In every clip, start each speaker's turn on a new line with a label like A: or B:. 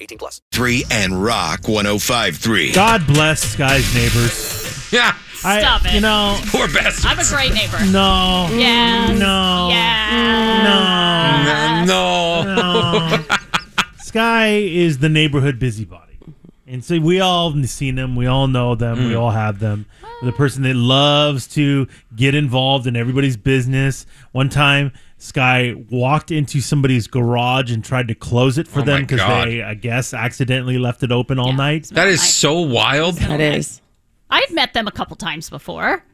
A: 18 plus.
B: 3 and Rock 1053.
C: God bless Sky's neighbors.
D: Yeah.
E: Stop
C: I,
E: it.
C: You know,
D: Poor bastard.
E: I'm a great neighbor.
C: no.
E: Yes.
C: No.
E: Yes.
C: No.
D: Uh, no.
C: No. Sky is the neighborhood busybody. And so we all have seen them. We all know them. We
D: Mm.
C: all have them. The person that loves to get involved in everybody's business. One time, Sky walked into somebody's garage and tried to close it for
D: Oh
C: them
D: my
C: because
D: God.
C: they, I guess, accidentally left it open all night.
D: That is so wild.
F: That is.
E: I've met them a couple times before.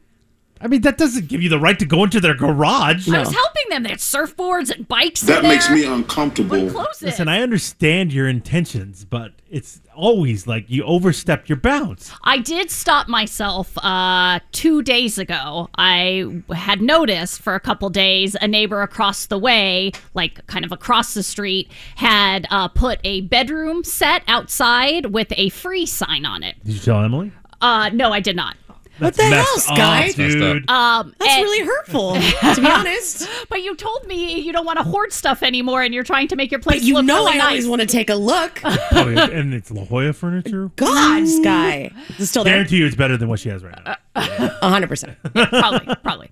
C: I mean, that doesn't give you the right to go into their garage.
E: I was helping them. They had surfboards and bikes. in
G: That
E: there.
G: makes me uncomfortable.
E: Wouldn't close it.
C: Listen, I understand your intentions, but it's always like you overstepped your bounds.
E: I did stop myself uh, two days ago. I had noticed for a couple days a neighbor across the way, like kind of across the street, had uh, put a bedroom set outside with a free sign on it.
C: Did you tell Emily?
E: Uh, no, I did not.
C: That's
F: the
C: messed
F: hell, Sky?
C: up,
F: That's
D: messed
C: dude.
E: Um,
F: That's
E: and-
F: really hurtful, to be honest.
E: But you told me you don't want to hoard stuff anymore, and you're trying to make your place
F: But you
E: look
F: know
E: really
F: I always
E: nice.
F: want to take a look.
C: Probably- and it's La Jolla furniture.
E: Mm-hmm.
F: God, Sky. Is it still there?
C: Guarantee you, it's better than what she has right
E: Uh,
C: now.
F: 100%.
E: probably, probably.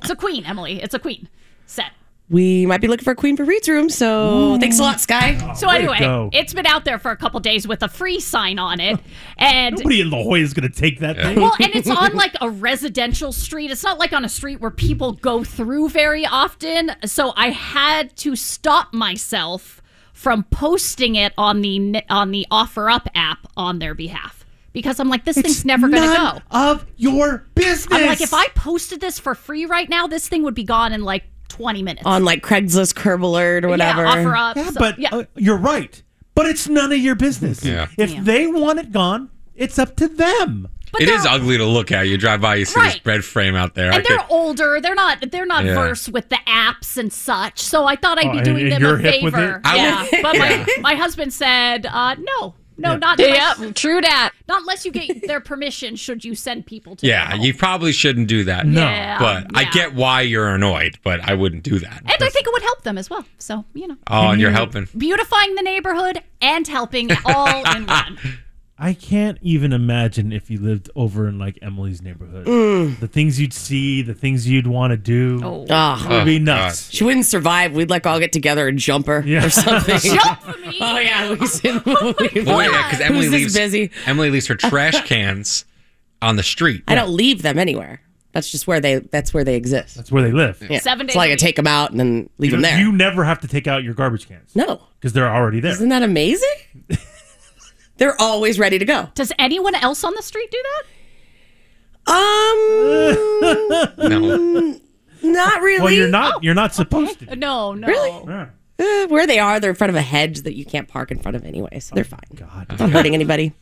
E: it's a queen, Emily. It's a queen set.
F: We might be looking for a queen for Reed's room, so thanks a lot, Sky.
E: So
C: way to
E: anyway,
C: go.
E: it's been out there for a couple days with a free sign on it, and
C: Nobody in La Jolla is going to take that thing.
E: well, and it's on like a residential street. It's not like on a street where people go through very often. So I had to stop myself from posting it on the on the offer up app on their behalf because I'm like, this thing's never going to go.
C: None of your business.
E: I'm like, if I posted this for free right now, this thing would be gone in like 20 minutes.
F: On like Craigslist, Curb Alert, or whatever.
E: Yeah, offer up.
C: Oh, Yeah,
E: so-
C: but
E: yeah.
C: uh, you're right. But it's none of your business.
D: Yeah.
C: If they want it gone, it's up to them.
D: It is ugly to look at. You drive by, you see this
E: Right.
D: bread frame out there. I
E: and they're
D: could-
E: older. They're not. They're not
D: Yeah.
E: versed with the apps and such. So I thought I'd
C: Oh,
E: be
C: and-
E: doing
C: and
E: them
C: you're
E: a
C: hip with
E: favor.
C: it?
D: I
E: yeah.
D: would-
E: But
D: Yeah.
E: my my husband said, uh, no, no,
C: Yeah.
E: not
H: Yeah,
E: unless,
H: true that.
E: not unless you get their permission. Should you send people to?
D: yeah,
E: them.
D: you probably shouldn't do that.
C: No.
E: Yeah,
D: But I
E: yeah.
D: get why you're annoyed, but I wouldn't do that.
E: And I think it would help them as well. So you know,
D: Oh, and you're helping.
E: beautifying the neighborhood and helping all in one.
C: I can't even imagine if you lived over in like Emily's neighborhood.
F: Mm.
C: The things you'd see, the things you'd want to do.
E: Oh.
F: Ah,
C: It would be
D: Oh,
C: nuts.
F: she wouldn't survive. We'd like all get together and jump her
C: Yeah.
F: or something.
E: Jump for me.
F: Oh, yeah. We said, we
D: Well, yeah, because Emily
F: Who's
D: leaves
F: this busy?
D: Emily leaves her trash cans on the street.
F: I don't leave them anywhere. That's just where they. That's where they exist.
C: That's where they live.
F: Yeah.
E: Seven days
F: It's like
E: a
F: I take them out and then leave
C: You,
F: them
C: know,
F: there.
C: you never have to take out your garbage cans
F: no,
C: because they're already there.
F: isn't that amazing? They're always ready to go.
E: Does anyone else on the street do that?
F: Um,
D: No.
F: not really.
C: well, you're not. You're not supposed to. Do.
E: No, no.
F: Really?
C: Yeah.
F: Uh, where they are, they're in front of a hedge that you can't park in front of anyway, so they're fine.
C: God.
F: It's not hurting anybody.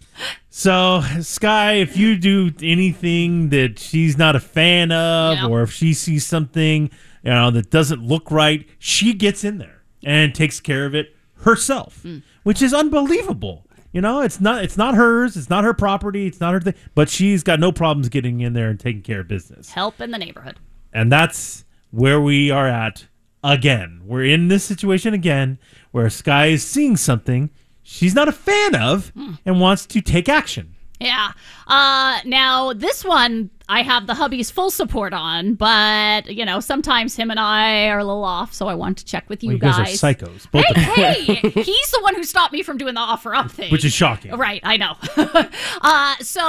C: So, Sky, if you do anything that she's not a fan of,
E: Yeah.
C: or if she sees something you know that doesn't look right, she gets in there and takes care of it herself, which is unbelievable. You know, it's not it's not hers, it's not her property, it's not her thing, but she's got no problems getting in there and taking care of business.
E: Help in the neighborhood.
C: And that's where we are at again. We're in this situation again where Sky is seeing something she's not a fan of and wants to take action.
E: Yeah. Uh, now this one I have the hubby's full support on, but you know sometimes him and I are a little off, so I wanted to check with you,
C: Well, you guys, are psychos, both of you,
E: Hey, he's the one who stopped me from doing the offer up thing,
C: which is shocking.
E: right. I know. uh, so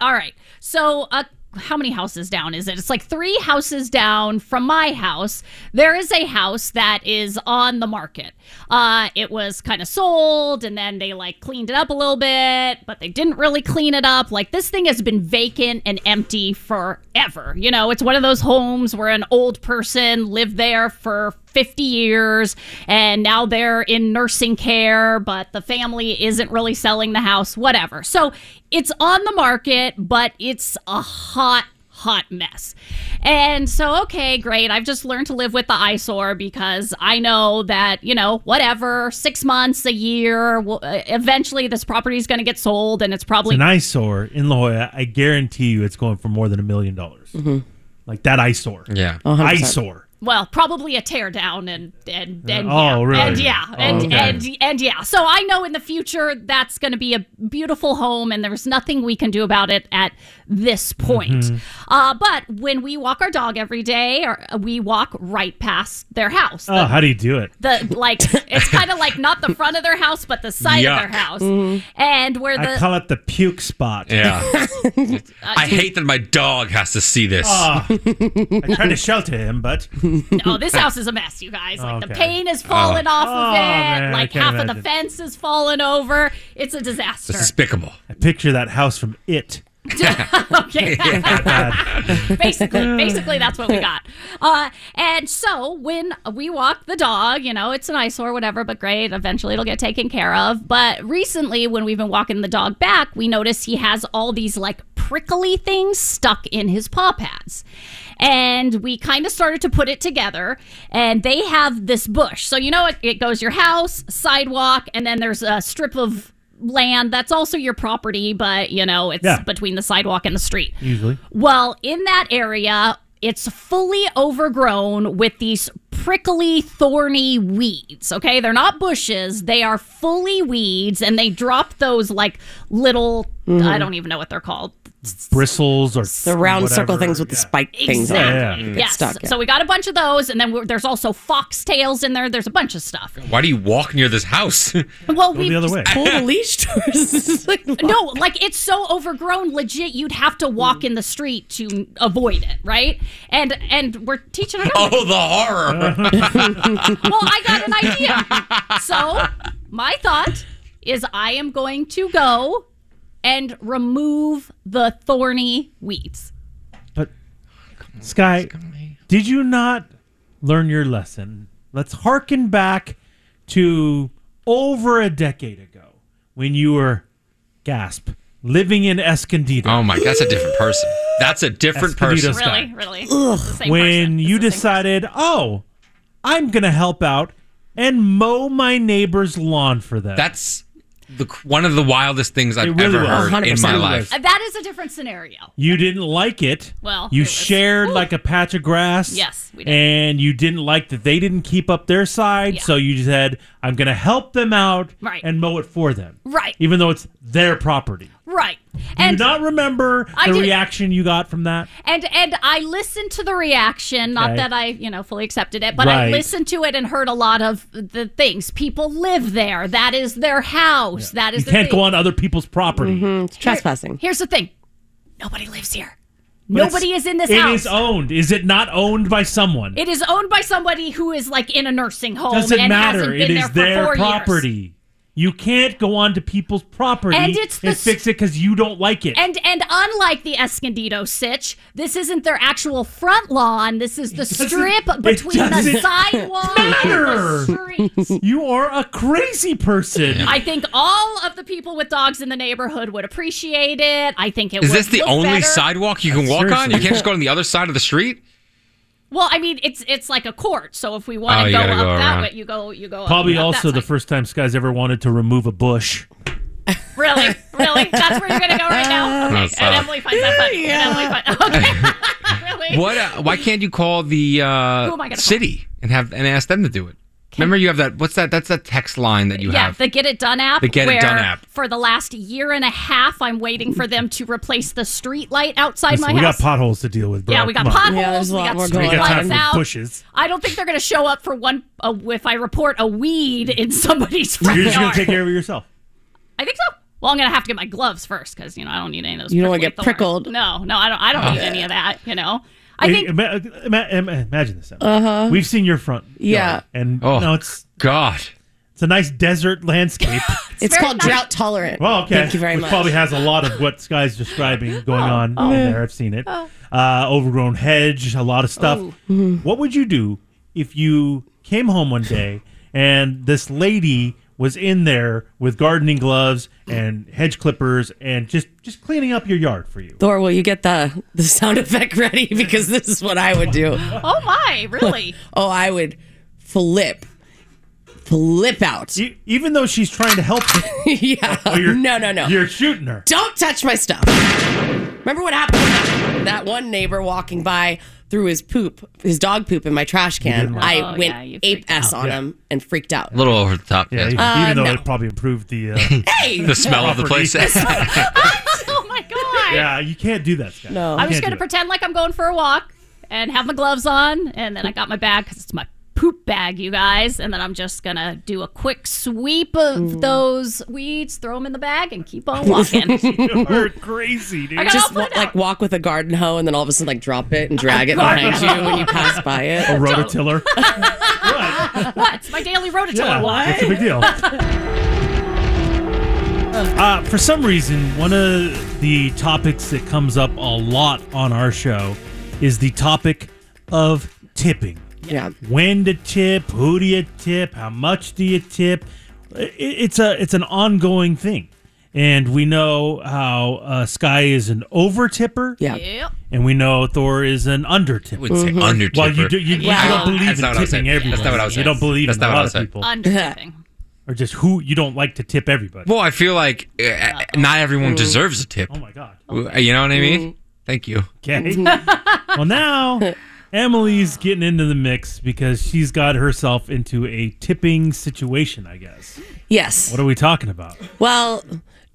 E: all right. So uh, how many houses down is it? It's like three houses down from my house. There is a house that is on the market. Uh, it was kind of sold, and then they like cleaned it up a little bit, but they didn't really clean it up. Like this thing has been vacant and empty forever. You know, it's one of those homes where an old person lived there for 50 years and now they're in nursing care, but the family isn't really selling the house, whatever. So it's on the market, but it's a hot, hot mess. And so, okay, great. I've just learned to live with the eyesore because I know that, you know, whatever, six months, a year, well, uh, eventually this property is going to get sold and it's probably.
C: an eyesore in La Jolla, I guarantee you it's going for more than a million dollars.
F: Mm-hmm.
C: Like that eyesore.
D: Yeah.
C: Eyesore.
E: Well, probably a teardown and and and
C: Oh,
E: yeah.
C: really?
E: and yeah and,
C: Okay.
E: and and yeah. So I know in the future that's going to be a beautiful home, and there's nothing we can do about it at this point.
C: Mm-hmm.
E: Uh, but when we walk our dog every day, or uh, we walk right past their house. The-
C: Oh, how do you do it?
E: the like it's kind of like not the front of their house but the side of their
D: Yuck.
E: house and where
C: I
E: the
C: call it the puke spot.
D: Yeah. I hate that my dog has to see this.
C: Ah, I tried to shelter him, but
E: oh, this house is a mess, you guys. Like the
C: Okay.
E: paint is falling off of
C: Oh,
E: it.
C: man, I
E: like
C: can't
E: half of the
C: imagine.
E: fence is falling over. It's a disaster.
D: it's despicable.
C: I picture that house from it.
E: okay. basically, basically that's what we got. Uh, and so when we walk the dog, you know, it's an eyesore, whatever, but great. Eventually it'll get taken care of. But recently, when we've been walking the dog back, we notice he has all these like prickly things stuck in his paw pads. And we kind of started to put it together, and they have this bush. So, you know, it, it goes your house, sidewalk, and then there's a strip of land that's also your property, but, you know, it's
C: Yeah.
E: between the sidewalk and the street.
C: Usually.
E: Well, in that area, it's fully overgrown with these prickly, thorny weeds. Okay. They're not bushes, they are fully weeds, and they drop those like little,
F: Mm-hmm.
E: I don't even know what they're called.
C: Bristles or
F: The round circle
C: whatever,
F: things with the
C: yeah.
F: spike things on it.
C: Yeah,
E: Exactly.
C: yeah.
F: Get
E: Yes.
F: stuck, yeah.
E: So we got a bunch of those, and then we're, there's also foxtails in there. There's a bunch of stuff.
D: Why do you walk near this house?
E: Well,
C: Go
E: we
C: the other way.
F: Pull the leash towards. this is like,
E: No, like it's so overgrown, legit. You'd have to
F: Mm.
E: walk in the street to avoid it, right? And and we're teaching. our dog.
D: oh, the
E: Ah.
D: horror.
E: well, I got an idea. So, my thought is I am going to go and remove the thorny weeds.
C: But Sky, did you not learn your lesson? Let's hearken back to over a decade ago when you were gasp living in Escondido.
D: oh my, that's a different person. That's a different
C: Escondido
D: person.
C: Sky.
E: Really, really. It's the same person.
C: when
E: It's
C: you
E: the same
C: decided, oh, I'm gonna help out and mow my neighbor's lawn for them.
D: That's the, one of the wildest things I've
C: really
D: ever
C: was.
D: heard in
F: 100%
D: my
F: it
D: life.
E: person. Uh, That is a different scenario.
C: you didn't like it.
E: Well, it
C: you
E: was-
C: shared
E: Ooh.
C: like a patch of grass.
E: Yes, we did.
C: and you didn't like that they didn't keep up their side,
E: Yeah.
C: so you said, "I'm gonna help them out
E: Right.
C: and mow it for them."
E: Right.
C: Even though it's their property.
E: Right.
C: Do
E: And
C: not remember
E: I
C: the
E: did-
C: reaction you got from that.
E: and and I listened to the reaction. Not
C: Okay.
E: that I, you know, fully accepted it, but I
C: Right.
E: listened to it and heard a lot of the things. People live there. That is their house. That is
C: You
E: their
C: can't
E: thing.
C: go on other people's property.
F: it's trespassing.
E: Here's the thing. Nobody lives here.
C: But it's-
E: Nobody is in this
C: It
E: house.
C: is owned. Is it not owned by someone?
E: It is owned by somebody who is like in a nursing home.
C: doesn't
E: and Hasn't
C: matter.
E: been
C: It
E: there
C: is
E: for
C: their
E: four years.
C: property. You can't go onto people's property
E: And it's the s-
C: fix it because you don't like it.
E: And and unlike the Escondido sitch, this isn't their actual front lawn. This is the strip between the
C: doesn't
E: sidewalk and the street.
C: you are a crazy person.
E: I think all of the people with dogs in the neighborhood would appreciate it. I think it
D: Is
E: would
D: this the
E: look
D: only
E: better.
D: sidewalk you can walk on?
C: Seriously.
D: You can't just go on the other side of the street?
E: Well, I mean, it's it's like a court. So if we want
D: Oh,
E: to
D: you
E: go up
D: gotta go
E: that
D: around.
E: way, you go you go. up-
C: Probably
E: up that
C: also the
E: side.
C: first time Sky's ever wanted to remove a bush.
E: Really? Really? That's where you're going to go right now? Okay.
D: That's
E: and
D: all.
E: Emily finds that funny. And Emily finds Okay. really?
D: What? Uh, why can't you call the
E: Who am I
D: uh,
E: gonna
D: city and have and ask them to do it? Remember, you have that. What's that? That's that text line that you
E: yeah,
D: have.
E: the Get It Done app.
D: The Get It
E: where
D: Done app.
E: For the last year and a half, I'm waiting for them to replace the street light outside
C: Listen,
E: my
C: we
E: house.
C: got potholes to deal with, bro.
E: yeah, we got
C: Come on.
E: potholes.
F: Yeah, there's a lot
E: we got
F: more
E: street
F: going
C: We got
E: lights
C: time
E: out.
C: for bushes.
E: I don't think they're going to show up for one uh, if I report a weed in somebody's front
C: You're just gonna
E: yard.
C: take care of it yourself.
E: I think so. Well, I'm gonna have to get my gloves first because you know I don't need any of those.
F: You don't wanna
E: prickly
F: get
E: thorns.
F: prickled.
E: No, no, I don't. I don't need any of that. You know, I
C: Hey,
E: think
C: ima- ima- ima- imagine this. Uh huh. We've seen your front.
F: Yeah.
C: yard, and
D: Oh.
C: no, it's
D: God,
C: it's a nice desert landscape.
F: It's
E: very
F: called
E: nice.
F: drought tolerant.
C: Well, okay.
F: Thank you very
C: Which
F: much. Oh.
C: probably has a lot of what Sky's describing going on in there. I've seen
F: Oh. Mm-hmm.
C: it. Uh, overgrown hedge, a lot of stuff. What would you do if you Came home one day, and this lady was in there with gardening gloves and hedge clippers and just just cleaning up your yard for you.
F: Thor, will you get the the sound effect ready? Because this is what I would do.
E: Oh my, really?
F: Oh, I would flip, flip out.
C: E- Even though she's trying to help you,
F: yeah.
C: oh, you're-
F: no, no, no.
C: You're shooting her.
F: Don't touch my stuff. Remember what happened? with That, that one neighbor walking by threw his poop, his dog poop, in my trash can. I
E: Oh,
F: went
E: yeah, you
F: ape
E: freaked
F: s on
C: Yeah.
F: him and freaked out.
D: A little over the top.
C: Yeah,
D: yes.
C: even though
F: uh, no.
C: it probably improved the. Uh,
F: Hey,
D: the smell of the
C: Property.
D: place.
E: oh my god.
C: yeah, you can't do that, Scott.
F: No.
C: You
E: I'm just
C: can't
E: gonna
C: do that.
E: pretend like I'm going for a walk and have my gloves on, and then I got my bag because it's my poop bag, you guys. And then I'm just gonna do a quick sweep of those weeds, throw them in the bag, and keep on walking.
C: You're crazy, dude.
E: I got
F: just
E: all
F: wa-
E: put it
F: like walk with a garden hoe and then all of a sudden like drop it and drag it behind you when you pass by
C: a
F: it.
C: rototiller. what?
E: out. What? It's my daily rototiller.
C: Yeah,
E: What?
C: What's the big deal? uh, for some reason, one of the topics that comes up a lot on our show is the topic of tipping.
F: Yeah.
C: When to tip? Who do you tip? How much do you tip? I- It's a it's an ongoing thing, and we know how uh, Sky is an over tipper,
F: Yeah.
E: Yep.
C: and we know Thor is an under
D: I
C: tipper.
D: would say under tipper.
C: Uh-huh. Well, you, do, you,
E: Yeah.
C: you don't believe
D: That's
C: in
D: not what I was
C: tipping
D: saying. That's
C: everybody.
D: not what I was
C: You
D: saying.
C: don't believe
D: That's
C: in
D: not
C: a
D: what I
C: lot
D: was
C: of
D: saying.
C: people,
F: Uh,
E: Undertipping.
C: or just who you don't like to tip everybody.
D: well, I feel like uh, uh, not everyone deserves a tip.
C: Oh my god.
D: Uh, You know what I mean? Thank you.
C: Okay. well, now Emily's getting into the mix because she's got herself into a tipping situation. I guess.
F: Yes.
C: What are we talking about?
F: Well,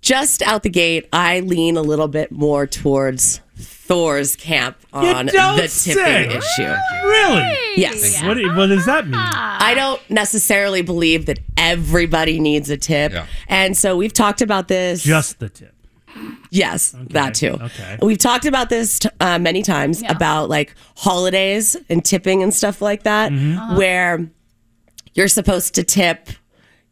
F: just out the gate, I lean a little bit more towards Thor's camp on
C: don't
F: the tipping
C: say.
F: issue.
C: Really?
F: Yes.
C: What? i- What does that mean?
E: Ah.
F: I don't necessarily believe that everybody needs a tip.
D: Yeah.
F: And so we've talked about this.
C: Just the tip.
F: Yes, that too.
C: okay.
F: We've talked about this t- uh, many times about like holidays and tipping and stuff like that,
C: Mm-hmm.
E: Uh-huh.
F: where you're supposed to tip.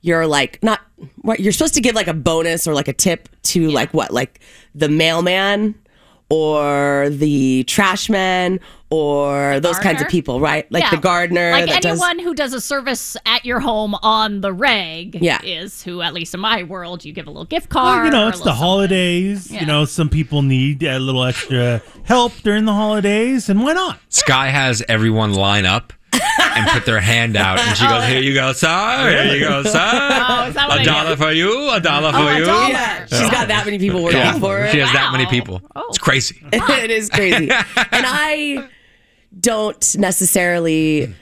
F: You're like not. What, you're supposed to give like a bonus or like a tip to like what like the mailman or the trash man or those kinds
E: gardener?
F: of people, right? Like the
E: Yeah.
F: gardener.
E: Like
F: that does-
E: anyone who does a service at your home on the reg
F: Yeah.
E: is who, at least in my world, you give a little gift
C: Well,
E: card.
C: you know,
E: or a
C: it's the
E: little something.
C: holidays.
E: Yeah.
C: You know, some people need a little extra help during the holidays, and why not?
D: Sky has everyone line up and put their hand out, and she goes, "Here you go, sir. Here you go, sir.
E: Oh, is that what
D: a
E: I
D: dollar for you. A
C: Oh,
D: dollar for
E: a
D: you."
E: dollar.
F: Yeah, Oh she's got that many people working
D: Yeah.
F: for her.
D: She has that many
E: Wow.
D: people.
E: Oh.
D: It's crazy.
F: it is crazy. and I don't necessarily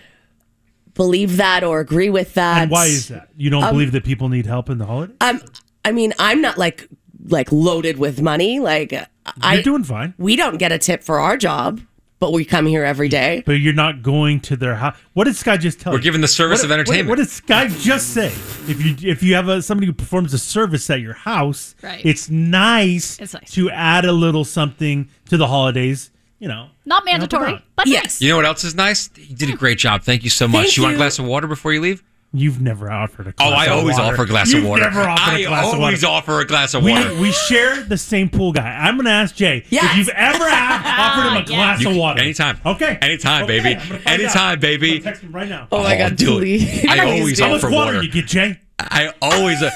F: believe that or agree with that.
C: And why is that? You don't believe that people need help in the holidays?
F: Um, I mean, I'm not like like loaded with money. Like I,
C: You're doing fine.
F: we don't get a tip for our job, but we come here every day.
C: But you're not going to their house. What did Sky just tell
D: We're
C: you?
D: giving the service
C: What-
D: of entertainment.
C: What, what did Sky just say? If you if you have a, somebody who performs a service at your house,
E: Right.
C: it's, nice
E: It's nice.
C: to add a little something to the holidays. You know,
E: Not mandatory, but
F: Yes.
D: you know what else is nice? You did a great job. Thank you so much.
F: Thank
D: you want a
F: you.
D: glass of water before you leave?
C: you've never offered a. Glass
D: Oh, I
C: of
D: always
C: water.
D: offer a glass
C: You've
D: of water.
C: Never offered a
D: I
C: glass
D: always
C: of water.
D: offer a glass of water.
C: We, we share the same pool guy. I'm gonna ask Jay
F: Yes.
C: if you've ever asked, offered him a
E: yeah.
C: glass
D: You
C: of
D: can-
C: water.
D: anytime.
C: Okay.
D: Anytime,
C: Okay,
D: baby.
C: I'm gonna find
D: Anytime,
C: out.
D: baby.
C: I'm gonna text him right now.
F: Oh my God,
D: do it.
F: please.
D: I always
C: How much
D: offer
C: water
D: water.
C: you get, Jay?
D: I always. Uh,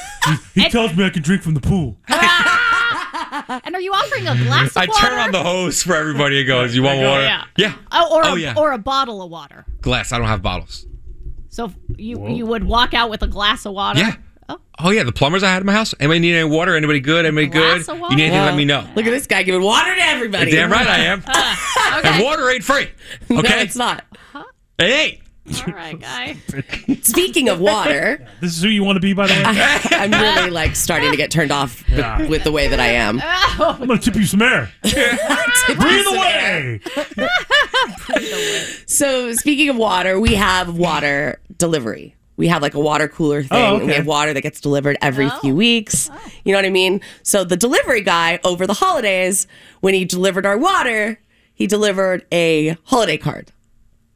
C: He tells me I can drink from the pool.
E: and are you offering a glass of
D: I
E: water?
D: turn on the hose for everybody and goes, "You want water?
E: Yeah.
D: yeah.
E: Oh, or
D: Oh,
E: a,
D: yeah.
E: or a bottle of water.
D: Glass. I don't have bottles.
E: So if you you would walk out with a glass of water.
D: Yeah.
E: Oh,
D: Oh yeah, the plumbers I had in my house. Anybody need any water? Anybody good? Anybody
E: Glass
D: good?
E: of
D: You need anything?
F: Wow.
D: Let me know.
F: Look at this guy giving water to everybody.
D: Damn right I am. And water ain't free.
F: No,
D: Okay,
F: it's not.
D: it ain't.
E: all right, guy.
F: Speaking of water,
C: This is who you want to be, by the way.
F: I'm really like starting to get turned off with, with the way that I am.
C: I'm gonna tip you some air. Breathe away.
F: So speaking of water, we have water delivery. We have like a water cooler thing.
C: Oh,
F: and We
C: okay.
F: have water that gets delivered every few weeks. You know what I mean? So the delivery guy over the holidays, when he delivered our water, he delivered a holiday card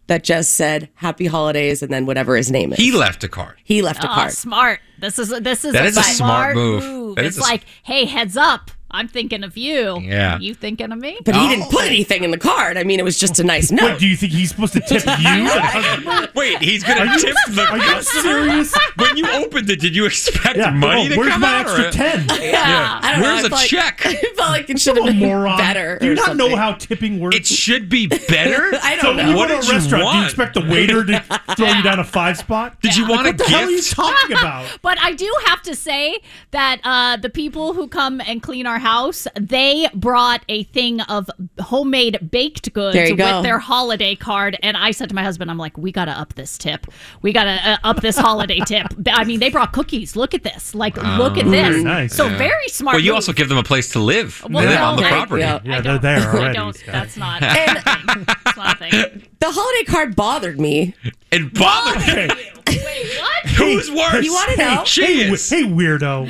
F: that just said "Happy Holidays" and then whatever his name is.
D: He left a card.
F: He left a
E: Oh,
F: card.
E: smart. This is this is
D: That
E: a
D: is a smart move. That
E: It's
D: is a s-
E: like, hey, heads up. I'm thinking of you.
D: Yeah.
E: You thinking of me?
F: But
D: Oh.
F: he didn't put anything in the card. I mean, it was just a nice
C: What
F: note.
C: do you think he's supposed to tip you?
D: Wait, he's gonna tip the
C: Are you serious?
D: When you opened it, did you expect
C: Yeah, come
D: money
C: on,
D: to
C: where's
D: come
C: my
D: out? or-
C: extra ten?
D: Yeah.
F: I don't know,
D: Where's
F: I
D: a
F: felt like-
D: check?
F: I felt like it should have
C: What a
F: been
C: moron.
F: better.
C: Do you
F: or
C: not know
F: something.
C: how tipping works?
D: It should be better.
F: I don't
C: so
F: know.
C: you
D: What
C: go
D: did
C: to
D: you
C: a restaurant. Do
D: want?
C: you expect the waiter to throw you down a five spot?
D: Did you want a
C: What the hell are you
D: gift?
C: talking about?
E: But I do have to say that uh, the people who come and clean our house, they brought a thing of homemade baked goods
F: There you
E: with
F: go.
E: their holiday card. And I said to my husband, I'm like, we got to up this tip. We got to uh, up this holiday tip. I mean, they brought cookies. Look at this. Like, look at this.
C: Ooh, Oh, nice.
E: So
C: Yeah.
E: very smart.
D: Well, you
E: move.
D: also give them a place to live.
E: Well,
D: they live
E: no,
D: on the
E: I-
D: property.
F: yeah.
C: Yeah,
E: I
C: they're
E: don't-
C: there
E: I
C: already.
E: don't.
C: Scott.
E: That's not, that's not a thing. That's not a thing.
F: The holiday card bothered me.
D: It bothered me.
E: Wait, what?
D: Who's worse?
F: You wanna know?
D: She
C: Hey, we-
D: is.
C: hey, weirdo.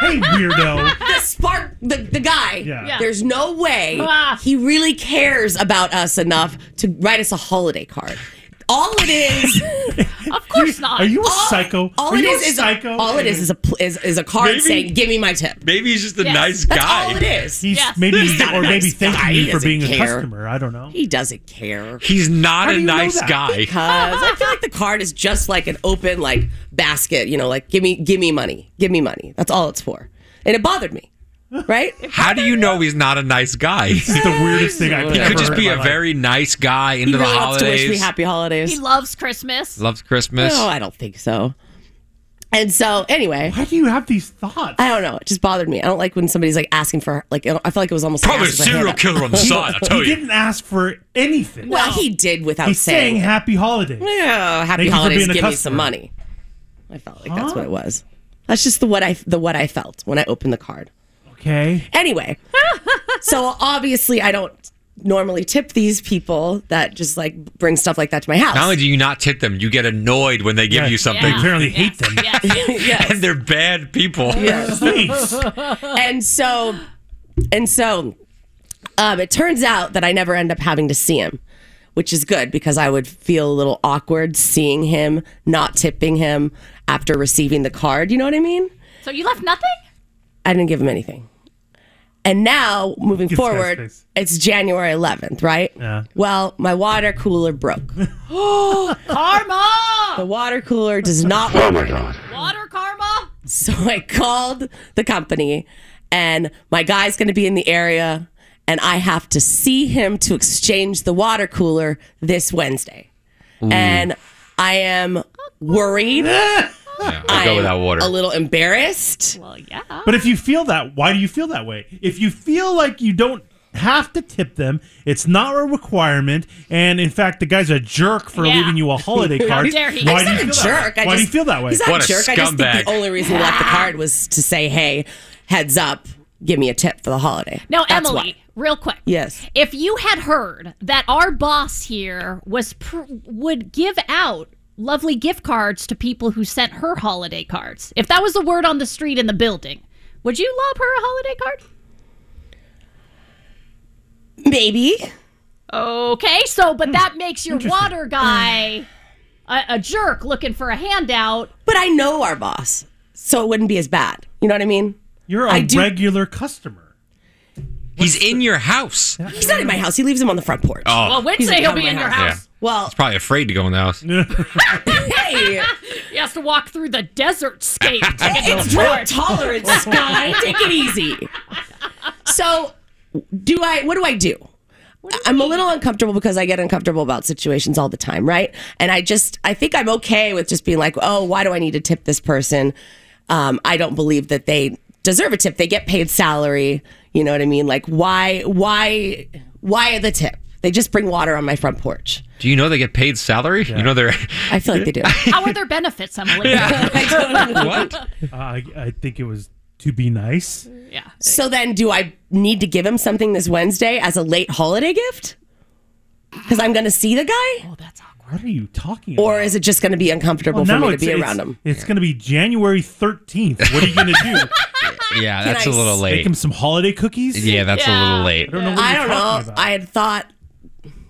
C: Hey, weirdo.
F: The spark, the, the guy.
C: Yeah. Yeah.
F: There's no way
E: Ah.
F: he really cares about us enough to write us a holiday card. All it is,
E: Of course not. Oh,
C: Are you a
F: all,
C: psycho?
F: All
C: are
F: it
C: you
F: is
C: a
F: is
C: psycho?
F: all it is is a pl- is, is a card
D: Maybe-
F: saying, "Give me my tip."
D: Maybe he's just a
E: Yes.
D: nice
F: That's
D: guy.
F: all it is.
C: He's
E: Yes.
C: maybe,
E: He's
C: or maybe
F: nice guy.
C: thanking
F: He
C: you for
F: doesn't
C: being a
F: care.
C: customer. I don't know.
F: He doesn't care.
D: He's not
C: How
D: a
C: do you know
D: nice
C: that?
D: guy.
F: Cause I feel like the card is just like an open like basket, you know, like give me give me money, give me money. That's all it's for, and it bothered me, right?
D: How do you know he's not a nice guy? He
C: It's the weirdest thing I've ever
D: could just
C: heard
D: be
C: in
D: a
C: my life.
D: very nice guy into the
F: really wants to wish me
D: holidays.
F: happy holidays.
E: He loves Christmas.
D: Loves Christmas.
F: No, I don't think so. And so, anyway,
C: Why do you have these thoughts?
F: I don't know. It just bothered me. I don't like when somebody's like asking for like. I felt like it was almost
D: Probably a
F: like asking for
D: serial
F: hand-
D: killer on the side. I tell
C: he
D: you.
C: didn't ask for anything.
F: Well, he did without
C: He's saying
F: saying.
C: happy holidays.
F: "Oh, happy
C: Thank you for
F: holidays.
C: being a
F: Give me some
C: customer."
F: money." I felt like that's what it was. That's just the what I the what I felt when I opened the card.
C: Okay.
F: Anyway, so obviously I don't normally tip these people that just like bring stuff like that to my house.
D: Not only do you not tip them, you get annoyed when they give you something.
C: They apparently hate them.
E: Yes.
F: yes.
D: And they're bad people.
C: Please.
F: and so and so um, it turns out that I never end up having to see him, which is good because I would feel a little awkward seeing him, not tipping him after receiving the card. You know what I mean?
E: So you left nothing?
F: I didn't give him anything. And now moving
C: Look at Scott's
F: forward,
C: face.
F: it's January 11th, right?
C: Yeah.
F: Well, my water cooler broke.
E: Karma!
F: The water cooler does not work.
E: Water karma?
F: So I called the company, and my guy's going to be in the area, and I have to see him to exchange the water cooler this Wednesday. And I am worried.
D: I'll go without water.
F: A little embarrassed.
E: Well, yeah.
C: But if you feel that, why do you feel that way? If you feel like you don't have to tip them, it's not a requirement, and in fact, the guy's a jerk for
E: Yeah.
C: leaving you a holiday
E: How
C: card.
E: dare he.
C: Why
E: He's
C: do you
F: not a
C: feel
F: jerk.
C: That? way?
F: I
C: Why do you
F: just-
C: feel that way?
F: He's not
D: What
F: a
D: a
F: jerk. I just think
D: scumbag.
F: the only reason he left the card was to say, "Hey, heads up, give me a tip for the holiday."
E: No,
F: That's
E: Emily,
F: why.
E: real quick.
F: Yes.
E: If you had heard that our boss here was pr- would give out lovely gift cards to people who sent her holiday cards, if that was the word on the street in the building, would you lob her a holiday card?
F: Maybe.
E: Okay, so but
F: Hmm.
E: that makes your water guy a, a jerk looking for a handout.
F: But I know our boss, so it wouldn't be as bad. You know what I mean?
C: You're
F: I
C: a
F: do-
C: regular customer.
D: He's in your house.
F: He's not in my house. He leaves him on the front porch.
D: Oh,
E: Well,
F: He's
E: Wednesday
F: like,
E: he'll
F: "Come to
E: be
F: my
E: in your
D: yeah.
E: house.
F: Well,
D: Probably afraid to go in the house.
F: hey,
E: He has to walk through the desert scape to get to
F: it's
E: the
F: no
E: porch.
F: tolerance, Sky. Take it easy. So, do I? What do I do? I'm a little uncomfortable because I get uncomfortable about situations all the time, right? And I just, I think I'm okay with just being like, oh, why do I need to tip this person? Um, I don't believe that they deserve a tip. They get paid salary. You know what I mean? Like, why, why, why the tip? They just bring water on my front porch.
D: Do you know they get paid salary? You know they're
F: I feel like they do.
E: How are their benefits, Emily?
F: I totally
D: what?
C: Uh, I, I think it was to be nice.
E: yeah.
F: So then, do I need to give him something this Wednesday as a late holiday gift? Because I'm going to see the guy,
C: What are you talking about?
F: or is it just going to be uncomfortable
C: Well,
F: for
C: now
F: me to
C: it's,
F: be
C: it's-
F: around him?
C: It's going to be January 13th. What are you going to do?
D: Yeah, that's a
F: I
D: little
C: Make
D: late.
C: him some holiday cookies?
D: Yeah, that's a little late.
C: I don't know. What
F: I
C: you're
F: don't
C: talking
F: know.
C: about.
F: I had thought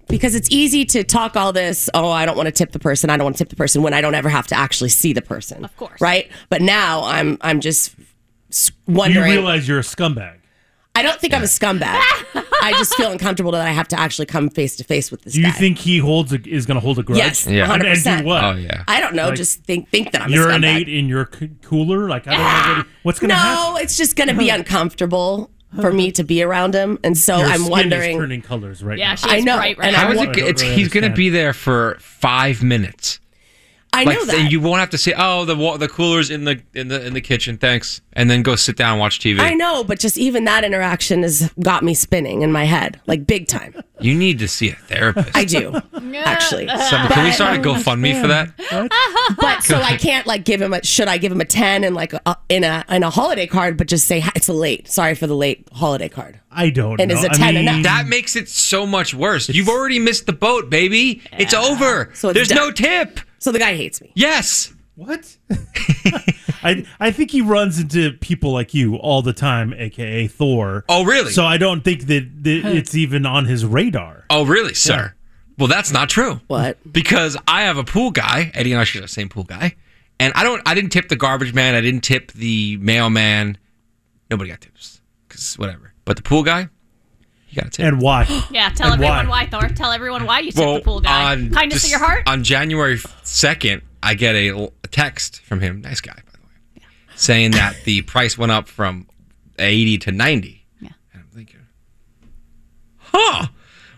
F: because it's easy to talk all this. Oh, I don't want to tip the person. I don't want to tip the person when I don't ever have to actually see the person. Of
E: course.
F: right? But now I'm I'm just s-
C: you
F: wondering.
C: realize you're a scumbag.
F: I don't think I'm a scumbag. I just feel uncomfortable that I have to actually come face to face with this
C: Do you
F: guy.
C: think he holds a, is going to hold a grudge?
F: Yes,
D: Yeah.
C: And, and do
F: 100%.
C: what?
D: Oh yeah.
F: I don't know.
C: Like,
F: just think think that I'm a scumbag.
C: Urinate in your c- cooler? Like I don't know what, what's going to
F: No,
C: happen.
F: it's just going to be uncomfortable for me to be around him, and so
C: Your
F: Oh, I'm
C: skin
F: wondering.
C: Is turning colors right
E: Yeah,
C: now.
E: she's
F: I know,
E: right. right
F: and
E: now.
F: I
D: How is
F: want-
D: it? g-
C: I don't
D: It's
C: really
D: he's going to
C: understand.
D: be there for five minutes.
F: I know
D: Like,
F: that.
D: and you won't have to say, "Oh, the wa- the cooler's in the in the in the kitchen, thanks," and then go sit down and watch TV.
F: I know, but just even that interaction has got me spinning in my head, like big time.
D: You need to see a therapist.
F: I do, actually.
D: Some- can we start a GoFundMe for that?
F: Ah. But so I can't like give him a should I give him a ten and like a, in a in a holiday card, but just say it's a late. Sorry for the late holiday card.
C: I don't
F: And
C: know.
F: is it
C: I
F: 10
C: mean,
F: enough?
D: That makes it so much worse. You've already missed the boat, baby. It's over.
F: So it's
D: There's
F: done.
D: no tip.
F: So the guy hates me.
D: Yes.
C: What? I I think he runs into people like you all the time, aka Thor.
D: Oh, really?
C: So I don't think that, that it's even on his radar.
D: Oh, really, sir? Well, that's not true.
F: What?
D: Because I have a pool guy. Eddie and I share the same pool guy, and I don't. I didn't tip the garbage man. I didn't tip the mailman. Nobody got tips because whatever. But the pool guy, he got a tip.
C: And why?
E: Yeah, tell
C: And
E: everyone
C: why?
E: why. Thor. Tell everyone why you took the pool guy. Kindness of
D: this-
E: your heart.
D: On January 2nd, I get a, l- a text from him, nice guy, by the way, saying that the price went up from 80 to 90.
E: Yeah.
D: And I'm thinking, huh,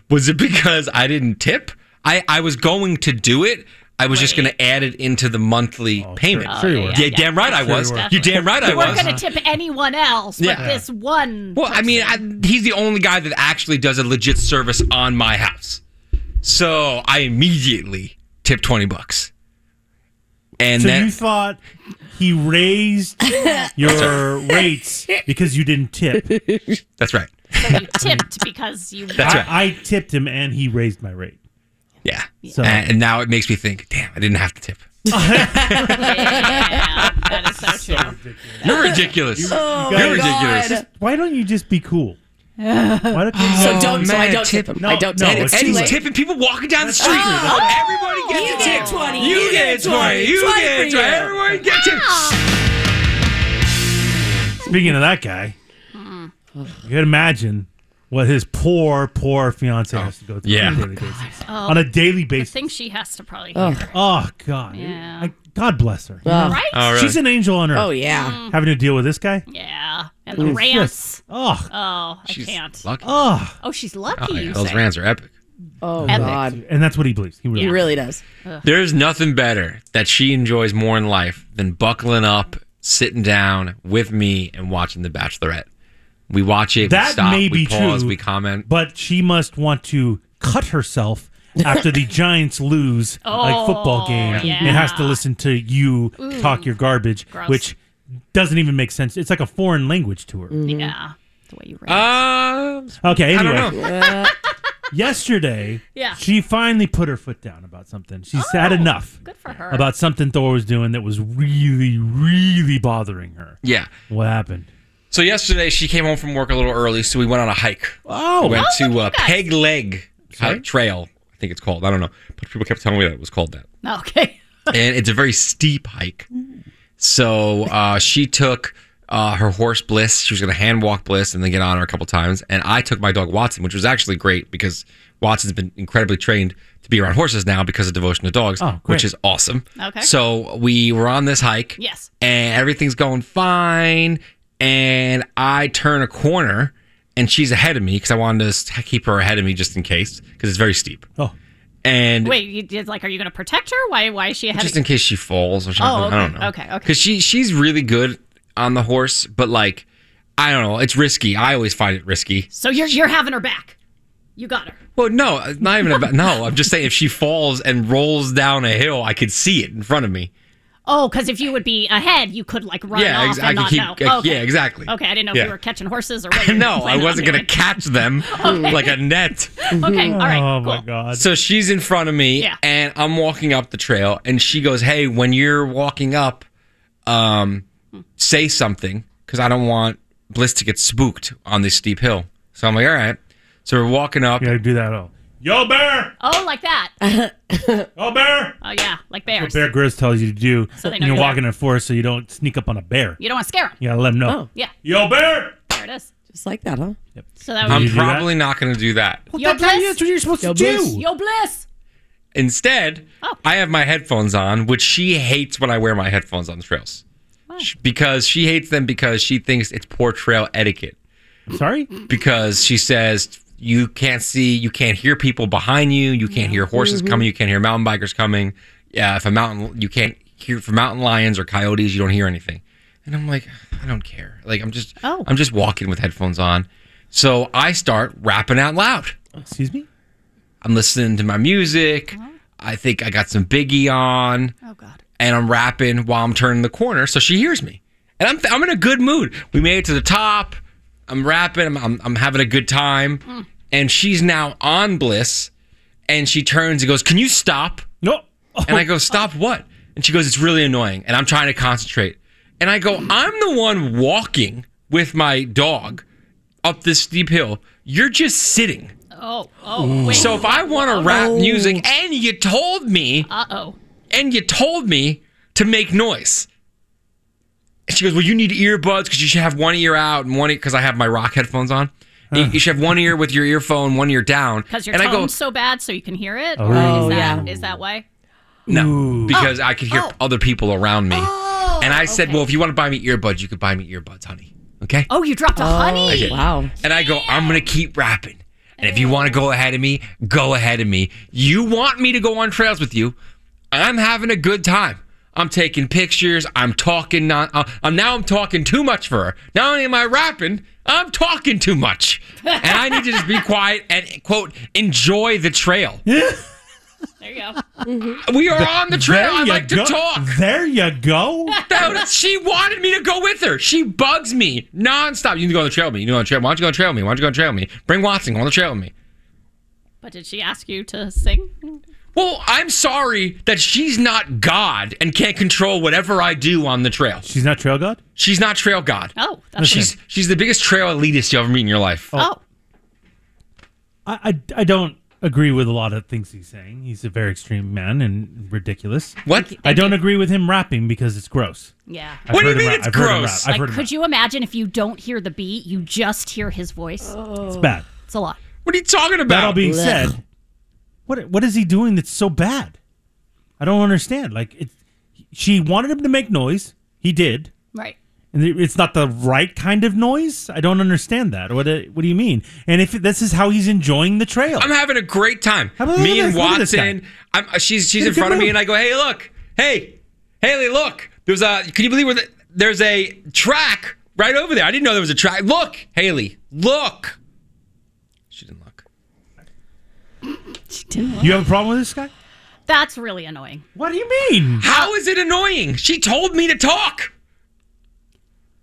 D: was it because I didn't tip? I, I was going to do it. I was just going to add it into the monthly payment.
C: sure you Oh, yeah, were.
D: yeah, damn right I
E: Sure you
D: was.
E: were.
D: You damn right I
E: You weren't
D: was.
E: going to tip anyone else, but
D: Yeah.
E: this one.
D: Well, I mean, I, he's the only guy that actually does a legit service on my house. So I immediately tipped 20 bucks. And
C: So
D: then
C: you thought he raised your rates because you didn't tip.
D: that's right.
E: person you tipped because you.
D: That's right.
C: I, I tipped him and he raised my rate.
D: Yeah.
C: So-
D: and, and now it makes me think, damn, I didn't have to tip.
E: yeah, that is so true.
D: You're ridiculous.
E: Oh,
D: You're
C: Guys,
D: ridiculous.
F: God.
C: Why don't you just be cool? Why don't you
F: So don't. so I
D: man,
F: don't
D: tip-
F: tip him.
C: No,
F: I don't
C: no,
F: tip him.
C: it's
D: And
C: too
D: he's
C: late.
D: tipping people walking down the street. Everybody
F: You
D: gets a
F: get
D: tip.
F: 20,
D: You
F: you
D: get
F: get
D: 20.
F: 20,
D: You
F: 20
D: get
F: for
D: 20.
F: you.
D: Everyone gets tips.
C: Speaking of that guy,
E: Mm.
C: you can imagine what his poor, poor fiance has to go through
D: Oh, yeah.
C: on a daily basis. on a daily
E: I
C: basis.
E: Oh. think she has to probably.
C: oh God!
E: Yeah.
C: I- God bless her.
E: Right?
D: Oh, really?
C: She's an angel on earth.
F: Oh yeah.
C: Having to deal with this guy.
E: yeah. And the rants.
C: Oh,
E: Oh, I can't.
D: Lucky.
C: oh,
E: Oh, she's lucky.
D: Oh, yeah,
E: you
D: Those
E: say.
D: rants are epic.
F: Oh
E: Epic.
F: God.
C: and that's what he believes. He really.
F: He really does.
D: There's nothing better that she enjoys more in life than buckling up, sitting down with me, and watching The Bachelorette. We watch it. we
C: That
D: stop,
C: may
D: we
C: be
D: pause,
C: true.
D: We comment.
C: But she must want to cut herself after the Giants lose a football game
E: Oh, yeah.
C: and has to listen to you talk your garbage,
E: gross.
C: which doesn't even make sense. It's like a foreign language to her.
E: Yeah. The way you rant.
D: Uh,
C: Okay,
D: I
C: anyway.
D: don't know.
C: Yesterday,
E: Yeah. Oh,
C: she finally put her foot down about something. She's had enough
E: Good for her.
C: about something Thor was doing that was really, really bothering her.
D: Yeah.
C: What happened?
D: So yesterday she came home from work a little early, so we went on a hike.
C: Oh,
D: We went
E: Oh,
D: to
E: look
D: uh,
E: at you guys.
D: Peg Leg Hike Trail. I think it's called. I don't know, but people kept telling me that it was called that.
E: okay.
D: and it's a very steep hike. So uh, she took uh, her horse Bliss. She was going to hand walk Bliss and then get on her a couple times. And I took my dog Watson, which was actually great because Watson's been incredibly trained to be around horses now because of devotion to dogs,
C: Oh, great.
D: which is awesome.
E: Okay.
D: So we were on this hike.
E: Yes.
D: And everything's going fine. And I turn a corner and she's ahead of me because I wanted to keep her ahead of me just in case because it's very steep.
C: oh,
D: And
E: Wait, you did like, are you going to protect her? Why? Why is she ahead?
D: just
E: of
D: in case she falls or something. I
E: Oh, okay,
D: don't know.
E: okay, okay.
D: Because she she's really good on the horse, but like I don't know, it's risky. I always find it risky.
E: so you're you're having her back. You got her.
D: Well, no, not even about. no, I'm just saying if she falls and rolls down a hill, I could see it in front of me.
E: Oh, because if you would be ahead, you could like run
D: yeah,
E: off
D: ex- I
E: and
D: could
E: not
D: keep.
E: know.
D: I-
E: okay.
D: Yeah, exactly.
E: Okay, I didn't know
D: Yeah.
E: if you were catching horses or what. you were
D: No, I
E: planning on
D: wasn't gonna
E: doing.
D: catch them like a net.
E: Okay, all right.
C: oh my
E: cool.
C: God.
D: So she's in front of me,
E: Yeah.
D: and I'm walking up the trail, and she goes, "Hey, when you're walking up, um, say something, because I don't want Bliss to get spooked on this steep hill." So I'm like, "All right." So we're walking up.
C: you gotta do that all. Yo, bear!
E: Oh, like that.
C: Yo, bear!
E: Oh yeah, like bears.
C: Bear Grylls tells you to do.
E: they
C: when
E: know
C: you're
E: you're
C: walking in the forest so you don't sneak up on a bear.
E: You don't want to scare them.
D: Oh.
C: You gotta let him know.
E: Yeah,
C: Yo, bear!
E: there it is.
F: Just like that, huh?
E: So that
D: I'm
E: would
C: you do that?
D: probably not going to do that.
C: Well,
E: Yo,
C: that- that-
E: Bliss.
C: that's what you're supposed
F: Yo,
C: to do.
F: Bliss.
E: Yo, Bliss.
D: Instead, I have my headphones on, which she hates when I wear my headphones on the trails. Sh- Because she hates them because she thinks it's poor trail etiquette.
C: Sorry.
D: Because she says you can't see, you can't hear people behind you, you can't hear horses coming, you can't hear mountain bikers coming. Yeah, if a mountain, you can't hear for mountain lions or coyotes, you don't hear anything. And I'm like, I don't care. Like I'm just,
E: Oh.
D: I'm just walking with headphones on. So I start rapping out loud.
C: Excuse me.
D: I'm listening to my music. I think I got some Biggie on,
E: Uh-huh. Oh God.
D: and I'm rapping while I'm turning the corner, so she hears me. And I'm I'm in a good mood. We made it to the top. I'm rapping. I'm I'm, I'm having a good time.
E: Mm.
D: And she's now on Bliss, and she turns and goes, "Can you stop?"
C: No.
E: Oh,
D: And I go, "Stop what?" And she goes, "It's really annoying." And I'm trying to concentrate. And I go, "I'm the one walking with my dog up this steep hill. You're just sitting."
E: Oh. Oh. Wait.
D: So if I want to rap music and you told me
E: Uh oh.
D: and you told me to make noise. And she goes, "Well, you need earbuds because you should have one ear out and one ear because I have my rock headphones on. You- You should have one ear with your earphone, one ear down."
E: Because your
D: and I go,
E: tone's so bad, so you can hear it.
C: Oh.
E: Or
C: Oh,
E: is that,
F: yeah.
E: is that why?
D: "No," because I could hear other people around me. and I said,
E: Oh. okay.
D: "Well, if you want to buy me earbuds, you could buy me earbuds, honey. Okay?"
E: Oh, you dropped a honey.
F: Wow.
D: And I go, I'm going to keep rapping. And if you want to go ahead of me, go ahead of me. You want me to go on trails with you. I'm having a good time. I'm taking pictures. I'm talking. Not, uh, I'm now. I'm talking too much for her. Not only am I rapping, I'm talking too much, and I need to just be quiet and quote enjoy the trail.
E: There you go.
D: We are on the trail. I
C: you
D: like to
C: go.
D: talk.
C: There you go.
D: That- she wanted me to go with her. She bugs me nonstop. You need to go on the trail with me. You need to go on the trail. Why don't you go on the trail with me? Why don't you go on the trail with me? Bring Watson. Go on the trail with me.
E: But did she ask you to sing?
D: Well, I'm sorry that she's not God and can't control whatever I do on the trail.
C: She's not trail god.
D: She's not trail God.
E: Oh, that's
D: She's she's the biggest trail elitist you'll ever meet in your life.
E: Oh.
C: I, I I don't agree with a lot of things he's saying. He's a very extreme man and ridiculous.
D: What?
C: I don't agree with him rapping because it's gross.
E: Yeah.
C: I've
D: What do you
C: heard him
D: mean
C: rap-
D: it's
C: I've heard him
D: gross?
C: rap. I've heard
E: Like,
C: him
E: could
C: rap.
E: you imagine if you don't hear the beat, you just hear his voice?
C: It's bad.
E: It's a lot.
D: What are you talking
C: That all
D: about?
C: being
F: Blech.
C: said, what what is he doing that's so bad? I don't understand. Like it, she wanted him to make noise. He did,
E: Right.
C: and it- it's not the right kind of noise. I don't understand that. What do- what do you mean? And if this is how he's enjoying the trail,
D: I'm having a great time.
C: How about look
D: me
C: at
D: and
C: this- look at this guy.
D: Watson. I'm, uh, she's she's in
C: Good
D: front of me,
C: move.
D: and I go, "Hey, look, hey, Haley, look. There's a. Can you believe where the, there's a track right over there? I didn't know there was a track. Look, Haley, look. She didn't look.
C: you have a problem with this guy?
E: That's really annoying.
C: What do you mean?
D: How is it annoying? She told me to talk.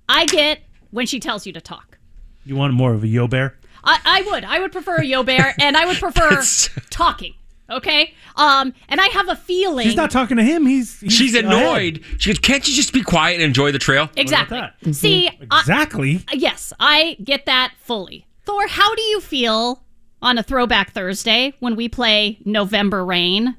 E: I get when she tells you to talk.
C: You want more of a yo bear?
E: I, I would. I would prefer a yo bear, and I would prefer
D: That's-
E: talking. Okay. Um. And I have a feeling.
C: She's not talking to him. He's, he's
D: She's
C: ahead.
D: annoyed. She goes, Can't you just be quiet and enjoy the trail?
E: exactly.
C: that? Mhm.
E: See. I-
C: Exactly.
E: yes, I get that fully. Thor, how do you feel on a Throwback Thursday when we play November Rain?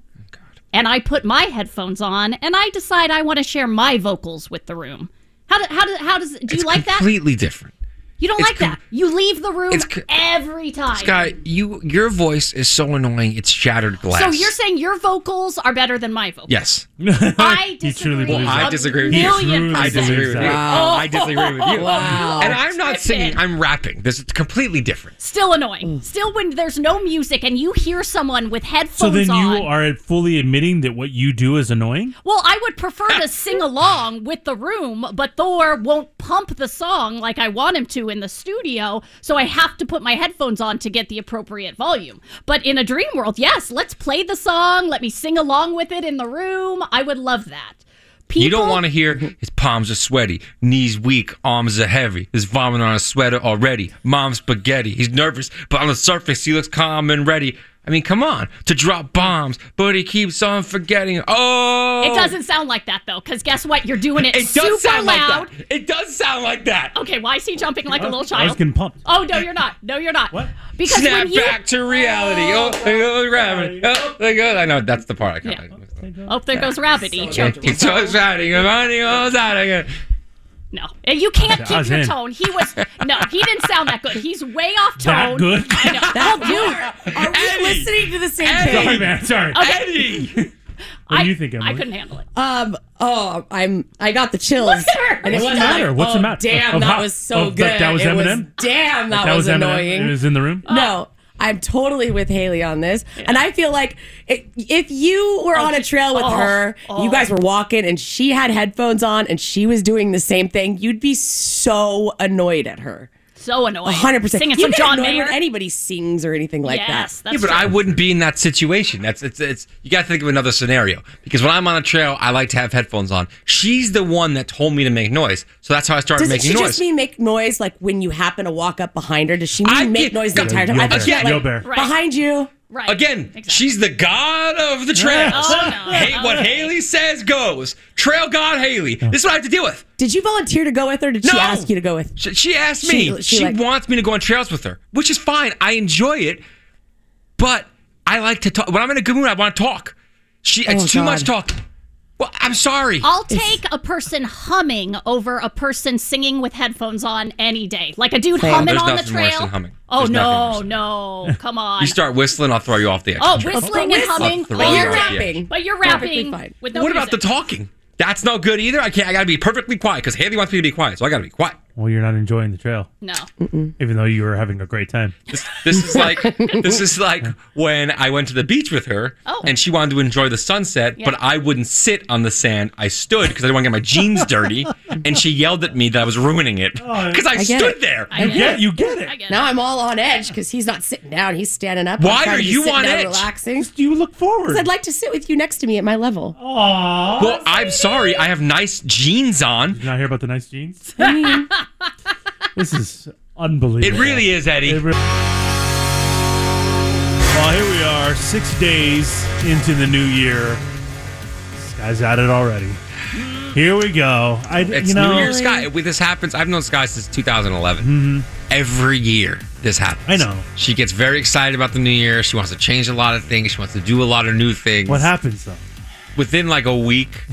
E: And I put my headphones on, and I decide I want to share my vocals with the room. How do, how do, how does do you
D: It's
E: like that?
D: completely different.
E: You don't
D: it's
E: like
D: com-
E: that. You leave the room
D: it's co-
E: every time.
D: Guy, you your voice is so annoying, it's shattered glass.
E: so you're saying your vocals are better than my vocals?
D: Yes.
E: I
C: He truly
E: disagree.
C: believes
D: I
C: that.
D: disagree with
C: He
D: you.
E: Million
C: truly
D: I
E: percent.
D: disagree with you.
C: believes that.
E: Oh.
D: I disagree with you.
F: Wow.
D: And I'm not singing, I'm rapping. This is completely different.
E: Still annoying. Still, when there's no music and you hear someone with headphones
C: So then
E: on.
C: you are fully admitting that what you do is annoying.
E: Well, I would prefer to sing along with the room, but Thor won't pump the song like I want him to in the studio, so I have to put my headphones on to get the appropriate volume. But in a dream world, yes, let's play the song, let me sing along with it in the room. I would love that. People,
D: You don't want to hear his palms are sweaty, knees weak, arms are heavy. He's vomiting on his sweater already. Mom's spaghetti. He's nervous, but on the surface he looks calm and ready. I mean, come on, to drop bombs, but he keeps on forgetting. Oh,
E: It doesn't sound like that though, because guess what? You're doing it,
D: It does
E: super
D: sound
E: loud. Oh,
D: like that. It does sound like that.
E: Okay, why is he jumping like a little
C: I was
E: child?
C: getting pumped.
E: Oh no, you're not. No, you're not.
C: What?
E: Because
D: Snap
E: when you
D: back to reality. Oh, there goes rabbit. Oh, there goes. I know that's the part I can't.
E: oh, there goes Rabbit. He
D: Yeah.
E: choked.
D: It's so exciting. I'm running all that again.
E: No, you can't
C: I
E: keep
C: was
E: your
C: in.
E: tone. He was no, he didn't sound that good. He's way off
C: That
E: tone.
C: good?
E: I know.
F: Dude, are we
D: Eddie!
F: listening to the same thing?
C: sorry, man. Sorry.
D: Eddie!
C: What
E: I,
C: do you think,
E: I
C: Emily?
E: couldn't handle it.
F: Um. Oh, I'm. I got the chills.
E: Look at her.
F: And it
E: What's
F: was
C: the matter?
F: like,
C: What's the
F: oh,
C: matter?
F: Damn,
C: Of
F: that
C: how-
F: was so
C: of
F: good.
C: that- that was
F: It
C: Eminem?
F: damn, that, was,
C: Eminem.
F: annoying.
C: It was in the room.
E: Uh,
F: no, I'm totally with Haley on this, and I feel like it, if you were on a trail with
E: oh,
F: her,
E: oh.
F: you guys were walking, and she had headphones on, and she was doing the same thing, you'd be so annoyed at her.
E: So annoying.
F: Hundred percent.
E: Oh, Singing
F: you
E: some
F: get
E: John
F: annoyed
E: Mayer.
F: when anybody sings or anything like
E: yes,
F: that.
E: that's
D: Yeah, but
E: true.
D: I wouldn't be in that situation. That's it's it's you got to think of another scenario because when I'm on a trail, I like to have headphones on. She's the one that told me to make noise, so that's how I started
F: Doesn't
D: making
F: she
D: noise.
F: just mean make noise like when you happen to walk up behind her? Does she mean
D: I
F: make
D: get-
F: noise the
D: Yo,
F: entire time?
C: yo,
F: I thought she
D: bear.
F: meant,
C: Yo,
F: like
C: bear.
E: Right.
F: behind you.
E: right.
D: Again,
E: Exactly.
D: she's the god of the trails.
E: Oh, no.
D: Hey, what Haley says goes. Trail god Haley. This is what I have to deal with.
F: Did you volunteer to go with her? Did she
D: No.
F: ask you to go with?
D: She, she asked me.
F: She-
D: She,
F: she like-
D: wants me to go on trails with her, which is fine. I enjoy it, but I like to talk. When I'm in a good mood, I want to talk. She, it's
F: Oh,
D: too much
F: God.
D: talk. Well, I'm sorry.
E: I'll take a person humming over a person singing with headphones on any day. Like a dude humming
D: There's
E: on the
D: nothing worse
E: trail.
D: than humming.
E: Oh
D: There's
E: no,
D: nothing
E: no. Come on.
D: you start whistling, I'll throw you off the edge.
E: oh, whistling and
F: I'll
E: humming.
D: throw
E: Oh,
D: you
F: You're
D: off the
E: rapping.
D: edge.
F: rapping.
E: But you're
F: Perfectly
E: rapping
F: fine.
E: with no
D: what about the
E: music.
D: talking? That's no good either. I can't. I got to be perfectly quiet because Haley wants me to be quiet, so I got to be quiet.
C: Well, you're not enjoying the trail,
E: No.
C: even though you were having a great time.
D: This, this is like this is like when I went to the beach with her,
E: Oh.
D: and she wanted to enjoy the sunset,
E: Yeah.
D: but I wouldn't sit on the sand. I stood because I didn't want to get my jeans dirty, and she yelled at me that I was ruining it
C: Oh,
D: because I,
F: get
D: stood
F: it.
D: there.
E: I get
C: Yeah,
E: it.
C: you get
E: I
C: it.
E: get it.
F: Now I'm all on edge because he's not sitting down. He's standing up.
D: Why
F: I'm trying
D: are
F: to be
D: you
F: sitting
D: on
F: down
D: edge?
F: Relaxing.
C: You look forward.
F: I'd like to sit with you next to me at my level.
C: Aww.
D: well, I'm sorry. I have nice jeans on.
C: Did you not hear about the nice jeans? this is unbelievable.
D: It really is, Eddie.
C: It re- well, here we are, six days into the new year. This guy's at it already. Here we go. I,
D: It's
C: you know, Mm-hmm.
D: New Year's Sky. We- This happens. I've known Sky since 2011. Every year, this happens.
C: I know.
D: She gets very excited about the new year. She wants to change a lot of things. She wants to do a lot of new things.
C: What happens though?
D: Within like a week,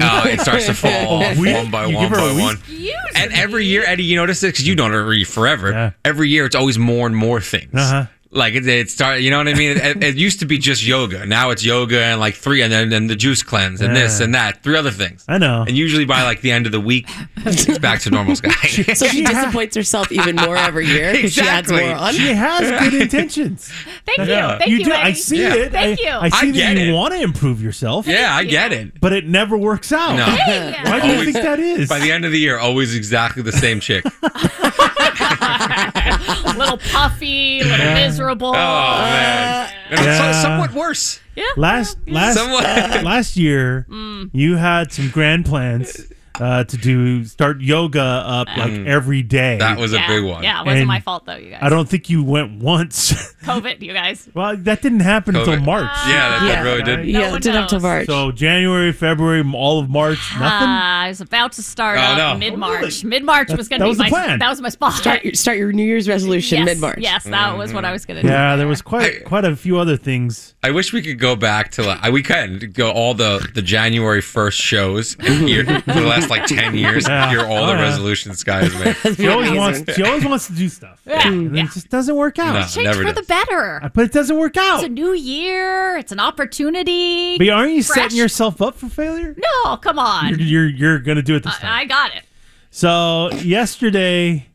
D: uh, it starts to fall off
C: week?
D: one by
C: You
D: one
C: give her a
D: by
C: week?
D: one.
E: Excuse
D: And
E: me.
D: every year, Eddie, you notice it because you don't her forever.
C: Yeah.
D: Every year, it's always more and more things.
C: Uh-huh.
D: Like it, it started, you know what I mean? It, it used to be just yoga. Now it's yoga and like three, and then and the juice cleanse and this
C: Yeah.
D: and that, three other things.
C: I know.
D: And usually by like the end of the week, it's back to normal sky.
F: So she disappoints herself even more every year because she
D: Exactly.
F: adds more on.
C: She has good intentions.
E: Thank you.
D: Yeah.
E: Thank you.
C: you do.
E: Eddie.
C: I see
D: Yeah.
C: it.
E: Thank
C: I,
E: you.
C: I see
D: I
C: that
D: get
C: you
D: it.
C: want to improve yourself.
D: yeah, I get it.
C: But it never works out.
D: No.
E: Hey,
C: Why do you think that is?
D: By the end of the year, always exactly the same chick. Oh,
E: little puffy, little miserable.
D: Oh, man. And it's
C: Yeah.
D: somewhat worse.
C: last last
D: Someone-
C: last year,
E: Mm.
C: you had some grand plans uh, to do start yoga up like every day.
D: Mm. That was
E: yeah.
D: a big one.
E: Yeah, it wasn't
C: And
E: my fault though, you guys.
C: I don't think you went once.
E: COVID, you guys.
C: well, that didn't happen until
D: COVID.
C: March.
D: Yeah, that, that
F: Yeah.
D: really did.
E: No
F: yeah,
E: one
F: it didn't have to
E: knows.
F: March.
C: So January, February, m- all of March, nothing.
E: Ah, I was about to start
D: Oh,
E: up
D: no.
E: mid March. Mid March was going
C: that
E: to
C: was
E: be
C: the
E: my
C: plan.
E: that was my spot.
F: start your start your New Year's resolution
E: yes,
F: mid March.
E: Yes, that was
D: Mm-hmm.
E: what I was going to do.
C: yeah, there was quite
D: I-
C: quite a few other things.
D: I wish we could go back to like, I- we can go all the, the January 1st shows and hear for the last like 10 years,
C: Yeah.
D: hear all
C: Oh,
D: the
C: yeah.
D: resolutions Sky has made.
C: She always wants she always wants to do stuff.
E: Yeah,
C: And then
E: yeah.
C: it just doesn't work
D: No,
C: out.
E: Change
D: never
E: for
D: does.
E: the better.
C: But it doesn't work out.
E: It's a new year. It's an opportunity.
C: But aren't you
E: Fresh.
C: setting yourself up for failure?
E: no, come on.
C: You're you're, you're gonna do it this time.
E: I, I got it.
C: So yesterday,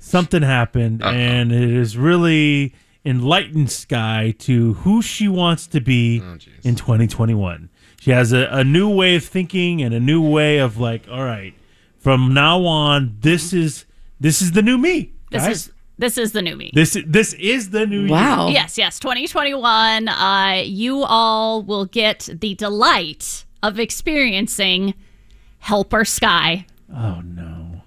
C: something happened,
D: Uh-huh.
C: and it has really enlightened Sky to who she wants to be
D: Oh,
C: in 2021. She has a, a new way of thinking and a new way of like, all right, from now on, this is this is the new me.
E: Mm-hmm. This
C: guys.
E: is this is the new me.
C: this i- this is the new you.
F: Wow.
E: Yes, yes. 2021, uh, you all will get the delight of experiencing Helper Sky.
C: Oh no.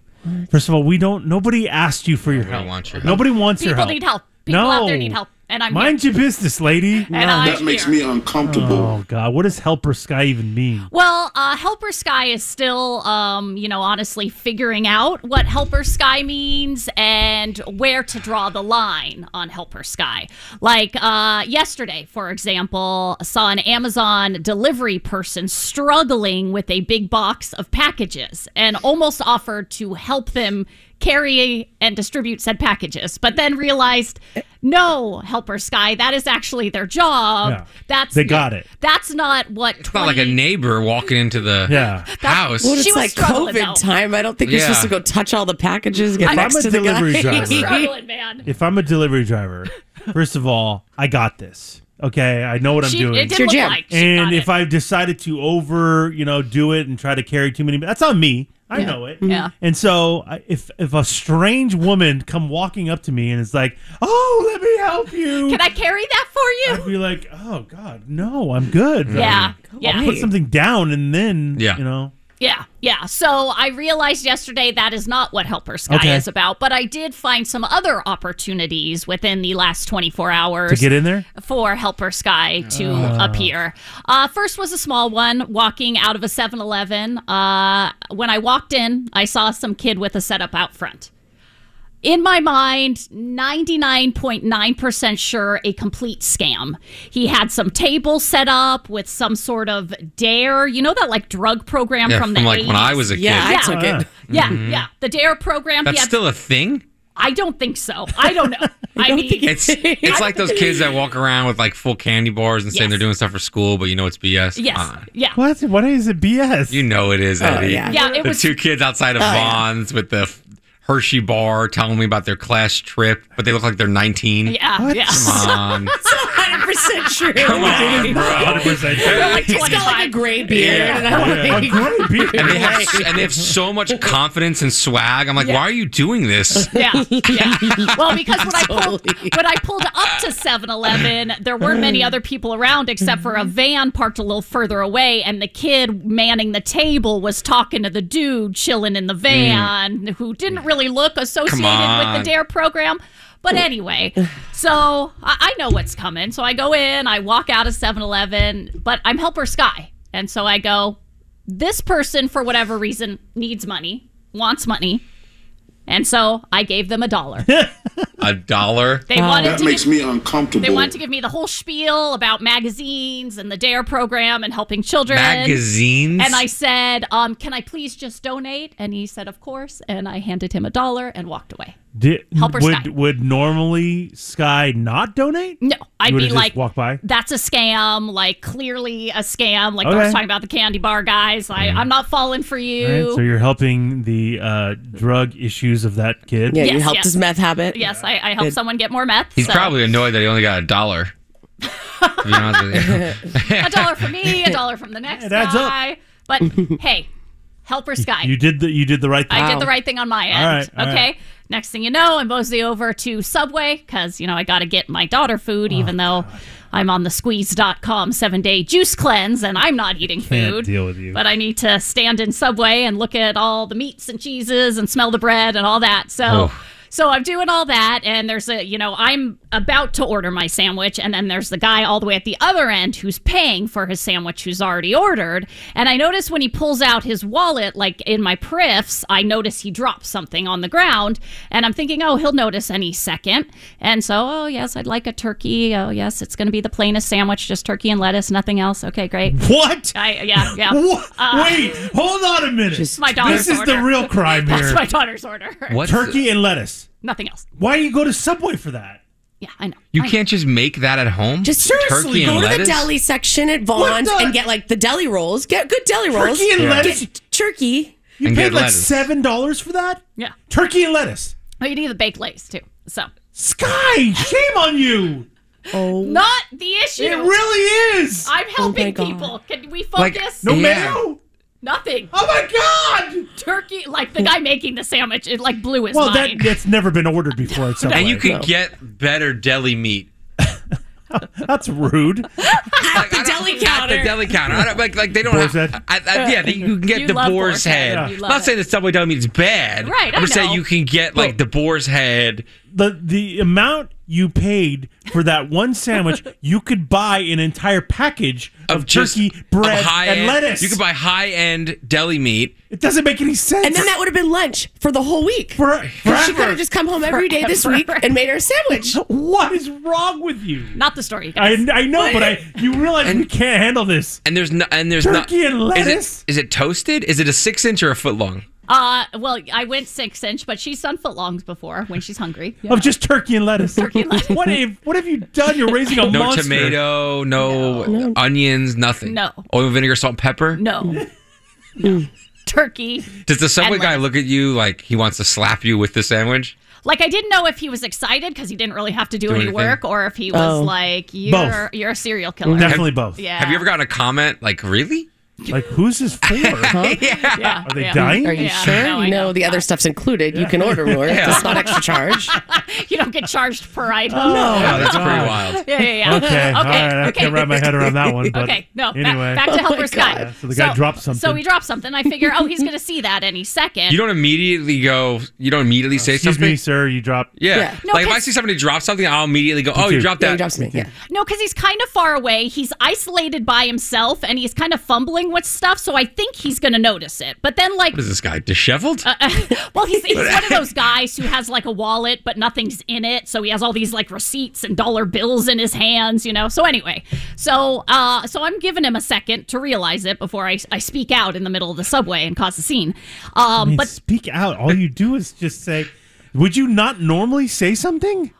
C: First of all, we don't. Nobody asked you for your
D: Nobody
C: help.
D: wants your help.
C: Nobody wants your
E: People
C: help.
E: need help. People
C: no.
E: out there need help. and I'm
C: Mind your business, lady.
E: and I'm
G: That makes
E: here.
G: me uncomfortable.
C: Oh God, what does helper sky even mean?
E: Well, uh, Helper Sky is still, um, you know, honestly figuring out what Helper Sky means and where to draw the line on Helper Sky. Like uh, yesterday, for example, I saw an Amazon delivery person struggling with a big box of packages and almost offered to help them carry and distribute said packages, but then realized. No, Helper Sky, that is actually their job.
C: Yeah.
E: That's
C: They got it.
E: That's not what
D: It's not like a neighbor walking into the
C: Yeah.
D: house.
F: Well, it's
E: She was
F: like
E: struggling,
F: COVID
E: though.
F: time. I don't think you're
D: Yeah.
F: supposed to go touch all the packages, get
E: I'm
F: next
C: a
F: to the
C: delivery
F: guy.
C: driver.
E: struggling, man.
C: If I'm a delivery driver, first of all, I got this. Okay, I know what
E: She,
C: I'm doing.
E: it didn't
F: your
E: look
F: jam.
E: like she
C: and
E: got
C: if
E: it.
C: I've decided to over, you know, do it and try to carry too many, that's on me. I
E: Yeah.
C: know it.
E: Yeah.
C: And so I- if if a strange woman come walking up to me and is like, "Oh, let me help you,"
E: can I carry that for
C: would be
E: you?
C: like, "Oh God, no, I'm good."
E: Yeah, yeah,
C: Put something down and then,
D: Yeah.
C: you know,
E: yeah, yeah. So I realized yesterday that is not what Helper Sky
C: Okay.
E: is about, but I did find some other opportunities within the last 24 hours
C: to get in there.
E: for Helper Sky to
D: Ah.
E: appear. Uh, first was a small one walking out of a 7 Eleven. Uh, when I walked in, I saw some kid with a setup out front. In my mind, 99.9% sure a complete scam. He had some table set up with some sort of dare, you know, that like drug program
D: Yeah,
E: from
D: from,
E: the
D: like when
E: 80s?
D: I was a kid.
F: Yeah,
E: Yeah.
F: I took
C: Ah.
F: it.
E: Yeah, yeah. The dare program.
D: That's
E: yeah,
D: still a thing.
E: I don't think so. I don't know. I,
F: don't
E: mean,
F: think
D: It's it's like those kids that walk around with like full candy bars and saying
E: Yes.
D: they're doing stuff for school, but you know it's BS.
E: yes.
D: Uh,
E: Yeah.
C: What? What is it? BS.
D: you know it is, Eddie.
F: yeah.
E: Yeah, it
D: the
E: was Oh,
D: two kids outside of Vaughn's with the f- Hershey bar telling me about their class trip, but they look like they're 19.
E: Yeah,
C: What?
E: yeah.
D: Come on.
F: 100% true.
C: It is 100% true.
E: Like
F: He's got like a
E: 25.
F: gray beard.
D: Yeah.
F: And I don't
C: Yeah.
F: think-
C: A great beer.
D: and they have s- and they have so much confidence and swag. I'm like, why are you doing this?
E: Yeah, yeah. Well, because when I pulled
F: Totally. Mm.
E: when I pulled up to 7-Eleven, there weren't many other people around except for
F: Mm-hmm.
E: a van parked a little further away, and the kid manning the table was talking to the dude chilling
F: Mm.
E: in the van who didn't really look associated with the
D: on.
E: Dare program. But anyway, so I, I know what's coming. So I go in, I walk out of 7-Eleven, but I'm Helper Sky, and so I go. This person, for whatever reason, needs money, wants money. And so I gave them a dollar.
D: A dollar.
E: They wanted
G: That
E: to
G: makes
E: give,
G: me
E: they
G: uncomfortable.
E: wanted to give me the whole spiel about magazines and the Dare program and helping children.
D: Magazines.
E: And I said, um, "Can I please just donate?" And he said, "Of course." And I handed him a dollar and walked away.
C: Did,
E: Helper
C: would
E: Sky.
C: would normally Sky not donate?
E: No, I'd
C: you
E: be
C: would've just
E: like,
C: walk by.
E: "That's a scam! Like clearly a scam! Like I
C: Okay. Mm-hmm.
E: was talking about the candy bar guys. I, I'm not falling for you."
C: All right, so you're helping the uh, drug issues of that kid.
F: Yeah, you
E: Yes,
F: helped
E: yes.
F: his meth habit.
E: yes, I, I helped someone get more meth.
D: He's
E: so.
D: probably annoyed that he only got a dollar. To be honest with you.
E: a dollar from me, a dollar from the next
C: It adds up.
E: guy. But hey, helper Sky.
C: You did the you did the right thing.
E: I did the right thing on my end.
C: right, all
E: okay. Next thing you know, I'm mosey over to Subway because, you know, I got to get my daughter food,
C: Oh,
E: even though I'm on the squeeze.com seven day juice cleanse and I'm not eating
C: Can't
E: food.
C: deal with you.
E: But I need to stand in Subway and look at all the meats and cheeses and smell the bread and all that. So.
D: Oh.
E: So I'm doing all that, and there's a, you know, I'm about to order my sandwich, and then there's the guy all the way at the other end who's paying for his sandwich who's already ordered. And I notice when he pulls out his wallet, like in my priffs, I notice he drops something on the ground, and I'm thinking, oh, he'll notice any second. And so, oh, yes, I'd like a turkey. Oh, yes, it's going to be the plainest sandwich, just turkey and lettuce, nothing else. Okay, great.
C: What?
E: I, yeah, yeah.
C: What?
E: Uh,
C: Wait, hold on a minute.
F: Just-
E: my daughter's
C: this is the
E: order.
C: real crime
E: That's
C: here.
E: my daughter's order.
D: What's-
C: Turkey and lettuce.
E: Nothing else.
C: Why do you go to Subway for that?
E: Yeah, I know.
D: You
E: I know.
D: can't just make that at home.
F: Just
D: turkey
F: seriously,
D: and
F: go to the
D: lettuce?
F: deli section at Vaughn's
C: the-
F: and get like the deli rolls. Get good deli rolls.
C: Turkey and lettuce.
F: Get turkey.
C: You
D: And
C: paid
D: get
C: like
D: lettuce.
C: seven dollars for that?
E: Yeah.
C: Turkey and lettuce.
E: Oh, you need the baked lace too. So
C: Sky, shame on you.
E: not the issue.
C: It really is.
E: I'm
F: Oh my
E: helping
F: God.
E: people. Can we
D: Like,
E: focus?
C: no
D: Yeah.
C: mayo.
E: Nothing.
C: Oh my god.
E: Turkey. Like the guy making the sandwich, it like blew his
C: Well, that
E: mind.
C: that's never been ordered before at Subway.
D: and you could get better deli meat
C: that's rude.
D: at
F: the deli
D: At
F: counter.
D: the deli counter. I don't, like, like they don't
C: Boar's
D: have.
C: head?
D: I, I, yeah, they, you can get
E: You
D: the
E: love
D: boar's
E: boar's head.
D: head.
E: You
D: I'm
E: love
D: not
E: it.
D: saying the subway deli meat is bad.
E: Right, I
D: I'm just saying
E: know.
D: you can get like the boar's head.
C: The the amount you paid for that one sandwich, you could buy an entire package of,
D: just-
C: turkey,
D: of
C: bread,
D: high-end-
C: and lettuce.
D: You could buy high end deli meat.
C: It doesn't make any sense.
F: And then that would have been lunch for the whole week.
C: For-
F: She could
C: forever.
F: have just come home every day this week and made her a sandwich.
C: what is wrong with you?
E: Not the story. you
C: I,
E: guys.
C: I know, but I you realize we can't handle this.
D: And there's no, and there's not.
C: Turkey and
D: Is
C: lettuce?
D: it, is it toasted? Is it a six inch or a foot long?
E: Uh, well, I went six inch, but she's done footlongs before when she's hungry.
C: Of just turkey and lettuce. Turkey and lettuce. What have what have you done? You're raising a
D: No
C: monster.
D: tomato, no, onions, nothing.
E: No.
D: Oil, vinegar, salt, and pepper.
E: No. No. Turkey.
D: Does the subway
E: And
D: guy
E: lettuce.
D: look at you like he wants to slap you with the sandwich?
E: Like I didn't know if he was excited because he didn't really have to do, any
D: anything.
E: work, or if he was
F: Oh.
E: like, "You're
C: Both.
E: you're a serial killer."
C: Definitely both.
E: Yeah.
D: Have you ever gotten a comment like, really?
C: Like who's this for?
E: Yeah.
C: Are they
E: yeah.
C: dying?
F: Are you
E: Yeah,
F: sure?
E: no, I
F: you know,
E: know.
F: the other stuff's included. You can order more. It's not extra charge.
E: You don't get charged per item.
C: Oh,
D: Oh, that's
C: God.
D: pretty wild.
E: Yeah, yeah, yeah.
C: Okay, all right. I can't wrap my head around that one. But
E: okay, no. back-
C: Anyway,
E: back, to Helper Sky.
C: Yeah, so the guy dropped
E: So
C: something.
E: he dropped something. I figure, oh, he's going to see that any second.
D: You don't immediately go, you don't immediately say
C: excuse
D: something.
C: me, sir. You dropped.
D: Yeah.
F: Yeah.
E: No,
D: like if I
E: 'cause-
D: see somebody drop something, I'll immediately go, oh, you
C: too.
D: dropped
F: Yeah,
D: that.
F: you drop something. Yeah.
E: No, because he's kind of far away. He's isolated by himself and he's kind of fumbling with stuff. So I think he's going to notice it. But then, like,
D: What is this guy, disheveled?
E: Uh, well, he's, he's one of those guys who has like a wallet, but nothing's in it. So he has all these like receipts and dollar bills in his hands, you know. So anyway, so uh, so I'm giving him a second to realize it before I, I speak out in the middle of the subway and cause a scene. Um,
C: I mean,
E: but
C: speak out. All you do is just say. Would you not normally say something?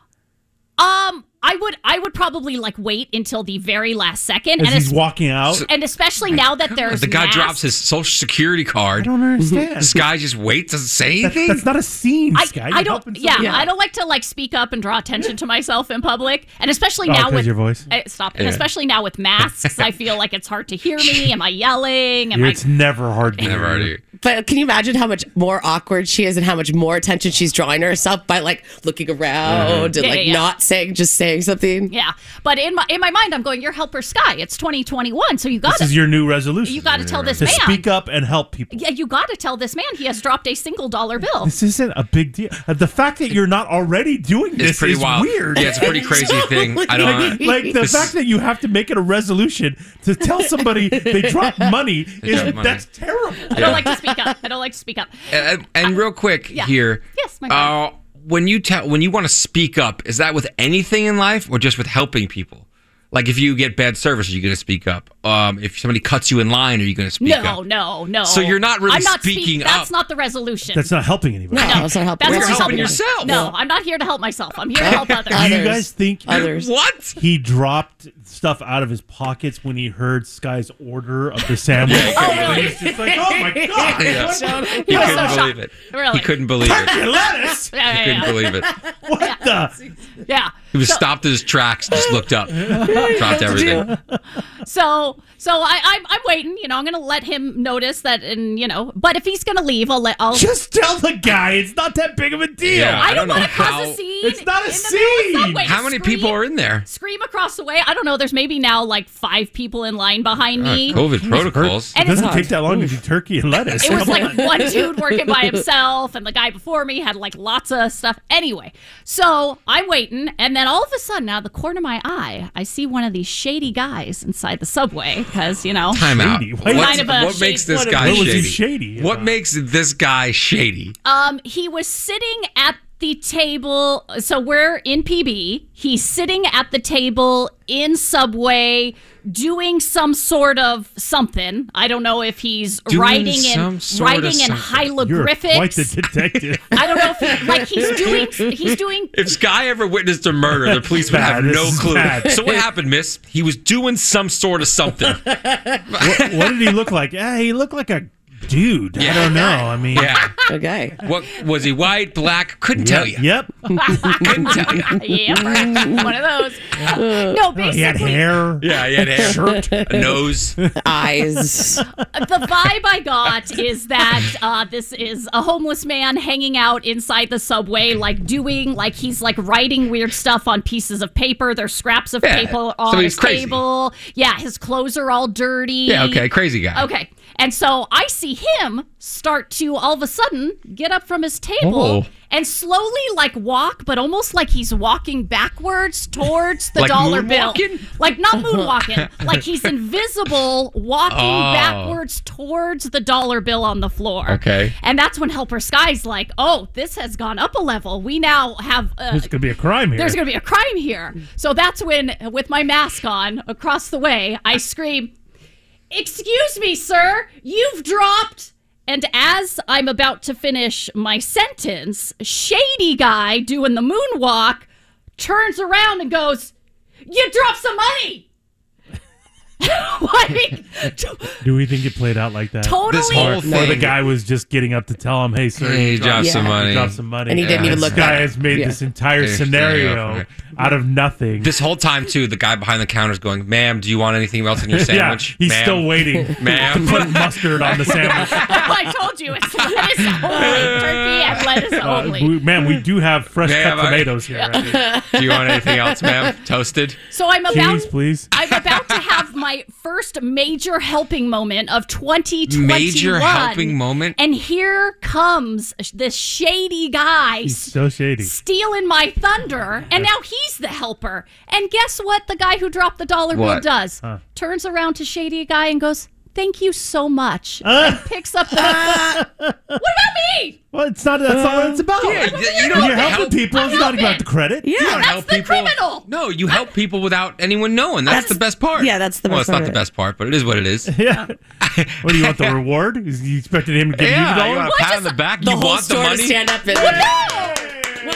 E: um, I would I would probably like wait until the very last second,
C: As
E: and
C: he's
E: es-
C: walking out,
E: and especially now that there's
D: the guy
E: masks.
D: drops his social security
C: I
D: card.
C: don't understand.
D: This guy just waits, doesn't say
C: That-
D: Mm-hmm. anything.
C: that's not a scene,
E: I,
C: Sky.
E: I
C: You're
E: don't.
C: helping
E: Yeah,
C: somebody.
E: I don't like to like speak up and draw attention to myself in public, and especially
C: Oh,
E: now
C: 'cause
E: with
C: your voice?
E: Uh, stop. And especially now with masks, I feel like it's hard to hear me. Am I yelling? Am
C: Yeah,
E: I?
C: It's never hard. To
D: Never
C: hear.
D: already.
F: But can you imagine how much more awkward she is and how much more attention she's drawing to herself by like looking around and
E: Mm-hmm. Yeah,
F: like
E: yeah, yeah.
F: not saying, just saying something?
E: Yeah, but in my in my mind, I'm going. You're helper Sky. It's 2021, so you got
C: This is
E: to
C: your new resolution.
E: you got to tell this
C: to
E: man.
C: speak up and help people.
E: Yeah, you got to tell this man he has dropped a single dollar bill.
C: This isn't a big deal. Uh, The fact that you're not already doing this
D: It's pretty
C: is
D: wild.
C: weird.
D: Yeah, it's a pretty crazy thing. I don't.
C: like the
D: This-
C: fact that you have to make it a resolution to tell somebody they dropped money is
D: dropped money.
C: that's terrible.
E: I don't like to speak up. I don't like to speak up.
D: and, and real quick
E: Yeah.
D: here.
E: Yes, my God.
D: Uh, when you tell when you want to speak up, is that with anything in life or just with helping people? Like if you get bad service, are you going to speak up? Um, if somebody cuts you in line, are you going to speak
E: No,
D: up?
E: no, no.
D: So you're not really
E: I'm not
D: speaking
E: That's
D: up.
E: not the resolution.
C: That's not helping anybody.
F: No, it's not helping.
E: That's
F: We're
E: not
D: helping
E: helping
D: yourself.
E: No, I'm not here to help myself. I'm here to help others.
C: Do you
F: Others.
C: guys think
F: Others.
D: What?
C: he dropped stuff out of his pockets when he heard Sky's order of the sandwich?
E: really?
C: He's just like, oh my god,
D: Yeah.
C: what the-
D: He
E: was
D: couldn't
E: so
D: believe it.
E: shocked. Really.
D: He couldn't believe it.
C: lettuce?
E: Yeah, yeah,
D: Couldn't
E: yeah.
D: believe it.
C: What the?
E: Yeah.
D: He was stopped in his tracks, just looked up, dropped everything.
E: So so I, I'm I'm waiting. You know, I'm gonna let him notice that, and you know, but if he's gonna leave, I'll let I'll.
C: Just tell the guy. It's not that big of a deal.
D: Yeah.
E: I
D: I
E: don't
D: don't
E: want to
D: know
E: cause
D: how-
E: a scene.
C: It's not a
E: in the middle of the
C: scene.
E: subway.
D: How many
E: Scream-
D: people are in there?
E: Scream across the way. I don't know. There's maybe now like five people in line behind
D: Uh,
E: me.
D: COVID protocols.
C: It
E: And it's
C: doesn't take that long to do turkey and lettuce.
E: It was
C: Come
E: like
C: on.
E: one dude working by himself, and the guy before me had like lots of stuff. Anyway, so I'm waiting, and then all of a sudden, out of the corner of my eye, I see one of these shady guys inside the subway because you know.
D: Time out.
C: Shady. Why-
D: What's-
E: Kind of a
D: what makes
E: shady-
D: this
C: what-
D: guy
C: what was he
D: shady?
C: shady
D: What
C: about?
D: makes this guy shady?
E: Um, he was sitting at the table. So we're in PB. He's sitting at the table in Subway doing some sort of something. I don't know if he's
D: Doing
E: writing in
D: some sort of
E: writing in
D: something.
C: You're
E: hieroglyphics.
C: quite the detective.
E: I don't know if he, like he's doing he's doing
D: If Sky ever witnessed a murder, the police would
C: Bad.
D: have
C: This
D: no
C: is
D: clue.
C: bad.
D: So what happened, miss? He was doing some sort of something.
C: what, what did he look like? Eh, he looked like a dude. I
D: Yeah.
C: don't know. I mean,
D: Yeah.
F: Okay.
D: What was he white, black? Couldn't tell you.
C: Yep.
D: Couldn't tell you.
E: yeah, right. one of those. No,
C: He had
E: basically
C: hair.
D: Yeah, he had a shirt, a nose.
F: Eyes.
E: the vibe I got is that uh, this is a homeless man hanging out inside the subway, like doing like he's like writing weird stuff on pieces of paper. There's scraps of
D: Yeah,
E: paper
D: so
E: on
D: he's
E: his
D: crazy.
E: table. Yeah, his clothes are all dirty.
D: Yeah, okay, crazy guy.
E: Okay. And so I see see him start to all of a sudden get up from his table
D: Oh.
E: and slowly like walk, but almost like he's walking backwards towards the
D: Like
E: dollar bill.
D: moonwalking?
E: Like not moonwalking, like he's invisible walking
D: Oh.
E: backwards towards the dollar bill on the floor.
D: Okay.
E: And that's when Helper Sky's like, oh, this has gone up a level. We now have uh,
C: There's gonna be a crime here.
E: there's going to be a crime here. So that's when, with my mask on across the way, I scream, Excuse me, sir, you've dropped. And as I'm about to finish my sentence, Shady Guy doing the moonwalk turns around and goes, You dropped some money. like, to-
C: Do we think it played out like that?
E: totally.
D: This whole thing.
C: Or the guy was just getting up to tell him, "Hey, sir,
D: Hey,
C: you
D: drop
C: dropped
D: some
F: Yeah.
D: money.
C: drop some money,"
F: And he didn't even
C: this
F: look
C: guy
F: back.
C: has made
F: Yeah.
C: this entire
D: There's- there you go from
C: scenario
D: it.
C: out of nothing.
D: This whole time too, the guy behind the counter is going, "Ma'am, do you want anything else in your sandwich?"
C: yeah, he's
D: Ma'am."
C: still waiting
D: Ma'am.
C: to put mustard on the sandwich.
E: I told you, it's lettuce only. Turkey and lettuce
C: Uh,
E: only.
C: we, ma'am, we do have fresh
D: Ma'am,
C: cut
D: I-
C: tomatoes here. right?
D: Do you want anything else, ma'am? Toasted.
E: so I'm about
C: Cheese, please.
E: I'm about to have my first major helping moment of 2021.
D: Major helping moment?
E: And here comes this shady guy
C: He's so shady.
E: stealing my thunder. And now he's the helper. And guess what the guy who dropped the dollar bill
D: What?
E: does? Turns around to shady guy and goes, Thank you so much.
C: Ah.
E: and picks up the. what about me?
C: Well, it's not. That's not what it's about.
D: you
C: When you're helping people. It's not about the credit.
F: Yeah.
D: don't help
E: the
D: people.
E: criminal.
D: No, you help people without anyone knowing. That's, the best part.
F: yeah, that's the
D: Well,
F: best
D: it's not
F: part
D: the
F: of it.
D: best part, but it is what it is.
C: Yeah. what do you want? The reward? Is you expected him to give you the
D: yeah, you
C: dollar?
D: want a pat on the back.
F: The
D: you
F: whole
D: want the
F: store to
D: money.
F: stand up and. What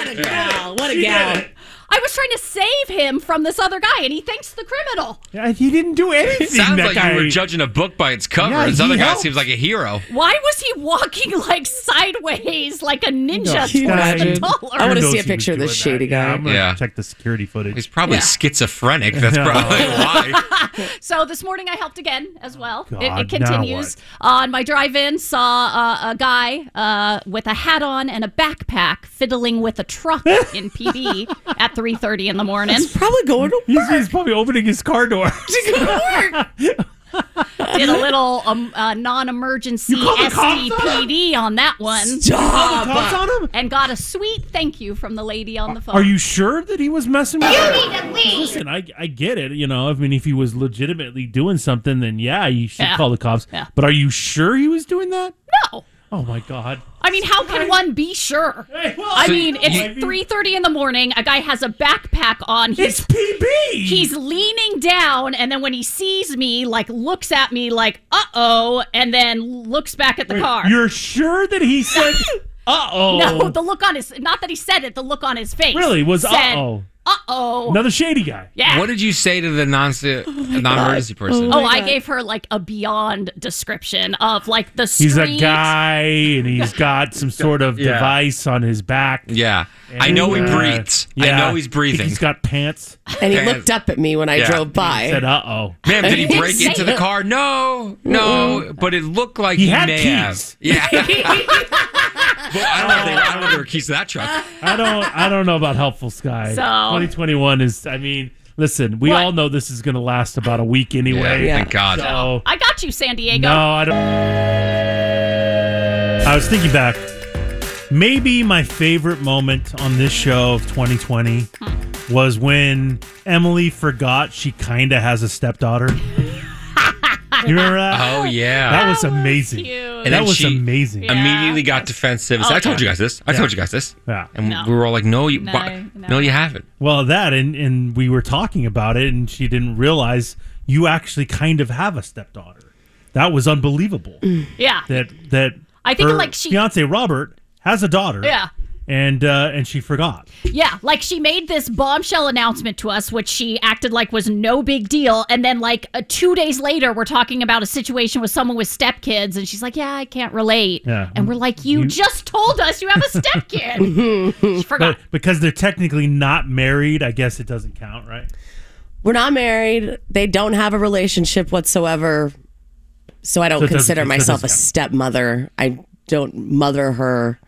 F: a gal! What a gal!
E: I was trying to save him from this other guy, and he thanks the criminal.
C: Yeah, he didn't do anything.
D: Sounds
C: that
D: like
C: guy.
D: you were judging a book by its cover.
C: Yeah,
D: this
C: he
D: other guy
C: helped.
D: seems like a hero.
E: Why was he walking like sideways, like a ninja
F: he
E: towards the
F: died.
E: dollar?
F: I wanna
C: Who knows
F: see a
C: he was
F: picture of
C: doing
F: this
C: that.
F: shady guy.
C: Yeah, I'm gonna
D: Yeah.
C: check the security footage.
D: He's probably schizophrenic. That's
C: Yeah.
D: probably why.
E: so this morning I helped again as well.
C: God,
E: it, it
C: now
E: continues. On my drive-in, saw uh, a guy uh, with a hat on and a backpack fiddling with a truck in PB at 3:30 in the morning.
F: Probably going to
C: He's, he's probably opening his car door.
E: Did a little um, uh, non-emergency
C: the cops on
E: SCPD on that one,
F: stop.
C: Cops on him?
E: and got a sweet thank you from the lady on the phone.
C: Are you sure that he was messing with her?
E: leave.
C: Listen, I, I get it. You know, I mean, if he was legitimately doing something, then yeah, you should
E: Yeah.
C: call the cops.
E: Yeah.
C: But are you sure he was doing that?
E: No.
C: Oh my God.
E: I mean, how can one be sure?
C: Hey, well,
E: I mean,
C: I mean-
E: it's three thirty in the morning. A guy has a backpack on.
C: It's
E: He's
C: PB.
E: he's leaning down, and then when he sees me, like looks at me like "uh oh," and then looks back at the car.
C: You're sure that he said, "Uh oh"?
E: no, the look on his not that he said it. The look on his face
C: really was. Uh
E: said,
C: oh.
E: Uh oh.
C: Another shady guy.
E: Yeah.
D: What did you say to the non
F: Oh
D: non-emergency person?
E: Oh, I gave her like a beyond description of like the street.
C: He's a guy, and he's got some sort of
D: Yeah.
C: device on his back.
D: Yeah, I know he
C: And, uh,
D: breathes. I
C: yeah.
D: know he's breathing.
C: He's got pants.
F: And he
D: Okay.
F: looked up at me when I
D: Yeah.
F: drove by.
C: Said, "Uh oh."
D: Ma'am, did he
E: He
D: break
E: said
D: into the
E: it.
D: car? No, no. But it looked like
C: He
D: he,
C: had
D: may
C: keys.
D: have. Yeah. well, I don't know. if they- I don't know if there were keys to that truck.
C: I don't. I don't know about helpful sky.
E: So-
C: 2021 is. I mean, listen. We
E: What?
C: all know this is going to last about a week anyway.
D: Yeah, Thank God.
C: So
E: I got you, San Diego.
C: Oh. no, I don't. I was thinking back. Maybe my favorite moment on this show of 2020 was when Emily forgot she kind of has a stepdaughter. you remember that?
D: Oh yeah.
C: that was amazing.
E: cute. And
C: That
D: then
C: was
D: she-
C: amazing.
E: Yeah.
D: immediately got defensive. So I told you guys this. I told you guys this.
C: Oh, Yeah.
D: And
E: No.
D: we were all like, no, you, why-
E: no.
D: no. you haven't.
C: Well, that and and we were talking about it, and she didn't realize you actually kind of have a stepdaughter. That was unbelievable.
E: Yeah.
C: that that
E: I think,
C: her
E: like, she-
C: fiance Robert has a daughter.
E: Yeah.
C: and uh, and she forgot.
E: Yeah, like she made this bombshell announcement to us, which she acted like was no big deal. And then, like, uh, two days later, we're talking about a situation with someone with stepkids, and she's like, Yeah, I can't relate.
C: Yeah.
E: And we're like, You, just told us you have a stepkid. she forgot.
C: But because they're technically not married, I guess it doesn't count, right?
F: We're not married. They don't have a relationship whatsoever. So I don't
C: So it doesn't-
F: consider
C: so it
F: myself a
C: doesn't count.
F: stepmother. I don't mother her.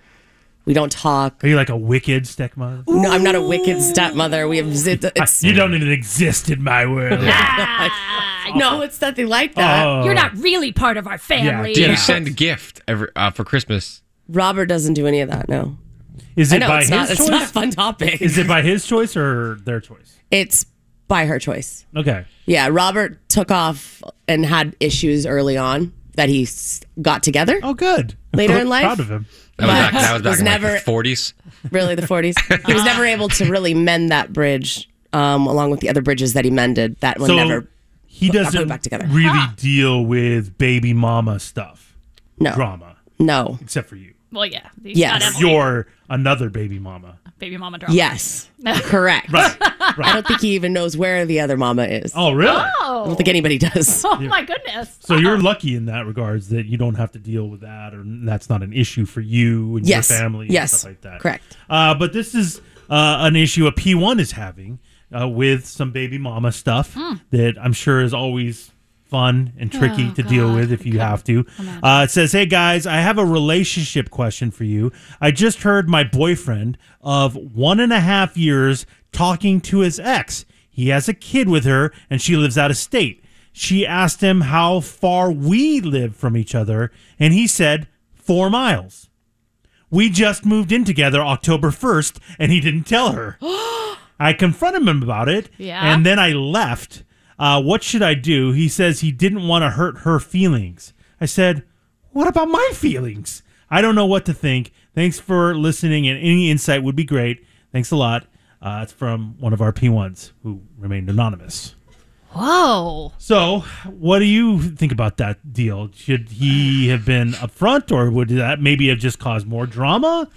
F: We don't talk.
C: Are you like a wicked stepmother?
F: No, I'm not a wicked stepmother. We have zit. It's,
C: You don't even exist in my world.
E: Ah, like
F: No, it's nothing like that.
C: Oh.
E: you're not really part of our family.
D: Did
C: Yeah.
D: you send a gift every uh, for Christmas?
F: Robert doesn't do any of that. No,
C: Is
F: I
C: it
F: know
C: by
F: it's
C: his
F: not. It's
C: choice?
F: not a fun topic.
C: Is it by his choice or their choice?
F: It's by her choice.
C: Okay.
F: Yeah, Robert took off and had issues early on that he s- got together.
C: Oh, good.
F: Later in life?
C: proud of him.
D: That was
F: But
D: back, that was back
F: was
D: in
F: never-
D: like the 40s.
F: Really, the 40s. he was never able to really mend that bridge, um, along with the other bridges that he mended. That one
C: So
F: never.
C: he
F: put
C: doesn't
F: back together.
C: really deal with baby mama stuff,
F: No,
C: drama,
F: no.
C: except for you.
E: Well, yeah. He's
F: Yes.
E: not Emily.
C: You're another baby mama.
E: baby mama drama.
F: Yes, correct. I don't think he even knows where the other mama is.
C: Oh, really?
F: I don't think anybody does.
E: Oh my goodness.
C: So you're
F: Uh-huh.
C: lucky in that regards that you don't have to deal with that, or that's not an issue for you and
F: Yes.
C: your family and
F: Yes.
C: stuff like that.
F: Correct.
C: Uh, but this is uh, an issue a P1 is having uh, with some baby mama stuff that I'm sure is always fun and tricky to deal with if you have to. Uh, it says, Hey guys, I have a relationship question for you. I just heard my boyfriend of one and a half years talking to his ex. He has a kid with her and she lives out of state. She asked him how far we live from each other, and he said, Four miles. We just moved in together October 1st, and he didn't tell her. I confronted him about it,
E: Yeah.
C: and then I left. Uh, what should I do? He says he didn't want to hurt her feelings. I said, What about my feelings? I don't know what to think. Thanks for listening, and any insight would be great. Thanks a lot. Uh, it's from one of our P1s who remained anonymous.
E: Whoa.
C: So, what do you think about that deal? Should he have been upfront, or would that maybe have just caused more drama?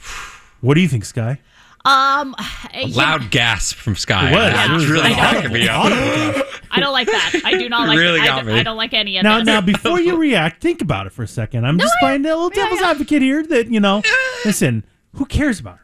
C: What do you think, Sky?
E: Um, you-
D: Loud gasp from Sky.
C: It was.
D: That
C: It was
D: really
C: really
D: cracking me up.
E: I don't like that. I do not like
D: Really
E: I,
D: got
E: d-
D: me.
E: I don't like any of
C: Now,
E: that.
C: now, before you react, think about it for a second. I'm just
E: I-
C: playing a little
E: yeah,
C: devil's
E: yeah.
C: advocate here. That you know, listen, who cares about her?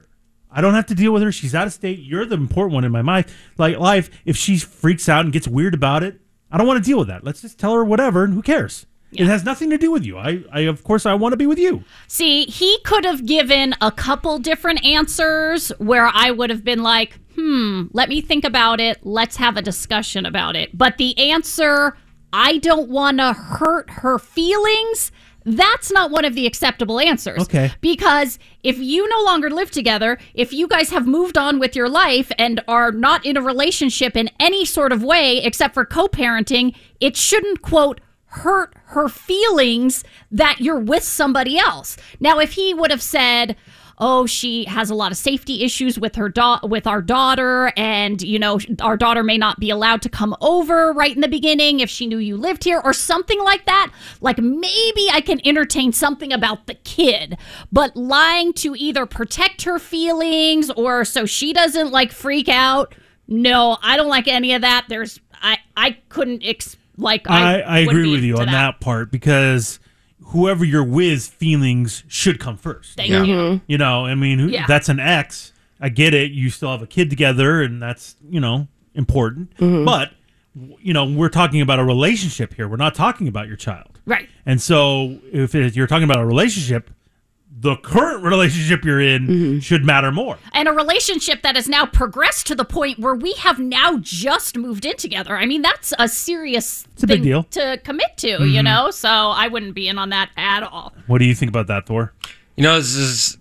C: I don't have to deal with her. She's out of state. You're the important one in my life. Like life, if she freaks out and gets weird about it, I don't want to deal with that. Let's just tell her whatever, and who cares? It has nothing to do with you. I, I of course, I want to be with you.
E: See, he could have given a couple different answers where I would have been like, hmm, let me think about it. Let's have a discussion about it. But the answer, I don't want to hurt her feelings, that's not one of the acceptable answers.
C: Okay.
E: Because if you no longer live together, if you guys have moved on with your life and are not in a relationship in any sort of way except for co parenting, it shouldn't, quote, hurt her feelings that you're with somebody else. Now, if he would have said, Oh, she has a lot of safety issues with her da- with our daughter, and you know our daughter may not be allowed to come over right in the beginning if she knew you lived here or something like that. Like maybe I can entertain something about the kid, but lying to either protect her feelings or so she doesn't like freak out. No, I don't like any of that. There's I I couldn't ex- like
C: I,
E: I,
C: I
E: wouldn't
C: agree
E: be
C: with you
E: into
C: on that. part because whoever you're with, feelings should come first.
E: Thank
D: Yeah.
E: you.
C: You know, I mean, who-
E: Mm-hmm. Yeah.
C: that's an ex. I get it. You still have a kid together, and that's you know important.
E: Mm-hmm.
C: But w- you know, we're talking about a relationship here. We're not talking about your child.
E: Right.
C: And so, if it, you're talking about a relationship, the current relationship you're in
E: Mm-hmm.
C: should matter more.
E: and a relationship that has now progressed to the point where we have now just moved in together. I mean, that's a serious
C: a big
E: thing
C: deal. Mm-hmm.
E: to commit to, you know? So I wouldn't be in on that at all.
C: What do you think about that, Thor?
D: You know, this is.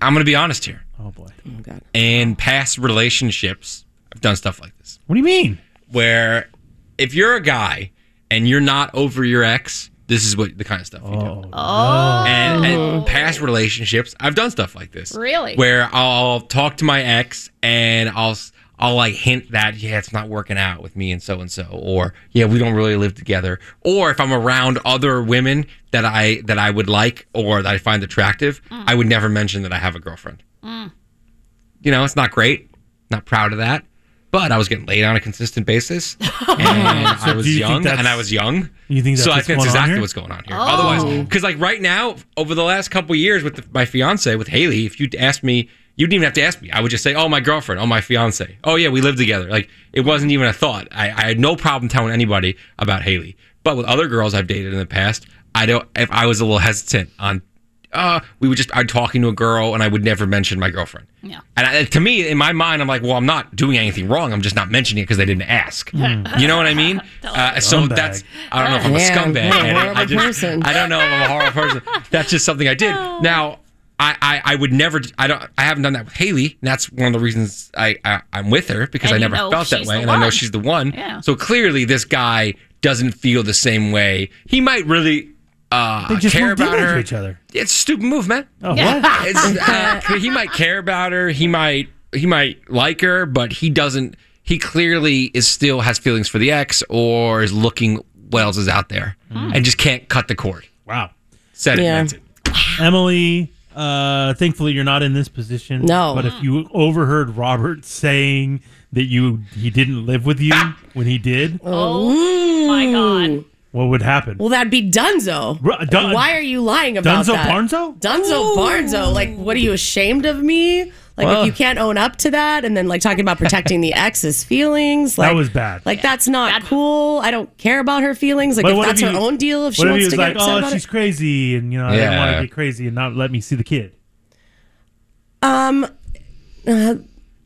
D: I'm going to be honest here.
C: Oh boy,
F: Oh, God.
D: In past relationships, I've done stuff like this.
C: what do you mean?
D: where if you're a guy and you're not over your ex, this is what the kind of stuff you do. And, and past relationships, I've done stuff like this.
E: Really?
D: Where I'll talk to my ex and I'll s- I'll like hint that yeah, it's not working out with me and so and so, or yeah, we don't really live together. Or if I'm around other women that I that I would like or that I find attractive, I would never mention that I have a girlfriend. You know, it's not great. Not proud of that. But I was getting laid on a consistent basis, and I
C: do
D: was
C: you think
D: young,
C: that's-
D: and I was young.
C: You think that's
D: so? I
C: what's
D: think
C: going
D: that's
C: on
D: exactly
C: here?
D: what's going on here. Otherwise, because like right now, over the last couple years with the, my fiance, with Haley, if you'd asked me, you didn't even have to ask me. I would just say, "Oh, my girlfriend. Oh, my fiance. Oh, yeah, we live together." Like it wasn't even a thought. I, I had no problem telling anybody about Haley. But with other girls I've dated in the past, I don't. If I was a little hesitant on uh, we would just, I'd talking to a girl and I would never mention my girlfriend.
E: Yeah.
D: And I, to me, in my mind, I'm like, well, I'm not doing anything wrong. I'm just not mentioning it because they didn't ask. You know what I mean? Uh, so
C: Scumbag.
D: that's, I don't know if I'm
F: Yeah,
D: a scumbag.
F: what a
D: and I- I,
F: horrible
D: just-
F: person.
D: I don't know if I'm a horrible person. That's just something I did.
E: Oh.
D: Now, I, I, I would never. I don't. I haven't done that with Haley. And that's one of the reasons I, I I'm with her because I
E: And you
D: never
E: know
D: felt that
E: she's
D: way,
E: the
D: and I know
E: one.
D: she's the one.
E: Yeah.
D: So clearly, this guy doesn't feel the same way. He might really uh,
C: They just
D: care
C: won't do
D: about
C: that to
D: her.
C: each other.
D: It's a stupid move, man.
C: Oh, what?
D: It's, uh, he might care about her. He might he might like her, but he doesn't. He clearly is still has feelings for the ex, or is looking what else is out there, and just can't cut the cord.
C: Wow.
D: Said it,
F: Yeah.
D: meant it.
C: Emily, uh, thankfully you're not in this position.
F: No.
C: But if you overheard Robert saying that you he didn't live with you when he did,
E: Oh my god.
C: what would happen?
F: Well, that'd be Dunzo.
C: Ru- Dun-
F: Why are you lying about
C: Dunzo
F: that?
C: Barnzo?
F: Dunzo Barnzo. Like, what are you ashamed of me? Like,
C: Well.
F: if you can't own up to that, and then like talking about protecting the ex's feelings, like
C: that was bad.
F: Like that's not cool. I don't care about her feelings. Like
C: But
F: if
C: what
F: that's
C: if
F: her
C: he-
F: own deal, if she
C: what if he
F: wants
C: was
F: to
C: like,
F: get upset
C: "Oh,
F: about
C: she's
F: it.
C: crazy," and you know, I didn't want
D: Yeah.
C: to get crazy and not let me see the kid.
F: Um, uh,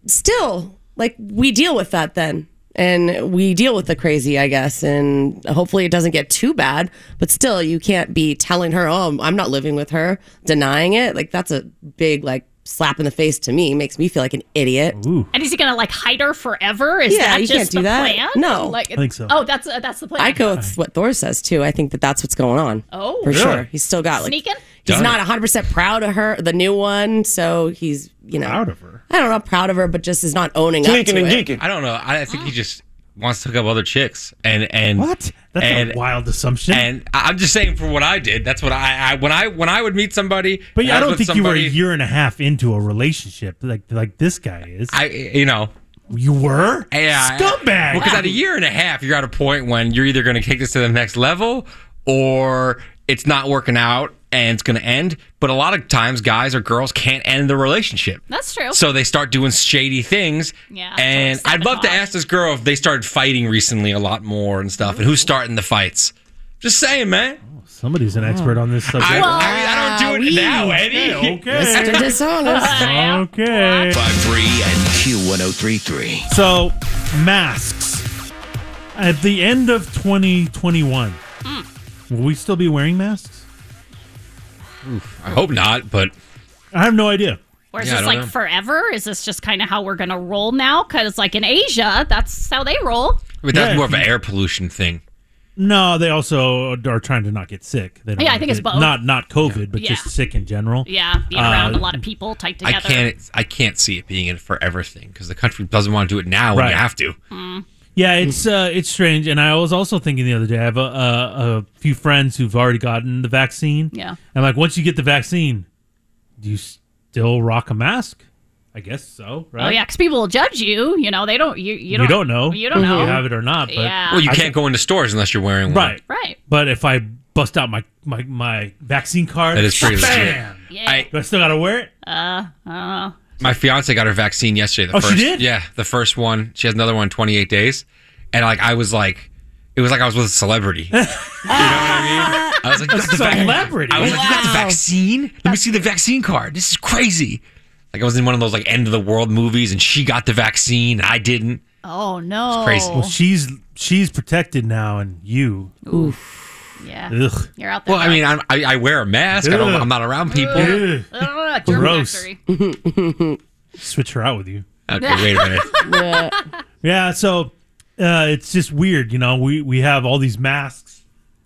F: still, like we deal with that then, and we deal with the crazy, I guess, and hopefully it doesn't get too bad. But still, you can't be telling her, "Oh, I'm not living with her," denying it. Like that's a big like slap in the face to me. Makes me feel like an idiot.
E: And is he gonna like hide her forever? Is
F: Yeah,
E: that
F: you
E: just
F: can't do
E: the
F: that.
E: plan?
F: No.
E: like, I
C: think so.
E: Oh, that's uh, that's the plan.
F: I go with what Thor says too. I think that that's what's going on.
E: Oh.
F: for
E: Really?
F: sure. He's still got like
E: Sneaking?
F: He's
D: Done
F: not
D: it.
F: 100 percent proud of her, the new one. So he's you know
C: Proud of her.
F: I don't know, proud of her, but just is not owning up to it.
D: I don't know. I, I think he just wants to hook up with other chicks, and and
C: What? That's
D: and,
C: a wild assumption.
D: And I- I'm just saying, for what I did, that's what I, I when I when I would meet somebody.
C: but
D: and
C: yeah, I
D: was
C: don't
D: with
C: think you were a
D: somebody,
C: year and a half into a relationship like like this guy is.
D: I you know
C: you were
D: yeah
C: scumbag.
D: Because at a year and a half, you're at a point when you're either going to take this to the next level or it's not working out and it's going to end. But a lot of times, guys or girls can't end the relationship.
E: That's true.
D: So they start doing shady things.
E: Yeah,
D: And
E: like
D: I'd love to
E: sabotage.
D: ask this girl if they started fighting recently a lot more and stuff, and who's starting the fights. Just saying, man.
C: Somebody's an expert on this subject.
D: I, I, I don't do it now, Eddie.
C: okay.
F: Mr.
E: Uh,
F: Dishonest.
C: Okay.
B: 53 and Q1033.
C: So, masks. At the end of 2021,
E: Hmm.
C: will we still be wearing masks?
D: I hope not, but
C: I have no idea.
E: Or is
D: Yeah, I
E: this
D: don't
E: like
D: know.
E: forever? Is this just kind of how we're gonna roll now? Because like in Asia, that's how they roll.
D: I mean, that's
C: Yeah.
D: more of an air pollution thing.
C: No, they also are trying to not get sick. They don't
E: Yeah, I
C: want
E: think
C: to
E: it's
C: get-
E: both.
C: Not not COVID, but
E: Yeah.
C: just sick in general.
E: Yeah, being around
C: Uh,
E: a lot of people tight
D: I
E: together.
D: can't. I can't see it being a forever thing because the country doesn't want to do it now when
C: Right.
D: you have to.
C: Yeah, it's uh, it's strange, and I was also thinking the other day. I have a, a, a few friends who've already gotten the vaccine.
E: Yeah.
C: and like once you get the vaccine, do you still rock a mask? I guess so, right?
E: Oh yeah, because people will judge you. You know, they don't. You you
C: you
E: don't,
C: don't, know.
E: You don't know.
C: if you have it or not. But,
E: yeah.
D: Well, you can't go into stores unless you're wearing one.
C: right,
E: right.
C: But if I bust out my my, my vaccine card,
D: That is pretty legit.
C: bam!
E: Yeah.
D: I,
C: Do I still gotta wear it?
D: my fiance got her vaccine yesterday. The
C: Oh, she
D: first,
C: did?
D: Yeah, the first one. She has another one in 28 days, and like I was like, it was like I was with a celebrity. you know what I mean? I was like, you got the vac-
C: celebrity?
D: I was like, you got the vaccine? Let me see the vaccine card. This is crazy. Like I was in one of those like end of the world movies, and she got the vaccine, and I didn't.
E: oh no.
D: crazy.
C: Well, she's she's protected now, and you,
E: Yeah.
C: ugh,
E: You're out there.
D: Well, I mean, I'm, I, I wear a mask. I don't,
C: Ugh.
D: I'm not around people. okay,
C: Ugh.
E: Ugh, germ
C: gross.
E: factory.
C: switch her out with you.
D: wait a minute.
C: Yeah, so uh, it's just weird, you know. We we have all these masks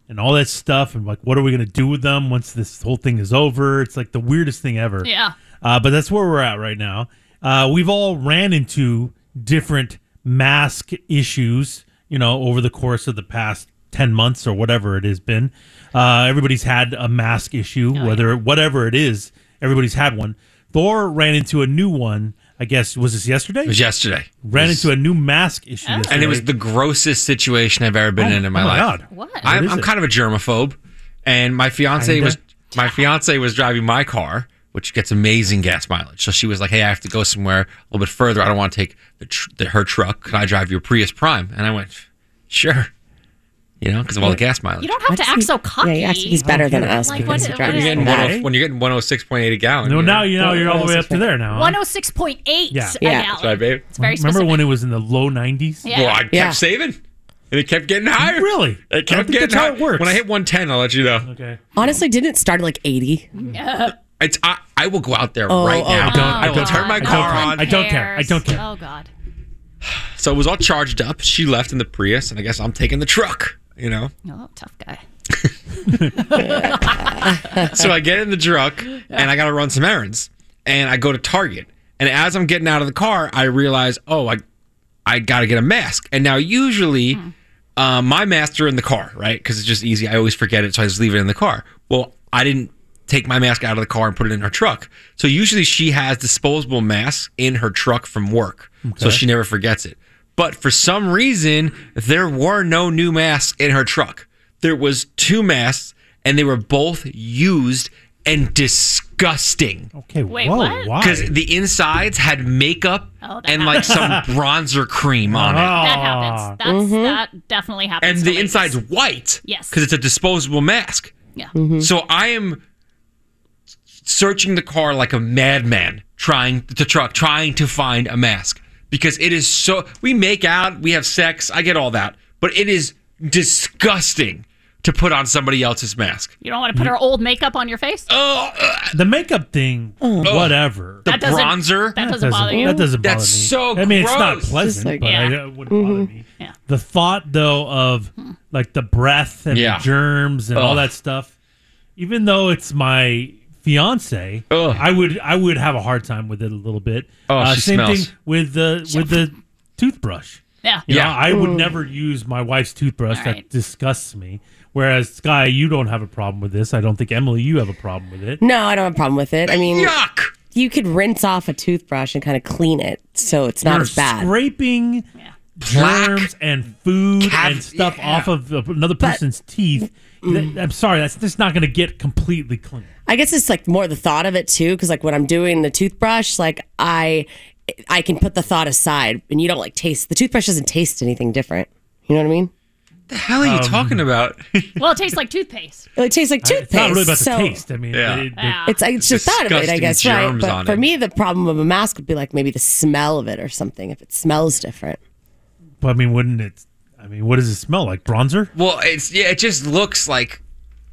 C: and all that stuff, and like, what are we gonna do with them once this whole thing is over? It's like the weirdest thing ever.
E: Yeah.
C: Uh, but that's where we're at right now. Uh, we've all ran into different mask issues, you know, over the course of the past ten months or whatever it has been. Uh, everybody's had a mask
E: Oh,
C: issue, whether whatever it is, everybody's had one. Thor ran into a new one. I guess was this yesterday?
D: It was yesterday.
C: ran into a new mask issue.
E: Oh.
D: and it was the grossest situation I've ever been in in my,
C: oh my
D: life.
C: God.
E: What?
D: I'm,
C: is
D: I'm
C: it?
D: kind of a germaphobe, and my fiance
C: Kinda?
D: was my fiance was driving my car, which gets amazing gas mileage. So she was like, "Hey, I have to go somewhere a little bit further. I don't want to take the, tr- the her truck. Can I drive your Prius Prime?" And I went, "Sure." you know, because of all the gas mileage.
E: You don't have to act so cocky.
F: Yeah, he actually- he's better than
C: Okay.
F: us
E: Like, what-
F: because he
E: what
F: drives
E: is
D: You're getting
E: that?
F: back.
D: 10 oh, when you're getting 106.8 a gallon.
C: No,
D: you
C: now
D: know.
C: you know you're all the way up to there now. huh?
E: 106.8
C: Yeah.
E: a
F: Yeah.
E: gallon.
D: That's right, babe.
E: It's very
C: Remember
E: specific.
C: when it was in the low 90s?
E: Yeah.
D: Well, I kept
F: Yeah.
D: saving, and it kept getting higher.
C: Really?
D: It
C: I don't
D: kept
C: think
D: getting
C: that's how
D: higher.
C: it works.
D: When I hit 110, I'll let you know.
C: Okay.
F: Honestly, didn't it start at like 80?
D: It's I, I will go out there right
F: oh,
D: now.
C: I don't- I
D: will
C: don't-
D: turn my
C: I don't
D: car
C: care.
D: on.
C: I don't care. I don't
E: Cares.
C: care.
E: Oh God.
D: So it was all charged up. She left in the Prius, and I guess I'm taking the truck. You know,
E: Oh, tough guy.
D: so I get in the truck and I got to run some errands, and I go to Target. And as I'm getting out of the car, I realize, oh, I, I got to get a mask. And now usually, uh, my masks are in the car, right? Because it's just easy. I always forget it, so I just leave it in the car. Well, I didn't take my mask out of the car and put it in her truck. So usually she has disposable masks in her truck from work, so she never forgets it. But for some reason, there were no new masks in her truck. There was two masks, and they were both used and disgusting
C: Okay.
E: Wait,
C: whoa,
E: what?
C: why?
D: because the insides had makeup
E: Oh, that
D: and like some bronzer cream on it
E: That happens. That's that definitely
D: Mm-hmm. and
E: happens. to
D: the
E: ladies.
D: inside's white.
E: Yes.
D: Because it's a disposable mask.
E: Yeah.
D: So I am searching the car like a madman, trying the truck, trying to find a mask because it is so. We make out, we have sex, I get all that, but it is disgusting to put on somebody else's mask.
E: You don't want to put her old makeup on your face.
D: Oh, uh,
C: the makeup thing, whatever.
D: the
E: That doesn't-
D: bronzer.
E: that doesn't bother you.
C: That doesn't bother
D: That's
C: me.
D: so
C: I mean, it's not
D: gross.
C: pleasant,
F: like-
C: but
E: Yeah.
C: I, it wouldn't bother me.
E: Yeah. Hmm.
C: The thought, though, of like the breath and
D: Yeah.
C: the germs and all
D: Ugh.
C: that stuff, even though it's my fiance,
D: Ugh.
C: I would I would have a hard time with it a little bit.
D: Oh,
C: uh,
D: she
C: same
D: smells.
C: thing with the with the toothbrush.
E: yeah.
C: You
D: Yeah.
C: yeah, I would never use my wife's toothbrush.
E: All right.
C: That disgusts me. Whereas Sky, you don't have a problem with this. I don't think Emily, you have a problem with it.
F: No, I don't have a problem with it. I mean,
D: yuck.
F: you could rinse off a toothbrush and kind of clean it, so it's not
C: You're
F: as bad.
C: scraping
D: Plaque.
C: germs and food
D: Cav-
C: and stuff
D: yeah.
C: off of of another person's teeth. Th- I'm sorry, that's just not going to get completely clean.
F: I guess it's like more the thought of it too, because like when I'm doing the toothbrush, like I, I can put the thought aside, and you don't like taste the toothbrush doesn't taste anything different. You know what I mean?
D: The hell are you talking about?
E: Well, it tastes like toothpaste.
F: It tastes like toothpaste.
C: It's not really about the
F: so
C: taste. I mean,
D: Yeah.
C: it- it-
E: Yeah.
F: It's it's just thought of it, I
D: Disgusting
F: guess, right?
D: germs
F: But
D: on
F: for
D: it.
F: me, the problem of a mask would be like maybe the smell of it or something. If it smells different,
C: but I mean, wouldn't it? I mean, what does it smell like? Bronzer?
D: well, it's yeah, it just looks like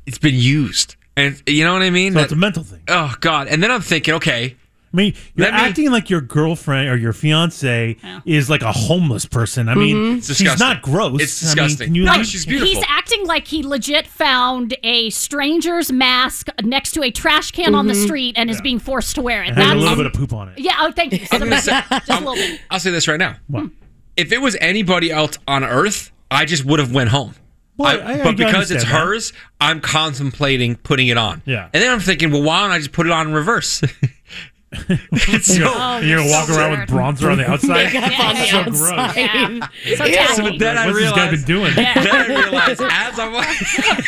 D: it's been used. And you know what I mean?
C: So
D: That-
C: it's a mental thing.
D: oh god and then i'm thinking okay
C: I mean, you're
D: Let me-
C: acting like your girlfriend or your fiance is like a homeless person. I mean,
D: it's
C: she's
D: disgusting.
C: not gross. I
D: it's
C: mean,
D: disgusting
C: can you
D: no
C: leave-
D: she's beautiful
E: He's acting like he legit found a stranger's mask next to a trash can on the
F: Mm-hmm.
E: street and is being forced to wear it.
C: Has a
E: That's
C: little bit of poop on it.
E: yeah. Oh, thank you. So
D: I'm gonna
E: much.
D: say-
E: Just a little bit.
D: i'll say this right now if it was anybody else on earth i just would have went home
C: Well,
D: I-
C: I- I
D: but because
C: understand
D: it's
C: that.
D: hers i'm contemplating putting it on
C: Yeah.
D: and then i'm thinking well why don't i just put it on in reverse It's so-
E: Oh,
C: You're gonna walk
E: so
C: around
E: weird.
C: with bronzer on the outside.
E: Yeah,
C: That's
E: yeah.
C: so gross.
E: Yeah. So
D: so
E: tacky.
D: then i
C: What's this guy
D: realized
C: been doing?
D: then i realized as i'm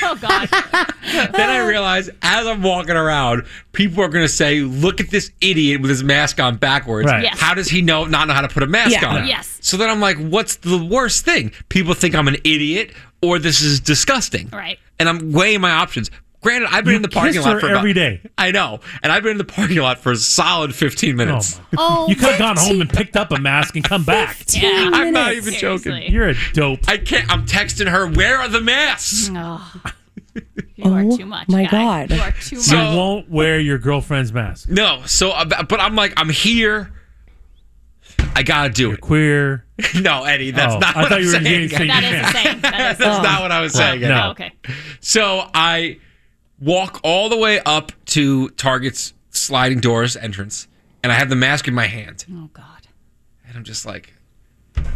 E: Oh God.
D: then I realized as I'm walking around, people are going to say, "Look at this idiot with his mask on backwards.
C: Right. Yes.
D: How does he know not know how to put a mask
F: Yeah.
D: on?"
E: Yes.
D: So then I'm like, "What's the worst thing? People think I'm an idiot, or this is disgusting."
E: Right.
D: And I'm weighing my options. Granted, I've been
C: You
D: in the parking
C: kiss
D: lot
C: her
D: for about-
C: every day.
D: I know, and I've been in the parking lot for a solid 15
C: Oh
D: minutes.
C: my.
E: Oh,
C: you could have gone home and picked up a mask and come back.
E: Yeah.
D: I'm not even joking.
E: Seriously.
C: You're a dope.
D: I can't. I'm texting her. Where are the masks?
E: Oh, you are too much.
F: Oh my
E: guy.
F: God.
E: You are too much.
D: So-
C: You won't wear your girlfriend's mask.
D: No. So, ab- but I'm like, I'm here. I gotta do it.
C: Queer.
D: No, Eddie, that's
C: Oh,
D: not
C: I
D: what
C: thought
D: I'm
C: you were
D: saying.
C: gonna say
E: that is the same. That is the
D: That's not what I was saying.
C: no.
E: Oh, okay.
D: So I walk all the way up to Target's sliding doors entrance, and I have the mask in my hand,
E: Oh God.
D: and I'm just like,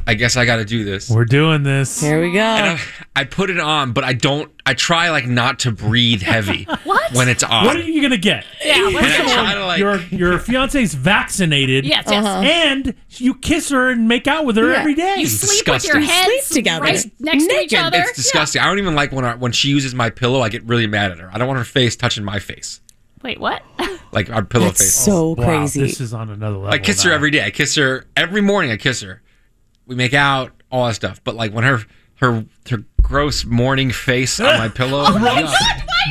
D: I guess I got to do this.
C: We're doing this.
F: here we go.
D: And I, I put it on, but I don't. I try like not to breathe heavy
E: What?
D: when it's on.
C: What are you gonna get?
E: Yeah. What's
D: and
E: the
D: I
E: one?
D: try to like.
C: your your fiance's vaccinated.
E: Yes. Yes.
F: Uh-huh.
C: And you kiss her and make out with her
F: Yeah.
C: every day.
E: You sleep with your
D: disgusting.
E: heads
F: Sleep together.
E: right next to each
F: Naked.
E: other.
D: it's disgusting. I don't even like when I, when she uses my pillow. I get really mad at her. I don't want her face touching my face,
E: Yeah. Wait, what?
D: like our pillow
F: That's
D: face.
F: so
C: Wow,
F: crazy.
C: This is on another level.
D: I kiss her
C: now.
D: every day. I kiss her every morning. I kiss her. We make out, all that stuff. But like when her her her gross morning face on my pillow. Yuck.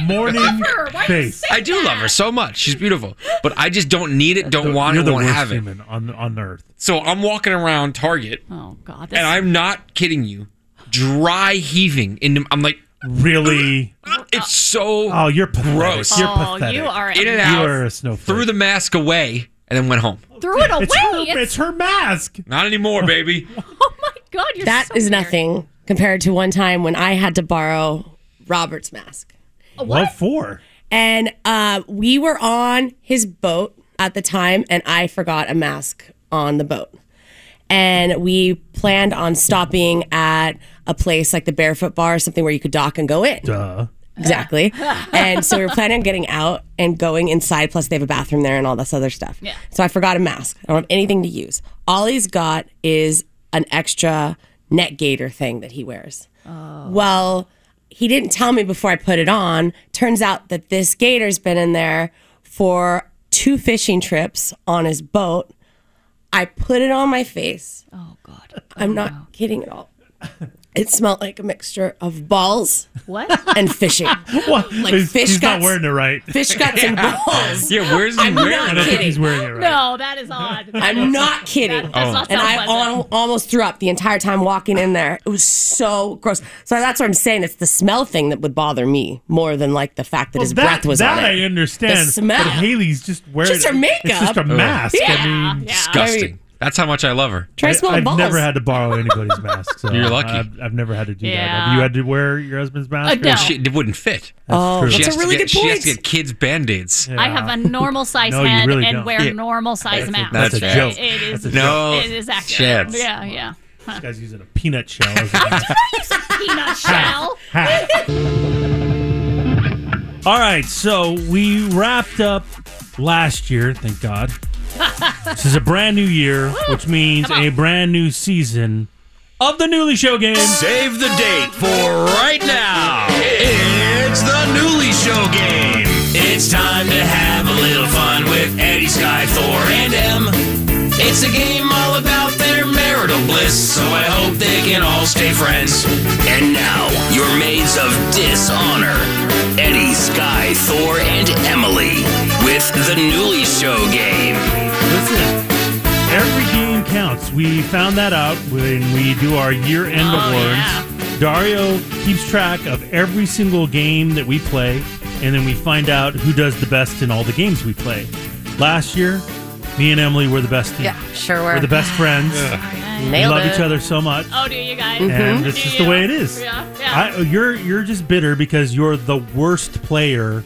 C: Morning
E: Her, why do you
C: face.
E: say
D: I do love her so much. She's beautiful, but I just don't need it, don't want
C: You're
D: it,
C: the
D: won't
C: worst
D: have it.
C: human on on earth.
D: So I'm walking around Target,
E: Oh God, this
D: and I'm not kidding you, dry heaving. And I'm like, "Ah,
C: Really?
D: it's so
C: Oh, you're pathetic.
D: Gross.
C: You're
E: oh,
C: pathetic.
E: you are
D: in and
C: You
D: out.
C: are a snowflake.
D: Threw the mask away and then went home.
E: threw it away.
C: It's her,
E: It's-
C: it's her mask.
D: Not anymore, baby.
E: oh my God, you're
F: That
E: so
F: is
E: weird.
F: nothing compared to one time when I had to borrow Robert's mask.
C: What, for?
F: And uh, we were on his boat at the time, and I forgot a mask on the boat. And we planned on stopping at a place like the Barefoot Bar, something where you could dock and go in.
C: Duh.
F: Exactly. and so we were planning on getting out and going inside. Plus, they have a bathroom there and all this other stuff. Yeah. So I forgot a mask. I don't have anything to use. All he's got is an extra net gator thing that he wears. Well, he didn't tell me before I put it on. Turns out that this gator's been in there for two fishing trips on his boat. I put it on my face.
E: Oh God,
F: I'm not kidding at all. It smelled like a mixture of balls
E: what?
F: and fishing.
C: What? he's,
F: fish
C: he's not
F: guts.
C: wearing it right.
F: fish guts and balls.
D: Yeah, where's he
F: I'm
D: wearing it?
F: not
C: I think he's
F: kidding.
C: wearing it right.
E: No, that is odd.
F: I'm not kidding.
E: That does not
F: And
E: sound
F: I
E: pleasant.
F: al- almost threw up the entire time walking in there. It was so gross. So that's what I'm saying. It's the smell thing that would bother me more than like the fact that
C: Well,
F: his
C: that,
F: breath was
C: that
F: on
C: I
F: it.
C: understand.
F: The smell.
C: But Haley's just wearing
F: Just her makeup.
C: It's just a mask.
F: Yeah.
C: I mean,
D: Disgusting. That's how much I love her.
F: Try
C: I,
F: smelling
C: have
F: balls.
C: never had to borrow anybody's mask. So
D: You're lucky.
C: I've, I've never had to do that.
E: Yeah.
C: Have you had to wear your husband's mask?
E: Uh, no.
C: Or-
D: She, it wouldn't fit.
C: That's true.
D: She
F: Oh, That's
D: has
F: a
D: to
F: really
D: get-
F: good
D: She has to
F: point.
D: get kids band aids.
E: I have a normal size
C: No, you
E: head
C: really
E: and
C: don't.
E: wear
D: Yeah.
E: normal size masks.
D: That's a
E: It-
D: joke.
E: It is
D: No
E: It is accurate.
D: chance.
E: Yeah, yeah. Huh.
C: This guy's using a peanut shell. as a-
E: Peanut shell.
C: Ha. All right, so we wrapped up last year, thank God. this is a brand new year, which means a brand new season of the Newly Show game.
B: Save the date for right now. It's the Newly Show game. It's time to have a little fun with Eddie Skythor and M. It's a game all about their marital bliss, so I hope they can all stay friends. And now, your maids of dishonor, Eddie Sky, Thor, and Emily, with the Newly Show game.
C: Listen, every game counts. We found that out when we do our year end awards. Dario keeps track of every single game that we play, and then we find out who does the best in all the games we play. Last year, me and Emily were the best team.
F: Yeah, sure
C: We're the best friends. We
F: Nailed
C: love
F: it. Uh-huh.
C: each other so much,
E: Oh, do you guys?
C: and it's
E: Do
C: just the
E: you?
C: way it is.
E: Yeah, yeah.
C: I, you're you're just bitter because you're the worst player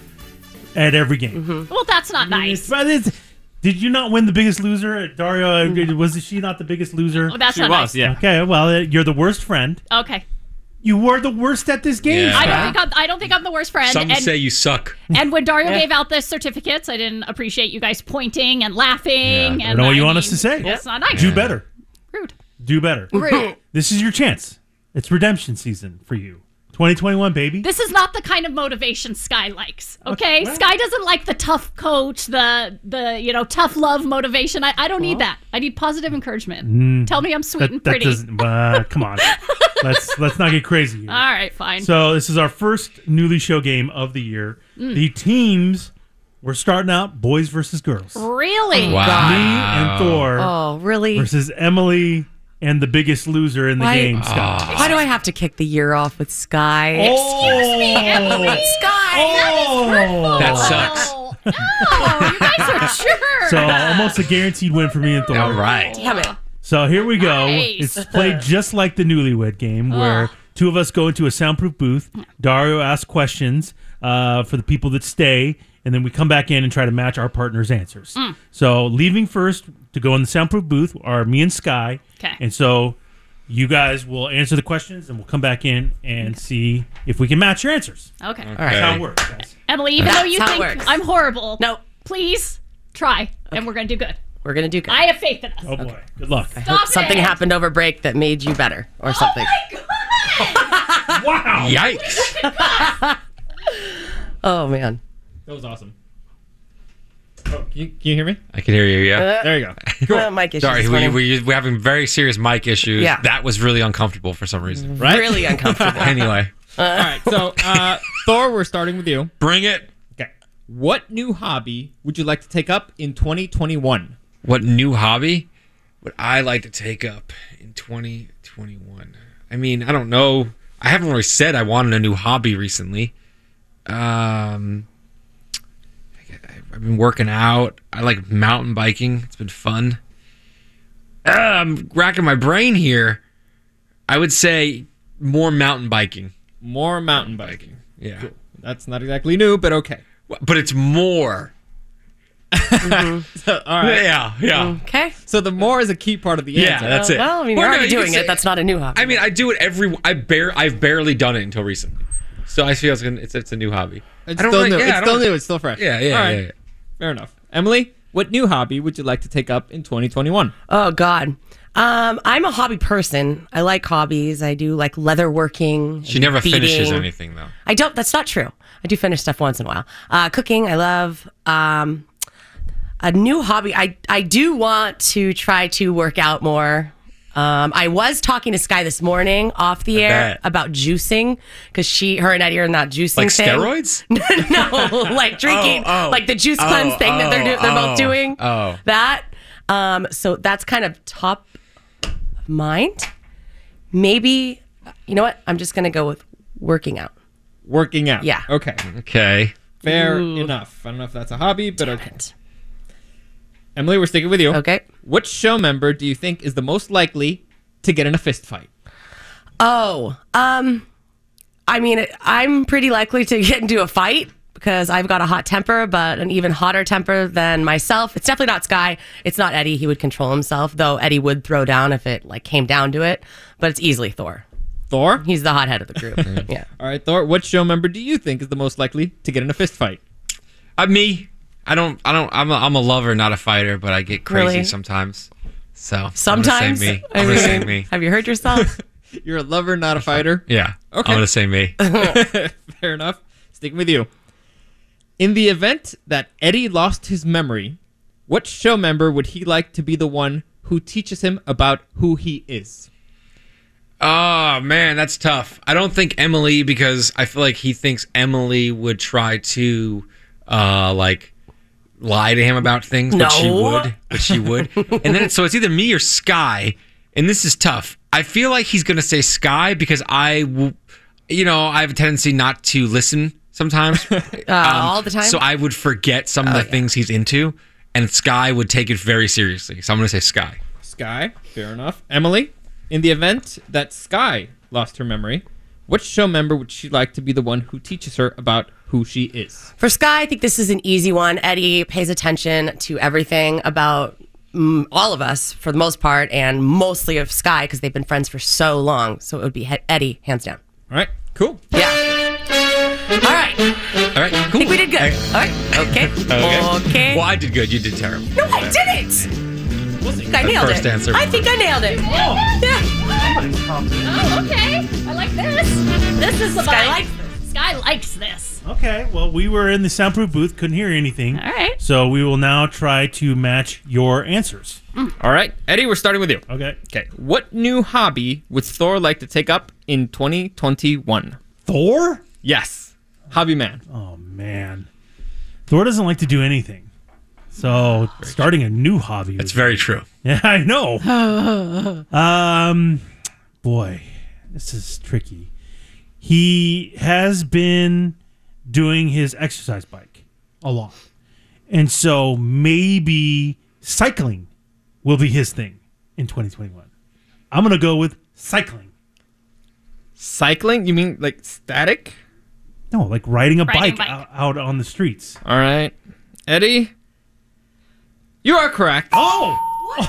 C: at every game.
F: Mm-hmm.
E: well, that's not nice.
C: But it's- did you not win the biggest loser?
F: Mm-hmm.
C: Dario, was she not the biggest loser?
E: Well, Oh, that's
G: She
E: not nice.
G: was, yeah.
C: Okay, well, uh, you're the worst friend.
E: Okay.
C: You were the worst at this game.
D: Yeah.
E: I don't
D: Uh-huh.
E: think I'm, I don't think I'm the worst friend.
D: Some
E: and,
D: say you suck.
E: and when Dario gave out the certificates, I didn't appreciate you guys pointing and laughing.
C: I
E: and
C: know what you
E: I
C: want us
E: mean,
C: to say.
E: That's not nice.
C: Do better.
E: Rude.
C: Do better.
E: Rude.
C: This is your chance. It's redemption season for you. 2021, baby.
E: This is not the kind of motivation Sky likes. Okay, Sky doesn't like the tough coach, the the you know tough love motivation. I, I don't need that. I need positive encouragement. Tell me I'm sweet
C: Hmm. that,
E: and
C: that
E: pretty.
C: doesn't. Uh, come on. let's let's not get crazy. Here.
E: All right, fine.
C: So this is our first newly show game of the year. The teams we're starting out boys versus girls.
E: really?
D: Wow.
C: Me and Thor
H: Oh, really?
C: versus Emily and the biggest loser in the
H: Why-
C: game, Scott.
H: Why do I have to kick the year off with
C: Oh.
H: Sky?
C: Excuse me, Emily.
H: Sky!
C: Oh.
D: That sucks.
E: Oh, no, you guys are jerks.
C: So uh, almost a guaranteed win for me and Thor.
D: All right.
H: Damn it.
C: So here we go.
E: Nice.
C: It's played just like the newlywed game, where two of us go into a soundproof booth. Dario asks questions uh, for the people that stay, and then we come back in and try to match our partner's answers.
E: Mm.
C: So leaving first to go in the soundproof booth are me and Sky.
E: 'Kay.
C: And so you guys will answer the questions, and we'll come back in and see if we can match your answers.
E: okay.
C: That's how it works, guys.
E: Emily, even though you
H: how it
E: think
H: works.
E: I'm horrible,
H: No.
E: please try, and we're gonna do good.
H: We're going to do good.
E: I have faith in us.
C: Oh boy, good luck.
E: Stop
H: something
E: it. Oh
H: happened over break that made you better
C: Oh
H: or something.
C: Wow,
D: Yikes.
H: Oh, man.
G: That was awesome.
I: You, can you hear me?
D: I can hear you. Yeah.
I: There you go.
H: Oh,
F: Uh, mic issues.
D: Sorry,
F: It's
D: we,
F: funny.
D: we, we're having very serious mic issues.
F: Yeah. Mm-hmm.
D: That was really uncomfortable for some reason.
I: Right?
F: really uncomfortable.
D: Anyway,
I: All right. So, uh, Thor, we're starting with you.
D: bring it.
I: Okay. What new hobby would you like to take up in 2021?
D: What new hobby would I like to take up in 2021? I mean, I don't know. I haven't really said I wanted a new hobby recently. Um, I get- I- I've been working out. I like mountain biking. It's been fun. Uh, I'm racking my brain here. I would say more mountain biking.
I: More mountain biking.
D: Yeah.
I: That's not exactly new, but okay.
D: But it's more.
I: Mm-hmm. So, all right. Mm.
D: Yeah, yeah.
F: okay.
I: So the more is a key part of the
D: Yeah,
I: answer.
C: uh,
D: that's it.
F: Well, I mean, you're
D: Well, no,
F: already
D: you
F: doing
D: could
F: it.
D: say-
F: That's not a new hobby.
D: I mean, I do it every. I bare. I've barely done it until recently, so I feel it's gonna, it's, it's a new hobby.
I: It's
D: I don't
I: still
D: really-
I: new.
D: yeah, I
I: it's still
D: don't-
I: new. It's still fresh.
D: Yeah, yeah,
I: All right.
D: yeah, yeah.
I: Fair enough. Emily, what new hobby would you like to take up in 2021?
F: Oh God. Um, I'm a hobby person. I like hobbies. I do like leather working.
D: She never
F: beading.
D: finishes anything though.
F: I don't. That's not true. I do finish stuff once in a while. Uh, cooking, I love. Um, a new hobby. I I do want to try to work out more. Um, I was talking to Sky this morning off the air
D: bet.
F: about juicing because she, her, and Eddie are in that juicing
D: Like
F: thing.
D: steroids?
F: no, like drinking,
D: Oh, oh.
F: like the juice cleanse
D: Oh,
F: thing that they're do- they're
D: oh,
F: both doing.
D: oh.
F: that. Um, so that's kind of top of mind. Maybe you know what? I'm just gonna go with working out.
I: Working out.
F: Yeah.
I: Okay.
D: Okay.
I: Fair enough. I don't know if that's a hobby, but okay. Emily, we're sticking with you.
F: Okay.
I: Which show member do you think is the most likely to get in a fist fight?
F: Oh, um, I mean, I'm pretty likely to get into a fight because I've got a hot temper, but an even hotter temper than myself. It's definitely not Sky. It's not Eddie. He would control himself, though Eddie would throw down if it like came down to it. But it's easily Thor.
I: Thor?
F: He's the hothead of the group. yeah.
I: All right, Thor, what show member do you think is the most likely to get in a fist fight?
D: I Uh, me. I don't. I don't. I'm a, I'm a lover, not a fighter, but I get crazy
F: Really?
D: sometimes. So I'm gonna
F: Sometimes.
D: say me.
F: I
D: I'm gonna say
F: mean,
D: me.
F: Have you heard yourself?
I: You're a lover, not a fighter.
D: Yeah.
I: Okay.
D: I'm gonna say me.
I: Fair enough. Sticking with you. In the event that Eddie lost his memory, what show member would he like to be the one who teaches him about who he is?
D: Oh man, that's tough. I don't think Emily because I feel like he thinks Emily would try to uh like lie to him about things, but she
F: No.
D: would. But she would. and then it's, so it's either me or Sky, and this is tough. I feel like he's gonna say Sky because I, w- you know, I have a tendency not to listen sometimes,
F: Uh, all the time.
D: Um,
F: Oh,
D: so I would forget some of the things he's into, and Sky would take it very seriously. So I'm gonna say Sky.
I: Sky. Fair enough. Emily, in the event that Sky lost her memory, what show member would she like to be the one who teaches her about who she is?
F: For Sky, I think this is an easy one. Eddie pays attention to everything about mm, all of us for the most part, and mostly of Sky because they've been friends for so long. So it would be he- Eddie, hands down.
I: All right, cool.
F: Yeah. All right. I
D: All right, cool.
F: think we did good. All right. Okay. Okay.
D: Well, I did good. You did terrible.
F: no, I didn't. I think I
D: The
F: nailed
D: first
F: it.
D: answer.
F: I think I nailed it. Yeah.
E: Oh, okay. I like this. This is the
F: Sky
E: vibe.
F: likes
E: Sky likes this.
B: Okay, well, we were in the soundproof booth, couldn't hear anything.
E: All right.
B: So we will now try to match your answers.
I: All right, Eddie, we're starting with you.
B: Okay.
I: Okay, what new hobby would Thor like to take up in 2021?
B: Thor?
I: Yes, hobby man.
B: Oh, man. Thor doesn't like to do anything. So starting a new hobby.
D: It's very true.
B: Yeah, I know. um, boy, this is tricky. He has been doing his exercise bike a lot, and so maybe cycling will be his thing in 2021. I'm gonna go with cycling.
I: Cycling? You mean like static?
B: No, like riding a
E: Riding
B: bike,
E: bike.
B: Out, out on the streets.
I: All right, Eddie, you are correct.
B: Oh,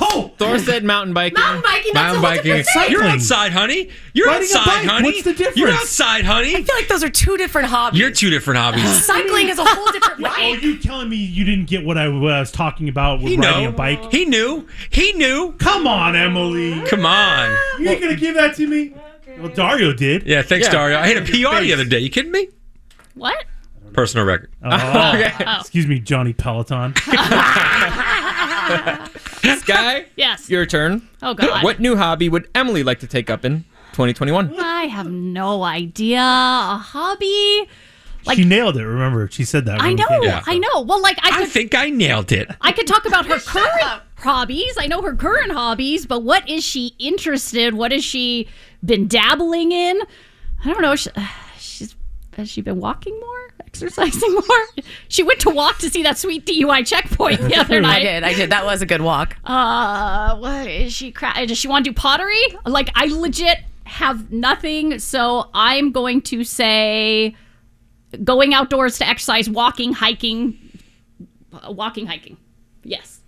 B: oh,
I: Thor said mountain biking.
F: Mountain biking. That's
D: Mountain
F: a whole
D: biking.
F: different thing.
D: You're
B: Cycling.
D: outside, honey. You're
B: Riding a
D: outside,
B: bike.
D: honey.
B: What's the difference?
D: You're outside,
F: I
D: honey.
F: feel like those are two different hobbies.
D: You're two different hobbies.
F: Cycling is a whole different
B: oh!
F: life.
B: You telling me you didn't get what I was talking about with
D: You
B: riding
D: know.
B: a bike?
D: He knew. He knew.
B: Come on, Emily.
D: Come on.
B: You ain't gonna give that to me? Well, Dario did.
D: Yeah, thanks,
I: Yeah.
D: Dario. I hit a PR the other day. You kidding me?
E: What?
D: Personal record.
G: Uh,
C: Excuse me, Johnny Peloton.
G: Sky,
E: Yes.
G: your turn.
E: Oh, God.
G: What new hobby would Emily like to take up in 2021?
E: I have no idea. A hobby? Like-
C: she nailed it. Remember, she said that.
E: I
B: Mm,
C: when we
E: know.
C: came
D: Yeah.
C: back.
E: I know. Well, like I
D: I
E: could,
D: think I nailed it.
E: I could talk about her current hobbies. I know her current hobbies, but what is she interested? What has she been dabbling in? I don't know. She, she's has she been walking more, exercising more? She went to walk to see that sweet DUI checkpoint the other
H: I
E: night.
H: did. I did. That was a good walk.
E: Uh, what is she? Cra- uh, does she want to do pottery? Like I legit have nothing, so I'm going to say going outdoors to exercise, walking, hiking, uh, walking, hiking. Yes.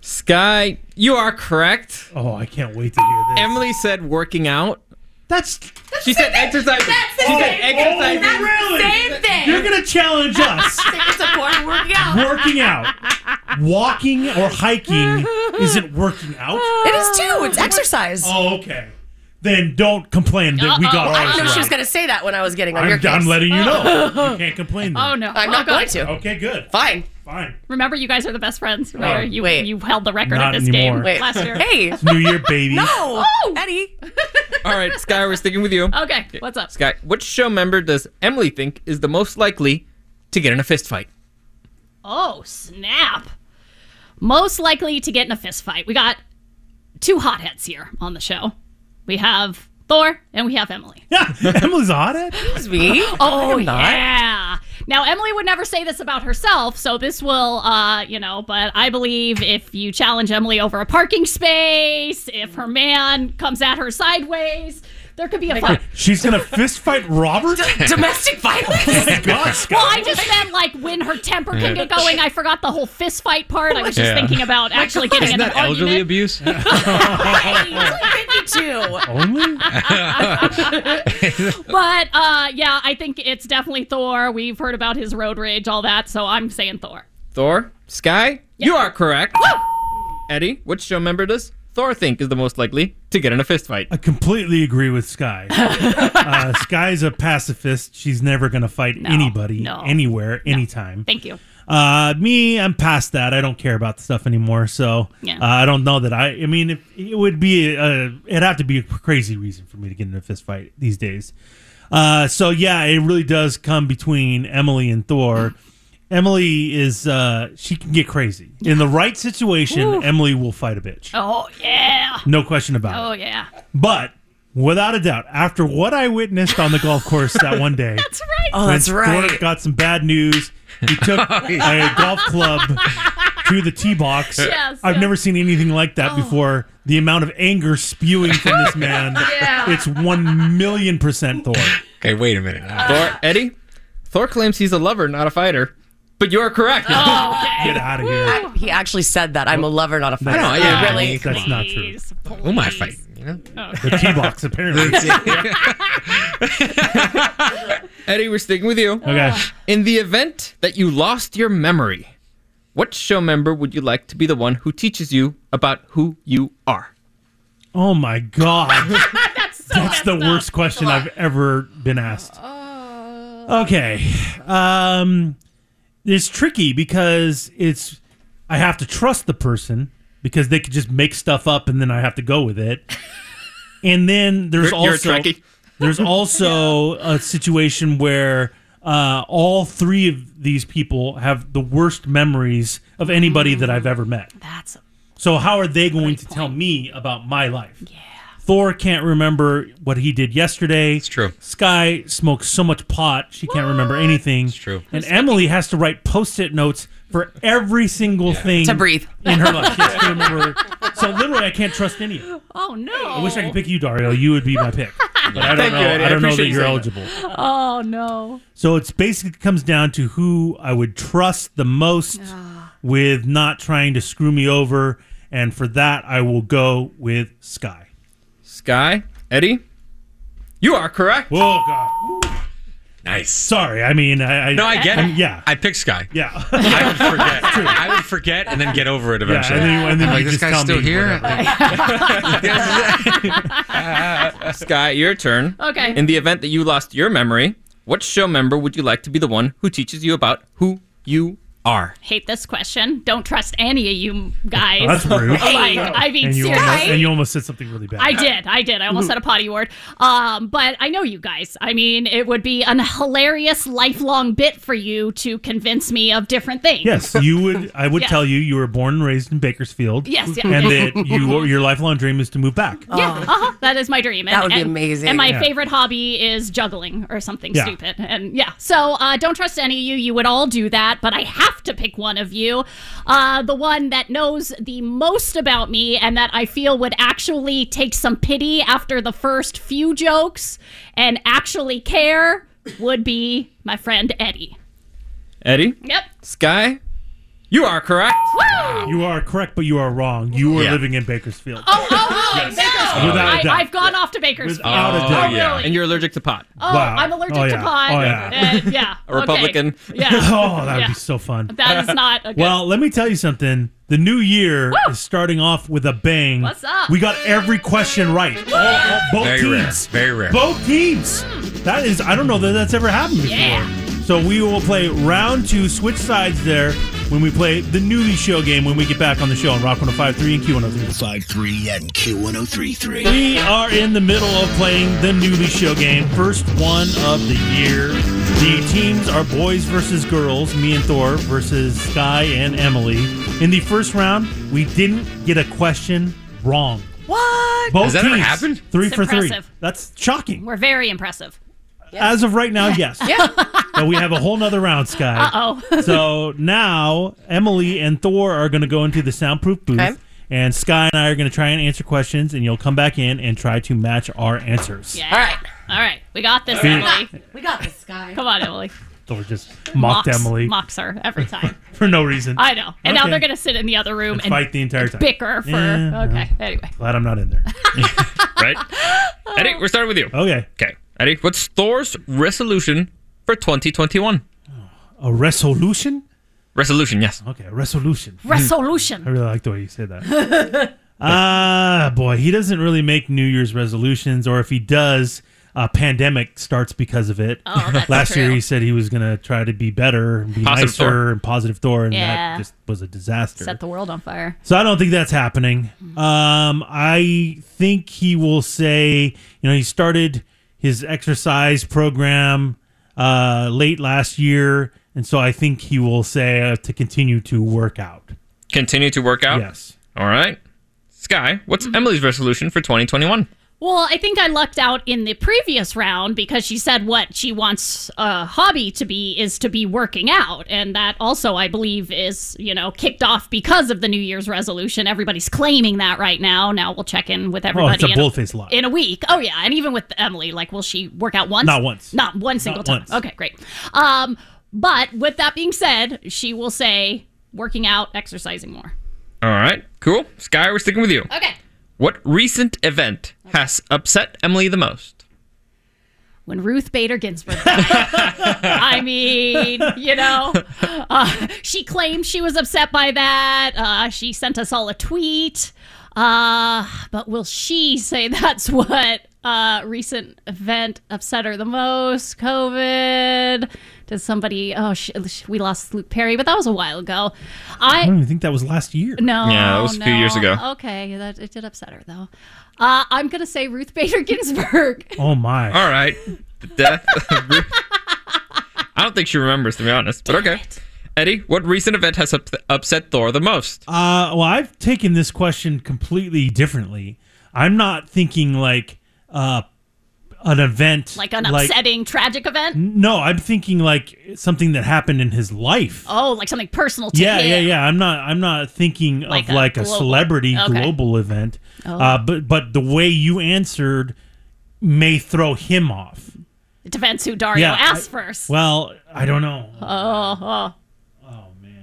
G: Sky, you are correct.
C: Oh, I can't wait to hear this.
G: Emily said working out. That's, she said exercising. she said exercising.
C: Oh, really?
H: Same thing.
C: You're gonna challenge us.
H: It's a porn workout.
C: working out, walking or hiking isn't working out.
H: It is too. It's exercise.
C: Oh, okay. Then don't complain that we got
E: Uh-oh.
C: ours
H: I didn't know
C: right.
H: she was going to say that when I was getting on your
C: I'm,
H: case.
C: I'm letting you know. You can't complain. Then.
E: Oh no,
H: I'm not
E: Oh, God.
H: going to.
C: Okay, good.
H: Fine.
C: Fine.
E: Remember, you guys are the best friends. Remember, you
H: wait.
E: you held the record
C: Oh. Not
E: at this
C: anymore.
E: game
H: Wait.
E: last year.
H: Hey.
C: New Year, baby.
H: No. Eddie.
G: All right, Sky, we're sticking with you.
E: Okay, what's up?
G: Sky, which show member does Emily think is the most likely to get in a fist fight?
E: Oh snap! Most likely to get in a fist fight. We got two hotheads here on the show. We have Thor and we have Emily.
C: Emily's hot at it.
H: Excuse me.
E: Oh
H: not.
E: yeah. Now Emily would never say this about herself, so this will, uh, you know. But I believe if you challenge Emily over a parking space, if her man comes at her sideways, there could be a fight.
C: She's gonna fist fight Robert. Oh
H: Domestic violence.
C: My God, Scott.
E: Well, I just meant like when her temper can get going. I forgot the whole fist fight part. I was just
D: Yeah.
E: thinking about actually getting
D: Isn't
E: in an
D: that elderly
E: argument.
D: abuse?
H: Two.
C: Only?
E: But uh, yeah, I think it's definitely Thor. We've heard about his road rage, all that. So I'm saying Thor.
G: Thor, Sky, you are correct. Eddie, which show member does Thor think is the most likely to get in a fist fight?
C: I completely agree with Sky. uh, Sky's a pacifist. She's never gonna fight anybody,
E: no,
C: anywhere, anytime.
E: Thank you.
C: Uh, me, I'm past that. I don't care about stuff anymore. So
E: Yeah.
C: uh, I don't know that I. I mean, if, it would be. Uh, it'd have to be a crazy reason for me to get in a fist fight these days. Uh, so yeah, it really does come between Emily and Thor. Emily is uh, she can get crazy in the right situation. Emily will fight a bitch,
E: Oh yeah.
C: no question about it.
E: Oh yeah.
C: But without a doubt, after what I witnessed on the golf course that one day,
E: That's right. Oh,
H: Oh, that's
C: Vince Dork
H: right.
C: got some bad news. He took a golf club to the tee box.
E: Yes,
C: I've
E: yes. Oh.
C: never seen anything like that before. The amount of anger spewing from this man, it's 1 million percent Thor.
D: Okay, wait a minute.
G: Thor, Eddie, Thor claims he's a lover, not a fighter. But you are correct.
C: Get out of here.
H: He actually said that I'm a lover, not a fighter.
D: No, yeah,
H: really.
D: I mean, come
C: That's
D: on.
C: not true.
E: Please,
D: Who am I
E: please.
D: fighting? You know?
C: The tee box, apparently.
G: Eddie, we're sticking with you.
C: Okay.
G: In the event that you lost your memory, what show member would you like to be the one who teaches you about who you are?
C: Oh my God.
E: So
C: That's the worst question I've ever been asked. Okay. Um it's tricky because it's I have to trust the person because they could just make stuff up and then I have to go with it. And then there's
G: You're- you're a
C: also
G: Trekkie.
C: there's also a situation where uh, all three of these people have the worst memories of anybody that I've ever met.
E: That's a-
C: So how are they going to tell me about my life? Yeah. Thor can't remember what he did yesterday. It's
D: true.
C: Sky smokes so much pot she can't remember anything. It's
D: true.
C: And Emily has to write post-it notes for every single thing
H: To breathe.
C: in her life. She has to remember. So literally, I can't trust any of you.
E: oh no.
C: I wish I could pick you, Dario. You would be my pick. But I don't
G: Thank
C: know.
G: you, Eddie.
C: I
G: I
C: don't know
G: appreciate
C: that
G: you
C: you're
G: saying
C: eligible.
E: Oh no.
C: So it's basically comes down to who I would trust the most
E: Ah.
C: with not trying to screw me over. And for that, I will go with Sky.
G: Sky, Eddie, you are correct.
C: Oh, God.
D: Nice.
C: Sorry. I mean, I. I
D: No, I get it.
C: yeah.
D: I picked Sky.
C: yeah.
D: I would forget. I would forget and then get over it
C: yeah.
D: eventually.
C: And then, and then
D: I'm
C: you
D: like, this
C: just
D: guy's
C: tell
D: still
C: me
D: here?
C: whatever.
G: Sky, your turn.
E: Okay.
G: In the event that you lost your memory, What show member would you like to be the one who teaches you about who you are?
E: Hate this question. Don't trust any of you guys.
C: That's rude.
E: like, I mean,
C: and, you
E: seriously.
C: almost, and you almost said something really bad.
E: I did. I did. I almost said a potty word. Um, but I know you guys. I mean, it would be an hilarious lifelong bit for you to convince me of different things.
C: Yes, you would. I would
E: Yes.
C: tell you you were born and raised in Bakersfield.
E: Yes, yeah.
C: and that you your lifelong dream is to move back.
E: Yeah, uh-huh. that is my dream. And,
H: Um, That would be
E: and-
H: amazing.
E: And my
C: Yeah.
E: favorite hobby is juggling or something
C: Yeah.
E: stupid. And yeah, so uh, don't trust any of you. You would all do that, but I have to pick one of you, uh, the one that knows the most about me and that I feel would actually take some pity after the first few jokes and actually care would be my friend Eddie.
G: Eddie?
E: Yep.
G: Sky? You are correct.
E: Woo!
C: You are correct, but you are wrong. You were
D: Yeah.
C: living in Bakersfield.
E: Oh, oh, oh, Bakersfield.
C: Without a
E: I,
C: doubt.
E: I've gone off to Bakersfield.
C: Without a
D: Oh,
C: doubt.
E: oh,
D: yeah.
E: really?
G: And you're allergic to pot.
E: Oh,
C: Wow.
E: I'm allergic
C: Oh,
E: to
C: yeah.
E: pot.
C: Oh, yeah.
E: And, yeah.
G: A Republican.
E: Okay. Yeah.
C: Oh, that would
E: Yeah.
C: be so fun.
E: That is not a good.
C: Well, let me tell you something. The new year is starting off with a bang.
E: What's up?
C: We got every question right. All- all- both
D: Very rare.
C: teams.
D: Very rare.
C: Both teams. That is, I don't know that that's ever happened before.
E: Hmm. Yeah.
C: So we will play round two, switch sides there when we play the newly show game when we get back on the show on Rock 105.3 and Q103.
J: 53 and Q1033.
C: We are in the middle of playing the newly show game, first one of the year. The teams are boys versus girls, me and Thor versus Sky and Emily. In the first round, we didn't get a question wrong.
H: What?
C: Both
D: Has that ever
C: teams,
D: happened?
C: Three
E: It's
C: for
E: impressive.
C: three. That's shocking.
E: We're very impressive.
C: As of right now, yes.
H: Yeah.
C: But we have a whole nother round, Sky.
E: Uh oh.
C: So now Emily and Thor are going to go into the soundproof booth,
H: Okay.
C: and Sky and I are going to try and answer questions, and you'll come back in and try to match our answers.
E: Yeah.
H: All right.
E: All right. We got this, Emily.
H: We got this guy.
E: Come on, Emily.
C: Thor just mocked
E: Mocks-
C: Emily
E: Mocks her every time.
C: for no reason.
E: I know. And now
C: Okay.
E: they're going to sit in the other room and,
C: fight the entire time.
E: bicker for.
C: Yeah,
E: okay. Anyway.
C: Glad I'm not in there.
D: right? Eddie, we're starting with you.
C: Okay,
D: Okay.
G: Eddie, what's Thor's resolution for 2021?
C: a resolution.
D: Resolution, yes.
C: Okay, a resolution. I
E: Resolution.
C: really like the way you say that. Ah, boy, he doesn't really make New Year's resolutions, or if he does, a pandemic starts because of it.
E: Oh, that's
C: Last year,
E: true.
C: he said he was going to try to be better, and be
D: Positive
C: nicer,
D: Thor.
C: and positive Thor, and
E: Yeah.
C: that just was a disaster.
E: Set the world on fire.
C: So I don't think that's happening. Um, I think he will say, you know, he started his exercise program uh, late last year, and so I think he will say uh, to continue to work out.
D: Continue to work out.
C: Yes.
D: All right. Sky, what's Emily's resolution for 2021?
E: Well, I think I lucked out in the previous round because she said what she wants a hobby to be is to be working out. And that also, I believe, is, you know, kicked off because of the New Year's resolution. Everybody's claiming that right now. Now we'll check in with
C: Oh, it's
E: everybody
C: a
E: in,
C: bullface lie.
E: in a week. Oh, yeah. And even with Emily, like, will she work out once?
C: Not once.
E: Not one single time.
C: once.
E: Okay, great. Um, but with that being said, she will say working out, exercising more.
D: All right. Cool. Sky, we're sticking with you.
E: Okay.
D: What recent event has upset Emily the most?
E: when Ruth Bader Ginsburg. died. I mean, you know, uh, she claimed she was upset by that. Uh, she sent us all a tweet. Uh, but will she say that's what uh, recent event upset her the most? COVID. Does somebody? Oh, sh sh- we lost Luke Perry, but that was a while ago. I
C: I don't even think that was last year.
E: no.
D: Hmm. Yeah, that was a few
E: no.
D: years ago.
E: Okay, that it did upset her though. Uh, I'm gonna say Ruth Bader Ginsburg.
C: Oh my!
D: All right. The death of Ruth. I don't think she remembers, to be honest, but okay. Eddie, what recent event has up- upset Thor the most?
C: Uh, well, I've taken this question completely differently. I'm not thinking like uh, an event
E: like an upsetting tragic event
C: No, I'm thinking like something that happened in his life.
E: oh like something personal to
C: yeah,
E: him.
C: yeah, yeah. I'm not. I'm not thinking
E: Like
C: of
E: a
C: like a
E: global-
C: celebrity
E: okay. Oh.
C: global event. Uh, but but the way you answered may throw him off.
E: it depends who dario
C: Yeah,
E: asks
C: I-
E: first
C: Well, I don't know.
E: Uh.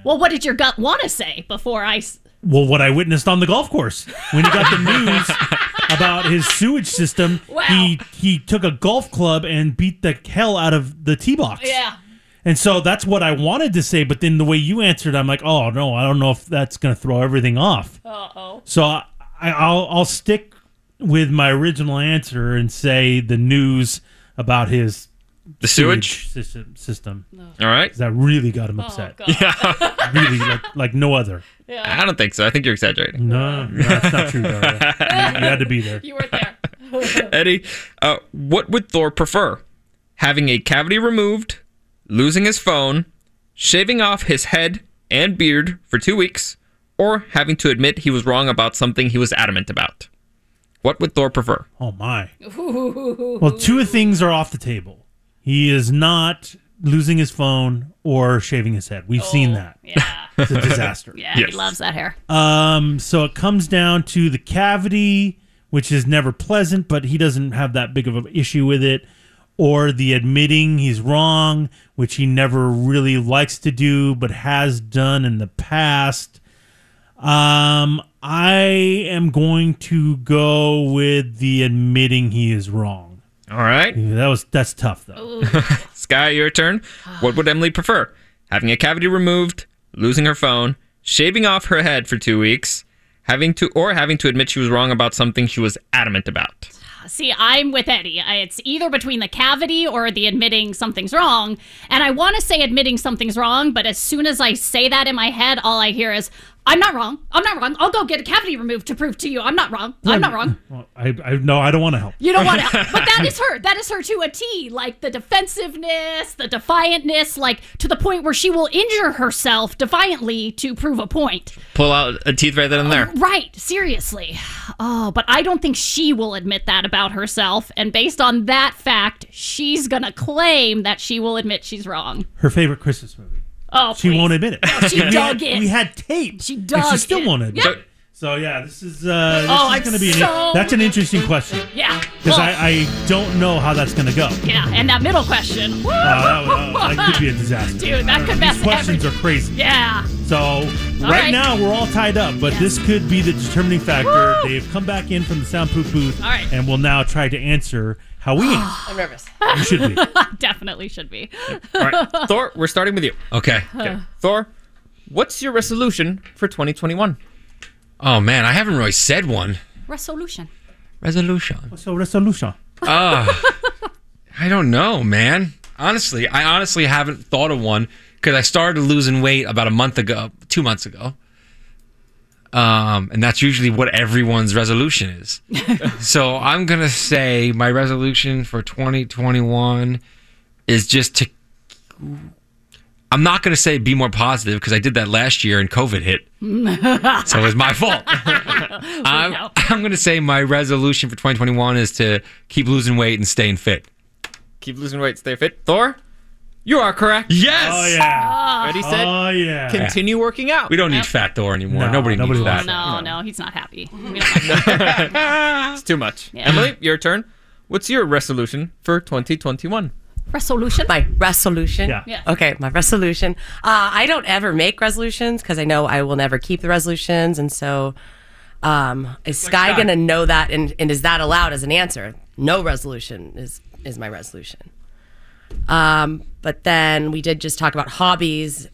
E: well what did your gut want to say before i s-
C: well, what I witnessed on the golf course when he got the news about his sewage system,
E: Wow.
C: he he took a golf club and beat the hell out of the tee box.
E: yeah
C: And so that's what I wanted to say, but then the way you answered, I'm like, oh no, I don't know if that's going to throw everything off.
E: Uh. uh-oh
C: So I, I'll I'll stick with my original answer and say the news about his
B: The sewage.
C: system. system. 'Cause
B: All right.
C: That really got him upset. really, like, like no other.
B: I don't think so. I think you're exaggerating.
C: No, no, that's not true, Daria. you, you had to be there.
E: You were there.
B: Eddie,
D: Uh, what would Thor prefer? Having a cavity removed, losing his phone, shaving off his head and beard for two weeks, or having to admit he was wrong about something he was adamant about? What would Thor prefer?
C: Oh my. Well, two things are off the table. He is not losing his phone or shaving his head. We've seen that.
E: Yeah.
C: It's a disaster.
E: Yeah, he loves that hair. Uh,
C: Um, so it comes down to the cavity, which is never pleasant, but he doesn't have that big of an issue with it, or the admitting he's wrong, which he never really likes to do, but has done in the past. Um, I am going to go with the admitting he is wrong.
D: All right.
C: That was that's tough though.
D: Sky, your turn. What would Emily prefer? Having a cavity removed, losing her phone, shaving off her head for two weeks, having to or having to admit she was wrong about something she was adamant about.
E: See, I'm with Eddie. I- It's either between the cavity or the admitting something's wrong. And I want to say admitting something's wrong, but as soon as I say that in my head, all I hear is, I'm not wrong. I'm not wrong. I'll go get a cavity removed to prove to you I'm not wrong. I'm not wrong.
C: Well, I, I no, I don't want to help.
E: You don't want to. But that is her. That is her to a T. Like the defensiveness, the defiantness, like to the point where she will injure herself defiantly to prove a point.
D: Pull out a teeth right then and there.
E: Right, seriously. Oh, but I don't think she will admit that about herself. And based on that fact, she's going to claim that she will admit she's wrong.
C: Her favorite Christmas movie.
E: Oh,
C: She
E: please.
C: won't admit it.
E: she
C: we had,
E: dug in.
C: We had tape.
E: She
C: and
E: dug
C: She still
E: in.
C: won't admit
E: Yeah.
C: it. So yeah, this is uh, this
E: Oh,
C: is
E: I'm
C: going to be an,
E: so-
C: that's an interesting question
E: Yeah.
C: because
E: Oh,
C: I, I don't know how that's going to go.
E: yeah, and that middle question. Woo!
C: Uh, that, would- that could be a disaster.
E: Dude, that could mess
C: These questions
E: everything.
C: are crazy.
E: Yeah.
C: So right,
E: right.
C: now we're all tied up, but this could be the determining factor.
E: Woo!
C: They've come back in from the soundproof booth,
E: All right.
C: and will now try to answer how we answer.
F: I'm nervous.
C: You should be.
E: Definitely should be.
D: All right. Thor, we're starting with you.
B: Okay.
D: Okay. Thor, what's your resolution for 2021?
B: Oh man, I haven't really said one.
E: Resolution.
B: Resolution.
C: So resolution.
B: I don't know, man. Honestly, I honestly haven't thought of one because I started losing weight about a month ago, two months ago. Um, and that's usually what everyone's resolution is. so I'm gonna say my resolution for 2021 is just to. I'm not gonna say be more positive because I did that last year and COVID hit, so it was my fault. I'm,
E: know.
B: I'm gonna say my resolution for 2021 is to keep losing weight and staying fit.
D: Keep losing weight, stay fit. Thor, you are correct.
B: Yes.
C: Oh yeah.
D: Ready, said,
C: Oh yeah.
D: continue working out.
B: We don't need Fat Thor anymore.
C: No,
B: nobody,
C: nobody
B: needs
C: wants
B: that.
C: that.
E: No, no, he's not happy. We don't like
D: It's too much.
E: Yeah.
D: Emily, your turn. What's your resolution for 2021?
E: Resolution.
F: My resolution.
C: Yeah.
E: Yeah.
F: Okay, my resolution. Uh, I don't ever make resolutions because I know I will never keep the resolutions, and so um, is Sky
B: Sky.
F: gonna know that? And, and is that allowed as an answer? No resolution is is my resolution. Um, but then we did just talk about hobbies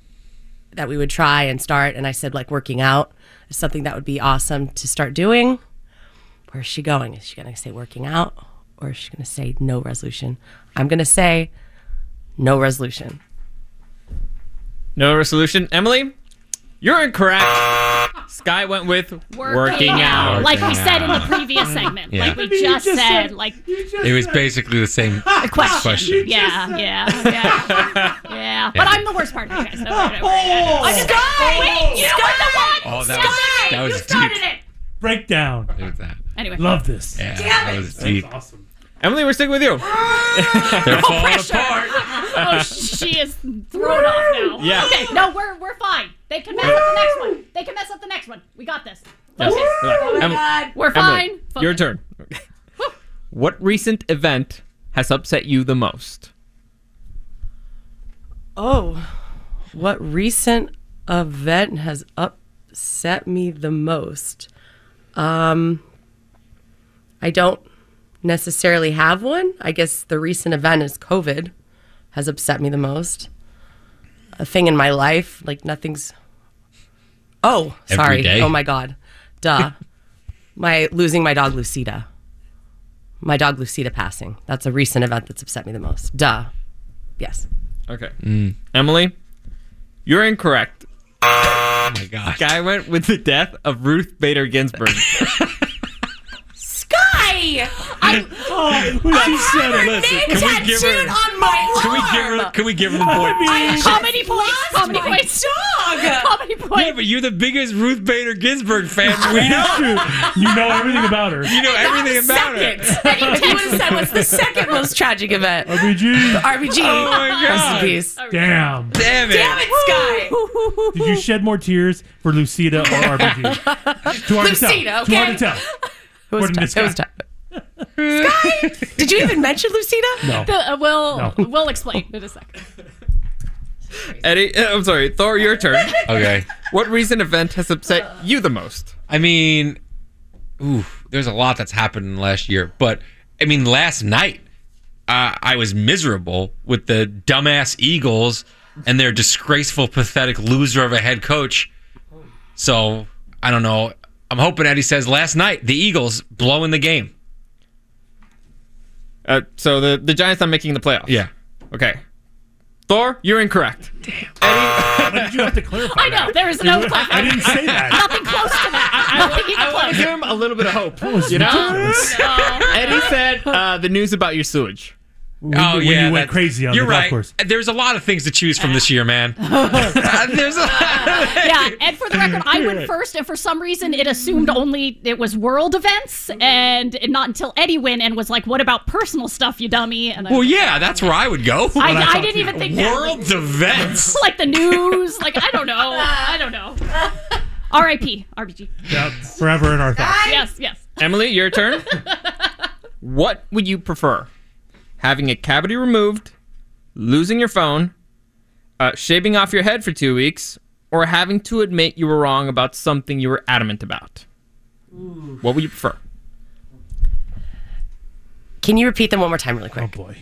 F: that we would try and start, and I said like working out is something that would be awesome to start doing. Where's she going? Is she gonna say working out, or is she gonna say no resolution? I'm gonna say no resolution.
D: No resolution. Emily, you're incorrect. Sky went with working, out.
E: Like we said in the previous segment.
B: Yeah.
E: Like we just, said, like
B: It was basically the same
E: question.
B: question.
E: Yeah, yeah, yeah, yeah. But I'm the worst part of you guys. Don't worry, don't worry.
D: Oh.
E: I'm just Sky! Wait, you were the one!
B: Oh, that
E: Sky!
B: was- that was
E: you started
B: deep.
E: it!
C: Breakdown.
B: Look at that.
E: Anyway.
C: Love this.
B: Yeah, that was deep.
C: Awesome.
D: Emily, we're sticking with you.
B: They're falling
E: pressure.
B: apart.
E: Oh, she is thrown off now.
D: Yeah.
E: Okay, no, we're, we're fine. They can mess up the next one. They can mess up the next one. We got this.
D: Yes. Relax. Em-
E: We're
D: Emily,
E: fine. Focus.
D: your turn. what recent event has upset you the most?
F: Oh, what recent event has upset me the most? Um, I don't necessarily have one. I guess the recent event is COVID has upset me the most. A thing in my life, like nothing's. Oh,
B: Every
F: sorry.
B: day.
F: Oh my God, duh. my losing my dog Lucida. My dog Lucida passing. That's a recent event that's upset me the most. Duh.
H: Yes.
G: Okay. Emily, you're incorrect.
D: Oh my god.
G: Guy went with the death of Ruth Bader Ginsburg.
H: Sky!
D: Oh,
C: When she said it,
H: Name
D: Can we give her-
H: tattooed on my arm!
D: Can we give her? Can we give her the point?
E: How many points? How many
H: my
E: points? How many points?
D: Yeah, but you're the biggest Ruth Bader Ginsburg fan we know.
C: you know everything about her.
D: You know everything about
H: second.
D: her.
H: If you would have said what's the second most tragic event?
C: RBG.
H: RBG. Oh
D: my God.
C: Damn.
D: Damn it.
H: Damn it, Sky!
C: Did you shed more tears for Lucida or RBG? Too hard to
H: Lucida,
C: tell. Too
H: okay.
C: hard to tell.
H: It was
C: According to
H: tough. It was
C: Sky.
H: tough. Sky! Did you even mention Lucida?
C: No.
E: Uh, we'll
C: No.
E: we'll explain in a second.
G: Eddie, uh, I'm sorry, Thor, your turn.
D: Okay.
G: What recent event has upset you the most?
D: I mean, ooh, there's a lot that's happened in the last year, but I mean, last night uh, I was miserable with the dumbass Eagles and their disgraceful, pathetic loser of a head coach. So I don't know. I'm hoping Eddie says last night the Eagles blowing the game.
G: Uh, so the, the Giants not making the playoffs. Okay. Thor, you're incorrect.
C: Why did you have to clarify?
E: I know there is no clap.
C: I didn't say that.
E: Nothing close to that. Nothing even
G: want to
E: close.
G: give him a little bit of hope.
C: was
G: you know?
C: ridiculous.
G: Eddie said uh, the news about your sewage.
D: Oh
C: when
D: yeah,
C: you went
D: that's-
C: crazy on
D: you're
C: the
D: right.
C: golf course. Uh,
D: There's a lot of things to choose from this year, man. There's a
E: Yeah, and for the record, I went first, and for some reason, it assumed only it was world events, and not until Eddie went and was like, "What about personal stuff, you dummy?" And I,
D: well, yeah, that's where I would go.
E: I, I, didn't even think that.
D: World events.
E: like the news. Like I don't know. I don't know. R.I.P. RBG.
C: Yep, forever in our thoughts.
E: Yes, yes.
G: Emily, your turn. what would you prefer? Having a cavity removed, losing your phone, uh, shaving off your head for two weeks, or having to admit you were wrong about something you were adamant about? What would you prefer?
H: Can you repeat them one more time, really
C: Oh
H: quick?
C: boy.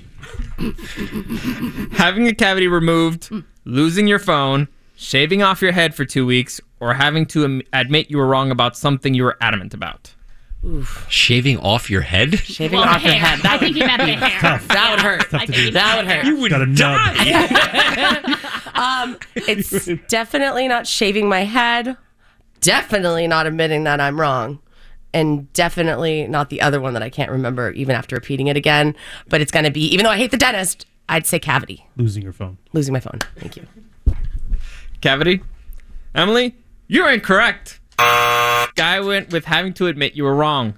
G: Having a cavity removed, losing your phone, shaving off your head for two weeks, or having to am- admit you were wrong about something you were adamant about?
D: Shaving off your head.
H: Shaving
E: Well,
H: off
E: the
H: your
E: hair.
H: head. That,
E: I think you meant the hair.
H: that would hurt.
E: I think he
H: That would
E: meant the
H: hurt.
E: hair.
D: would
C: Got a nub.
H: It's definitely not shaving my head. Definitely not admitting that I'm wrong. And definitely not the other one that I can't remember even after repeating it again. But it's going to be, even though I hate the dentist, I'd say cavity.
C: Losing your phone.
H: Losing my phone. Thank you.
G: Cavity? Emily, you're incorrect. Guy went with having to admit you were wrong.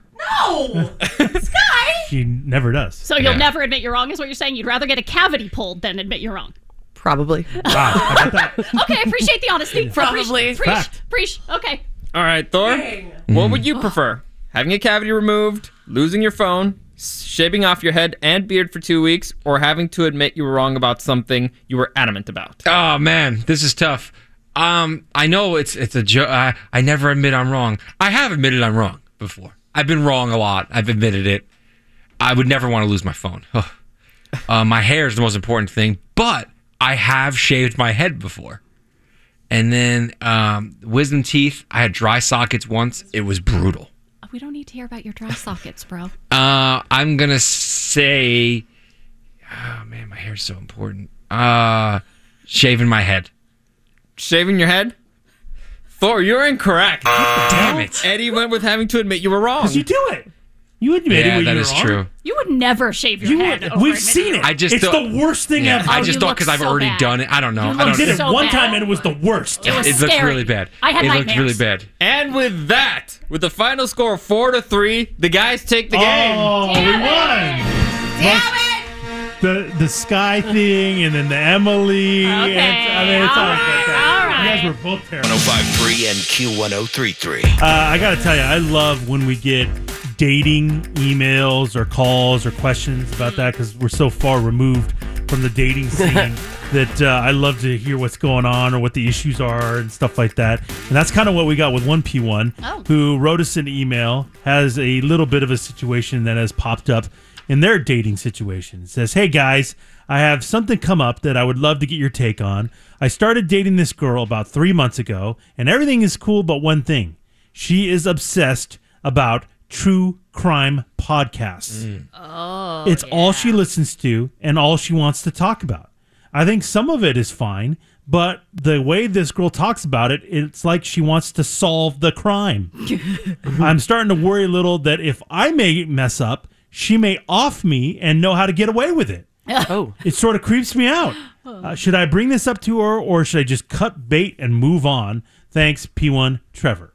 C: She never does.
E: So you'll
D: Yeah.
E: never admit you're wrong, is what you're saying. You'd rather get a cavity pulled than admit you're wrong.
H: Probably.
C: Wow. How about that?
E: Okay, I appreciate the honesty.
H: Probably.
E: Preach.
C: Fact.
E: Preach. Okay.
G: All right, Thor. What would
D: Mm.
G: you prefer? Having a cavity removed, losing your phone, shaving off your head and beard for two weeks, or having to admit you were wrong about something you were adamant about?
D: Oh man, this is tough. Um, I know it's it's a joke. I, I never admit I'm wrong. I have admitted I'm wrong before. I've been wrong a lot. I've admitted it. I would never want to lose my phone. Ugh. Uh, my hair is the most important thing, but I have shaved my head before. And then um, wisdom teeth. I had dry sockets once. It was brutal.
E: We don't need to hear about your dry sockets, bro.
D: Uh, I'm gonna say, oh man, my hair's so important. Uh, shaving my head.
G: Shaving your head? Thor, you're incorrect.
D: Damn it.
G: Eddie went with having to admit you were wrong.
C: You do it. You admit it
D: Yeah,
C: when
D: that
C: you're
D: is
C: wrong.
D: true.
E: You would never shave your
C: You
E: head.
C: would.
E: over
C: We've
E: an
C: seen
E: idiot.
C: it.
D: I just
C: it's
D: thought-
C: the worst thing
D: Yeah,
C: ever.
D: I
E: Oh,
D: just
E: you
D: thought
E: look
D: because I've
E: so
D: already
E: bad.
D: done it. I don't know. I
C: I
D: don't.
C: did it
E: so
C: one
E: bad.
C: time and it was the worst.
E: It was
D: it looked
E: scary.
D: really bad.
E: I had
D: it looked
E: nightmares.
D: really bad.
G: And with that, with the final score four to three, the guys take the game.
C: Oh, we
E: Damn it.
C: won. The the sky thing and then the Emily.
E: Okay,
C: It's, I mean, it's all,
E: all right,
C: good.
E: all right.
C: You guys were both terrible.
J: 1053 and Q1033.
C: Uh, I gotta tell you, I love when we get dating emails or calls or questions about that because we're so far removed from the dating scene that uh, I love to hear what's going on or what the issues are and stuff like that. And that's kind of what we got with one P1,
E: Oh.
C: who wrote us an email, has a little bit of a situation that has popped up in their dating situation. It says, "Hey guys." I have something come up that I would love to get your take on. I started dating this girl about three months ago, and everything is cool but one thing. She is obsessed about true crime podcasts. Oh, it's all she listens to and all she wants to talk about. I think some of it is fine, but the way this girl talks about it, it's like she wants to solve the crime. I'm starting to worry a little that if I may mess up, she may off me and know how to get away with it.
H: Oh.
C: It sort of creeps me out. Uh, should I bring this up to her or should I just cut bait and move on? Thanks, P1 Trevor.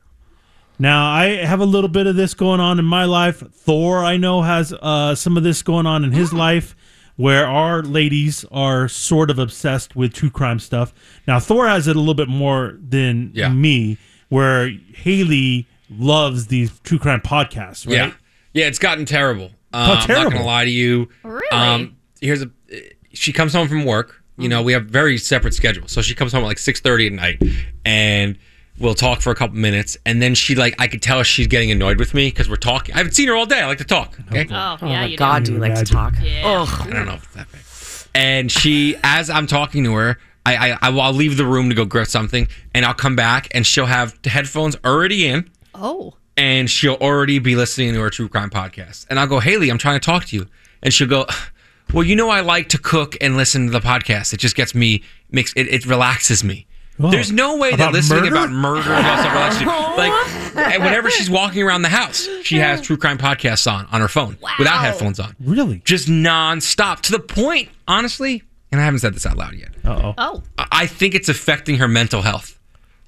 C: Now, I have a little bit of this going on in my life. Thor, I know, has uh, some of this going on in his life where our ladies are sort of obsessed with true crime stuff. Now, Thor has it a little bit more than
D: Yeah.
C: me, where Haley loves these true crime podcasts, right? Oh,
D: Yeah, yeah, it's gotten terrible. Um, I'm not
C: terrible.
D: gonna lie to you.
E: Really?
D: Um, here's a. She comes home from work. You know, we have very separate schedules. So she comes home at like six thirty at night, and we'll talk for a couple minutes, and then she like I could tell she's getting annoyed with me because we're talking. I haven't seen her all day. I like to talk. Okay.
E: Oh,
H: Oh
E: yeah,
H: my
E: you
H: God,
E: do.
H: do you like to talk?
C: Oh.
H: Ugh.
D: I don't know if it's that big. And she, as I'm talking to her, I, I, I will- I'll leave the room to go grab something, and I'll come back, and she'll have headphones already in,
E: Oh,
D: and she'll already be listening to her true crime podcast. And I'll go, Haley, I'm trying to talk to you, and she'll go, Well, you know, I like to cook and listen to the podcast. It just gets me makes it, it relaxes me.
C: Oh.
D: There's no way that
C: About
D: listening
C: murder?
D: about murder about stuff relaxes you. Like, and whenever she's walking around the house, she has true crime podcasts on on her phone without headphones on
C: Really?
D: just nonstop to the point, honestly, and I haven't said this out loud yet.
C: Uh oh.
E: oh,
D: I- I think it's affecting her mental health.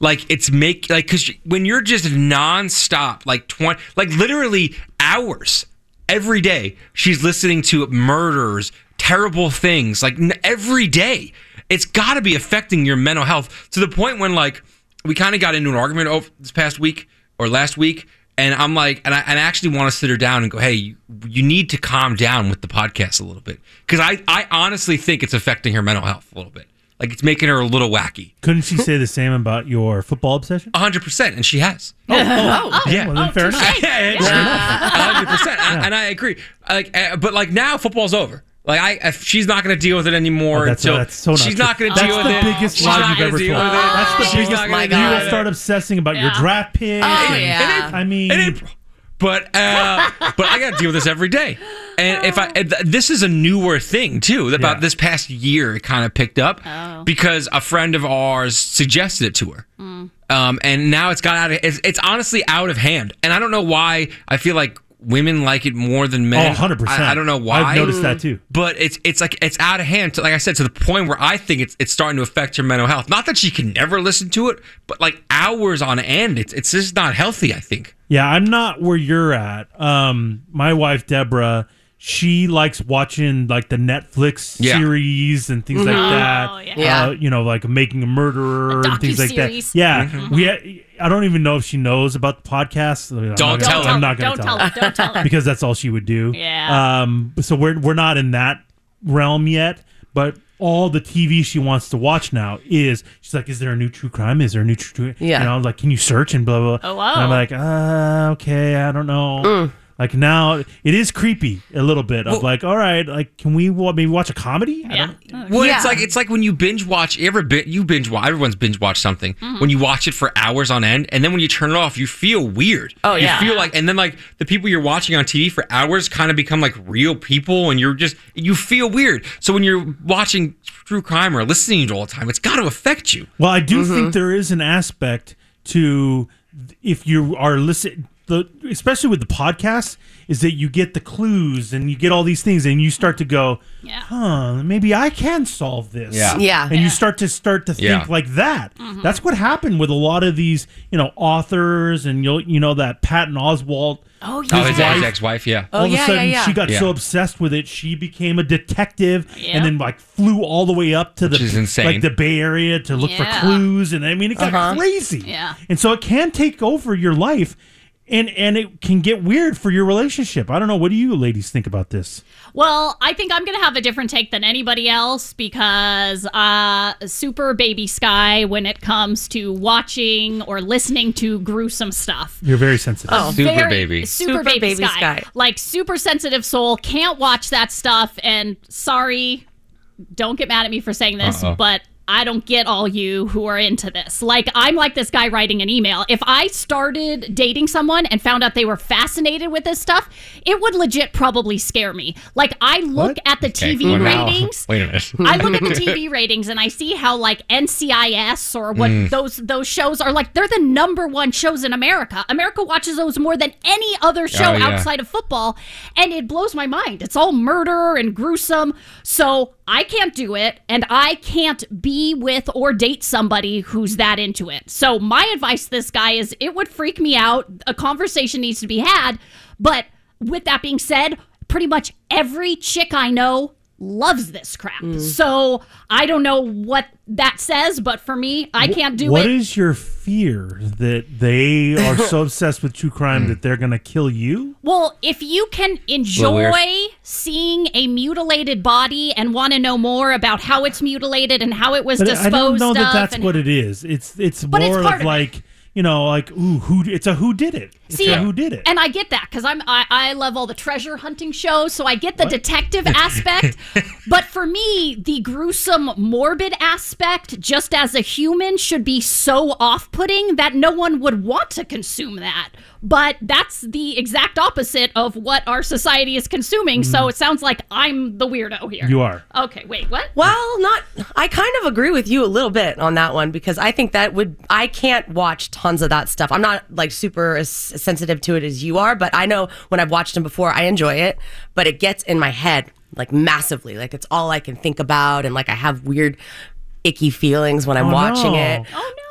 D: Like it's make like because when you're just nonstop, like twenty, like literally hours every day, she's listening to murders, terrible things, like n- every day. It's got to be affecting your mental health to the point when like we kind of got into an argument over this past week or last week, and I'm like, and I, and I actually want to sit her down and go, hey, you, you need to calm down with the podcast a little bit because I I honestly think it's affecting her mental health a little bit. Like it's making her a little wacky.
C: Couldn't she say the same about your football obsession?
D: 100%. And she has. oh.
C: yeah. Oh, Well, then fair enough.
D: hundred percent, and and I agree. Like, uh, but like now, football's over. Like, I if she's not going to deal with it anymore.
C: Oh, that's-
D: until-
C: that's so not
D: she's
C: true.
D: not going to
C: That's
D: deal with
C: the
D: it.
C: biggest
D: she's
C: lie
D: not
C: you've
D: gonna
C: ever
D: deal
C: told.
D: with it.
C: That's the
D: She's
C: biggest
D: not gonna
C: lie.
D: deal
C: You
D: with
C: will
D: it.
C: start obsessing about your
E: Yeah.
C: draft picks.
D: It-
C: Oh,
D: it ain't-
C: I mean,
D: it ain't- but uh, but I got to deal with this every day. And if I and th- this is a newer thing too. About
C: Yeah.
D: this past year, it kind of picked up because a friend of ours suggested it to her. Um, and now it's got out of it's, it's honestly out of hand. And I don't know why. I feel like women like it more than men.
C: 100%.
D: I, I don't know why.
C: Oh, I've noticed that too.
D: But it's it's like it's out of hand. To, like I said, to the point where I think it's it's starting to affect her mental health. Not that she can never listen to it, but like hours on end, it's it's just not healthy. I think.
C: Yeah, I'm not where you're at. Um, my wife Deborah, she likes watching like the Netflix
D: Yeah.
C: series and things like that.
E: Mm-hmm. Oh, yeah.
C: Uh, you know, like Making a Murderer
E: The
C: and things like that.
E: docuseries.
C: Yeah,
D: Mm-hmm.
C: we. I don't even know if she knows about the podcast. I'm not
D: Don't
C: gonna-
D: tell her.
C: I'm not going
E: don't
C: to
E: tell
C: her
E: her. Don't tell her.
C: because that's all she would do.
E: Yeah.
C: Um. So we're we're not in that realm yet, but all the TV she wants to watch now is she's like, is there a new true crime? Is there a new true?
H: Yeah.
C: You know, like can you search and blah blah. blah.
E: Oh, wow.
C: And I'm like, uh, okay, I don't know. Like now, it is creepy a little bit of like, all right, like can we wa- maybe watch a comedy? I
E: Yeah.
C: don't,
D: Well,
H: Yeah.
D: it's like it's like when you binge watch. You ever bi- you binge watch? Everyone's binge watched something.
H: Mm-hmm.
D: When you watch it for hours on end, and then when you turn it off, you feel weird.
H: Oh,
D: You
H: yeah.
D: feel like, and then like the people you're watching on TV for hours kind of become like real people, and you're just you feel weird. So when you're watching true crime or listening to it all the time, it's got to affect you.
C: Well, I do
H: Mm-hmm.
C: think there is an aspect to if you are listen the especially with the podcast is that you get the clues and you get all these things and you start to go,
E: Yeah.
C: huh, maybe I can solve this.
D: Yeah.
H: Yeah. Mm-hmm.
C: And you start to start to think
D: Yeah.
C: like that. That's what happened with a lot of these, you know, authors and you'll you know that Patton Oswald
E: Oh,
D: Oh,
E: yeah.
D: his
C: wife-
D: ex-wife, yeah.
H: Oh,
C: all of
H: yeah,
C: a sudden
H: yeah, yeah.
C: she got
D: Yeah.
C: so obsessed with it she became a detective
E: Yeah.
C: and then like flew all the way up to the
D: is insane.
C: like the bay area to look
E: Yeah. Uh-huh.
C: for clues and i mean it got crazy
E: Yeah.
C: and so it can take over your life and and it can get weird for your relationship i don't know what do you ladies think about this
E: Well, I think I'm going to have a different take than anybody else because uh, super baby sky when it comes to watching or listening to gruesome stuff.
C: you're very sensitive oh
D: Super
E: Very-
D: baby.
E: Super,
H: Super
E: baby,
H: baby
E: sky.
H: sky.
E: Like super sensitive soul can't watch that stuff and sorry, don't get mad at me for saying this,
D: Uh-oh.
E: but I don't get all you who are into this. Like, I'm like this guy writing an email. If I started dating someone and found out they were fascinated with this stuff, it would legit probably scare me. Like, I look at the TV
D: well, now-
E: ratings.
D: Wait a minute.
E: I look at the TV ratings and I see how like NCIS or what
D: Mm.
E: those those shows are like. They're the number one shows in America. America watches those more than any other show
D: Oh, yeah.
E: outside of football, and it blows my mind. It's all murder and gruesome. So I can't do it, and I can't be with or date somebody who's that into it. So my advice to this guy is: it would freak me out. A conversation needs to be had, but with that being said, pretty much every chick I know loves this crap. So I don't know what that says, but for me, I can't do
C: What
E: it.
C: is your fear that they are so obsessed with true crime
D: Hmm.
C: that they're going to kill you?
E: well, if you can enjoy
D: weird.
E: seeing a mutilated body and want to know more about how it's mutilated and how it was
C: But I-
E: disposed
C: I don't know
E: of,
C: that that's
E: and-
C: what it is. It's it's
E: But it's
C: more
E: part
C: of
E: of it.
C: like you know like ooh who it's a who did it. It's
E: See,
C: a who did it.
E: and I get that because I'm I, I love all the treasure hunting shows, so I get the detective aspect. but for me, the gruesome, morbid aspect, just as a human, should be so off-putting that no one would want to consume that. But that's the exact opposite of what our society is consuming. So it sounds like I'm the weirdo here.
C: Mm. you are.
E: Okay, wait, what?
H: Well, not. I kind of agree with you a little bit on that one because I think that would. I can't watch tons of that stuff. I'm not like super as sensitive to it as you are, but I know when I've watched them before, I enjoy it, but it gets in my head like massively. Like it's all I can think about, and like I have weird, icky feelings when I'm
C: Oh,
H: watching
C: no.
H: it.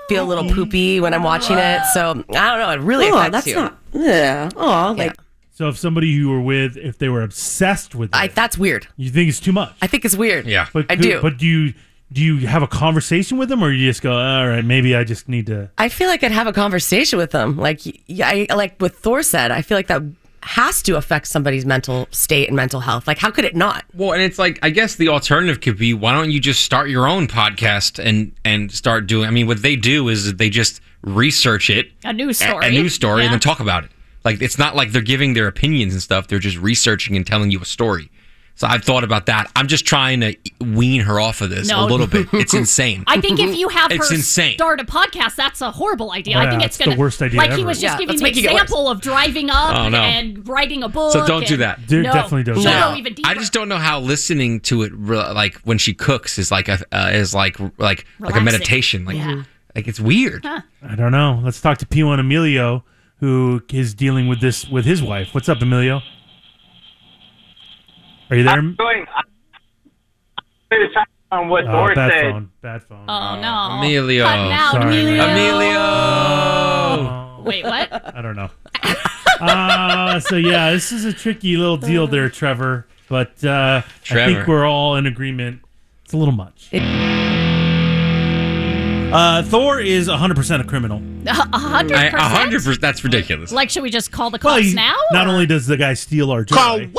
H: Feel a little poopy when I'm watching it. So I don't know. It really
F: Oh,
H: affects
F: that's
H: you.
F: not. Yeah. Oh, like
C: So if somebody you were with, if they were obsessed with
H: I,
C: it,
H: that's weird.
C: you think it's too much.
H: I think it's weird.
D: Yeah.
C: but
H: I
C: who-
H: do.
C: But do you do you have a conversation with them, or you just go, all right, maybe I just need to.
H: I feel like I'd have a conversation with them. Like y- I like what Thor said. I feel like that has to affect somebody's mental state and mental health. Like how could it not?
D: Well, and it's like I guess the alternative could be why don't you just start your own podcast and and start doing. I mean, what they do is they just research it,
E: A news
D: a,
E: story.
D: a news story,
E: Yeah.
D: and then talk about it. Like it's not like they're giving their opinions and stuff. They're just researching and telling you a story. So I've thought about that. I'm just trying to wean her off of this a
E: No.
D: little bit. It's insane.
E: I think if you have
D: It's
E: her
D: insane.
E: start a podcast, that's a horrible idea.
C: Oh,
E: I think
C: yeah,
E: it's
C: it's the
E: gonna
C: worst idea
E: Like he
C: ever.
E: was just
H: Yeah,
E: giving
H: let's
E: an
H: make it get
E: example of driving up
D: Oh, no.
E: and writing a book.
D: So don't do
E: and-
D: that.
C: Dude,
E: no,
C: definitely don't do
E: She'll
C: that.
E: go even deeper.
D: I just don't know how listening to it, re- like when she cooks, is like a uh, is like like like a
E: Relaxing.
D: meditation. Like like it's weird.
C: I don't know. Let's talk to P1 Emilio, who is dealing with this with his wife. What's up, Emilio? Are you there?
K: doing. On what
C: Oh,
K: Doris
C: bad
K: said.
C: phone. Bad phone.
E: Oh no,
D: Emilio.
E: Cutting out,
C: Sorry,
E: Emilio.
C: man.
D: Emilio.
E: Wait, what?
C: I don't know. uh, so yeah, this is a tricky little deal there, Trevor. But uh, I
D: Trevor.
C: think we're all in agreement. It's a little much. Uh, Thor is 100% a criminal.
E: A hundred
D: I- A hundred
E: percent.
D: percent. That's ridiculous.
E: Like, should we just call the cops
C: Well, he-
E: now?
C: not
E: or-
C: only does the guy steal our joy,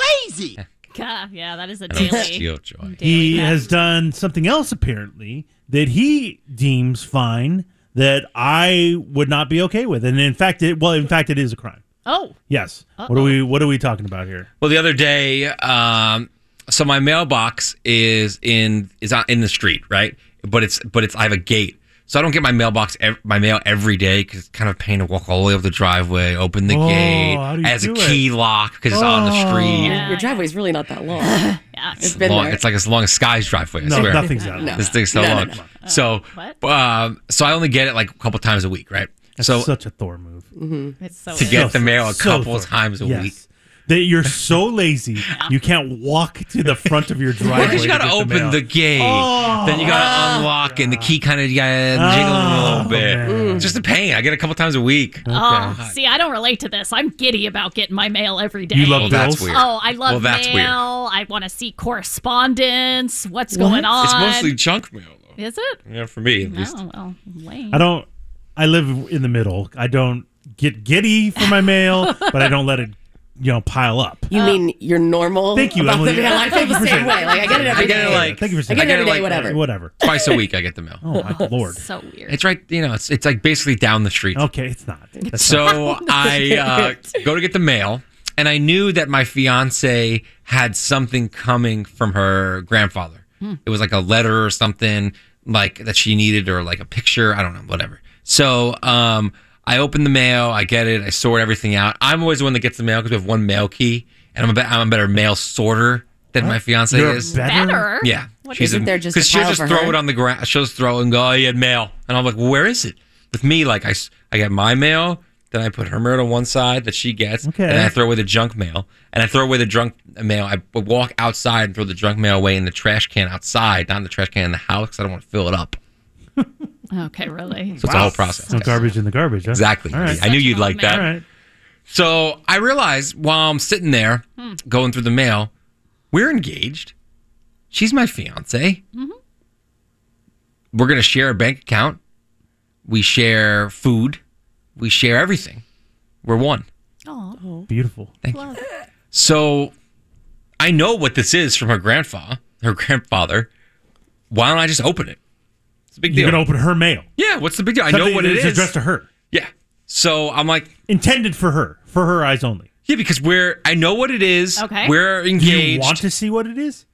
E: Gah, uh, yeah, that is a
D: I don't
E: daily.
D: steal joy.
C: he has done something else apparently that he deems fine that I would not be okay with, and in fact, it well, in fact, it is a crime.
E: Oh,
C: Yes. What are we What are we talking about here?
D: Well, the other day, um, so my mailbox is in is out in the street, right? But it's but it's I have a gate, so I don't get my mailbox ev- my mail every day because it's kind of a pain to walk all the way up the driveway, open the
C: Oh,
D: gate,
C: how do you
D: as a
C: do it? Oh.
D: key lock because it's on the street.
E: yeah,
F: your driveway's really not that long. It's been
D: long.
F: there.
D: It's like as long as Sky's driveway. I
C: No,
D: swear.
C: nothing's out. No.
D: This thing's so
F: No, no,
D: long. So, um, so I only get it like a couple times a week, right? so
C: such a Thor move.
E: it's so.
D: to get the mail a
C: So
D: couple
C: Thor.
D: times a
C: Yes.
D: week.
C: That you're so lazy, you can't walk to the front of your driveway.
D: Because you
C: to
D: got to
C: get mail.
D: open the Oh. Ah. gate, then you got to unlock, and the key kind of yeah,
C: Oh,
D: jiggle a little bit.
C: man.
D: Just a pain. I get it a couple times a week.
E: Oh, see, I don't relate to this. I'm giddy about getting my mail every day.
C: You love
D: Well, that's
C: bills?
D: weird.
E: Oh, I love
D: Well, that's
E: mail.
D: weird.
E: I want to see correspondence. What's going on?
D: It's mostly junk mail, though.
E: Is it?
D: Yeah, for me at least.
E: Oh well, lame.
C: I don't. I live in the middle. I don't get giddy for my mail, but I don't let it, you know, pile up.
F: you mean you're normal?
C: Thank you,
F: about
C: Emily.
F: The mail. I feel the same way. Like I get it
D: I
F: every
D: get it
F: day.
D: like
C: Thank you for
F: I
C: saying.
F: get it
D: I
F: every
D: get it
F: day.
D: like-
F: whatever.
C: Whatever.
D: twice a week. I get the mail.
C: Oh my lord.
E: so weird.
D: It's right, you know. It's it's like basically down the street.
C: Okay, it's not. That's
D: So I uh, go to get the mail, and I knew that my fiance
C: Hmm.
D: had something coming from her grandfather. It was like a letter or something, like that she needed or like a picture. I don't know, whatever. So um, I open the mail, I get it, I sort everything out. I'm always the one that gets the mail because we have one mail key, and I'm a, be- I'm a better mail sorter than my fiance
C: You're
D: is.
E: Better.
D: Yeah, she's
F: Isn't
D: a-
F: there just a
D: she'll
F: pile
D: just
F: for
D: throw
F: her?
D: it on the ground. She'll just throw it and go, "Oh, you had mail," and I'm like, well, "Where is it?" With me, like I, s- I get my mail, then I put her mail on one side that she gets, and then I throw away the junk mail, and I throw away the drunk mail. I would walk outside and throw the junk mail away in the trash can outside, not in the trash can in the house. 'cause I don't want to fill it up.
E: Okay, really.
C: Hmm.
D: So it's a whole process.
C: No
D: guys.
C: garbage in the garbage. Huh?
D: Exactly.
C: All right.
D: I knew you'd like that.
C: All right.
D: So I realized while I'm sitting there
C: Hmm.
D: going through the mail, we're engaged. She's my fiance.
C: Mm-hmm.
D: We're going to share a bank account. We share food. We share everything. We're one.
E: Oh,
C: Beautiful.
D: So I know what this is from her grandpa, her grandfather. Why don't I just open it? It's a big
C: You're
D: deal.
C: gonna open her mail.
D: yeah, what's the big deal? I know
C: Something
D: what
C: that
D: it is.
C: Addressed to her.
D: yeah. So I'm like,
C: Intended for her. For her eyes only.
D: yeah, because we're I know what it is.
E: Okay.
D: We're
C: Do
D: engaged.
C: you want to see what it is?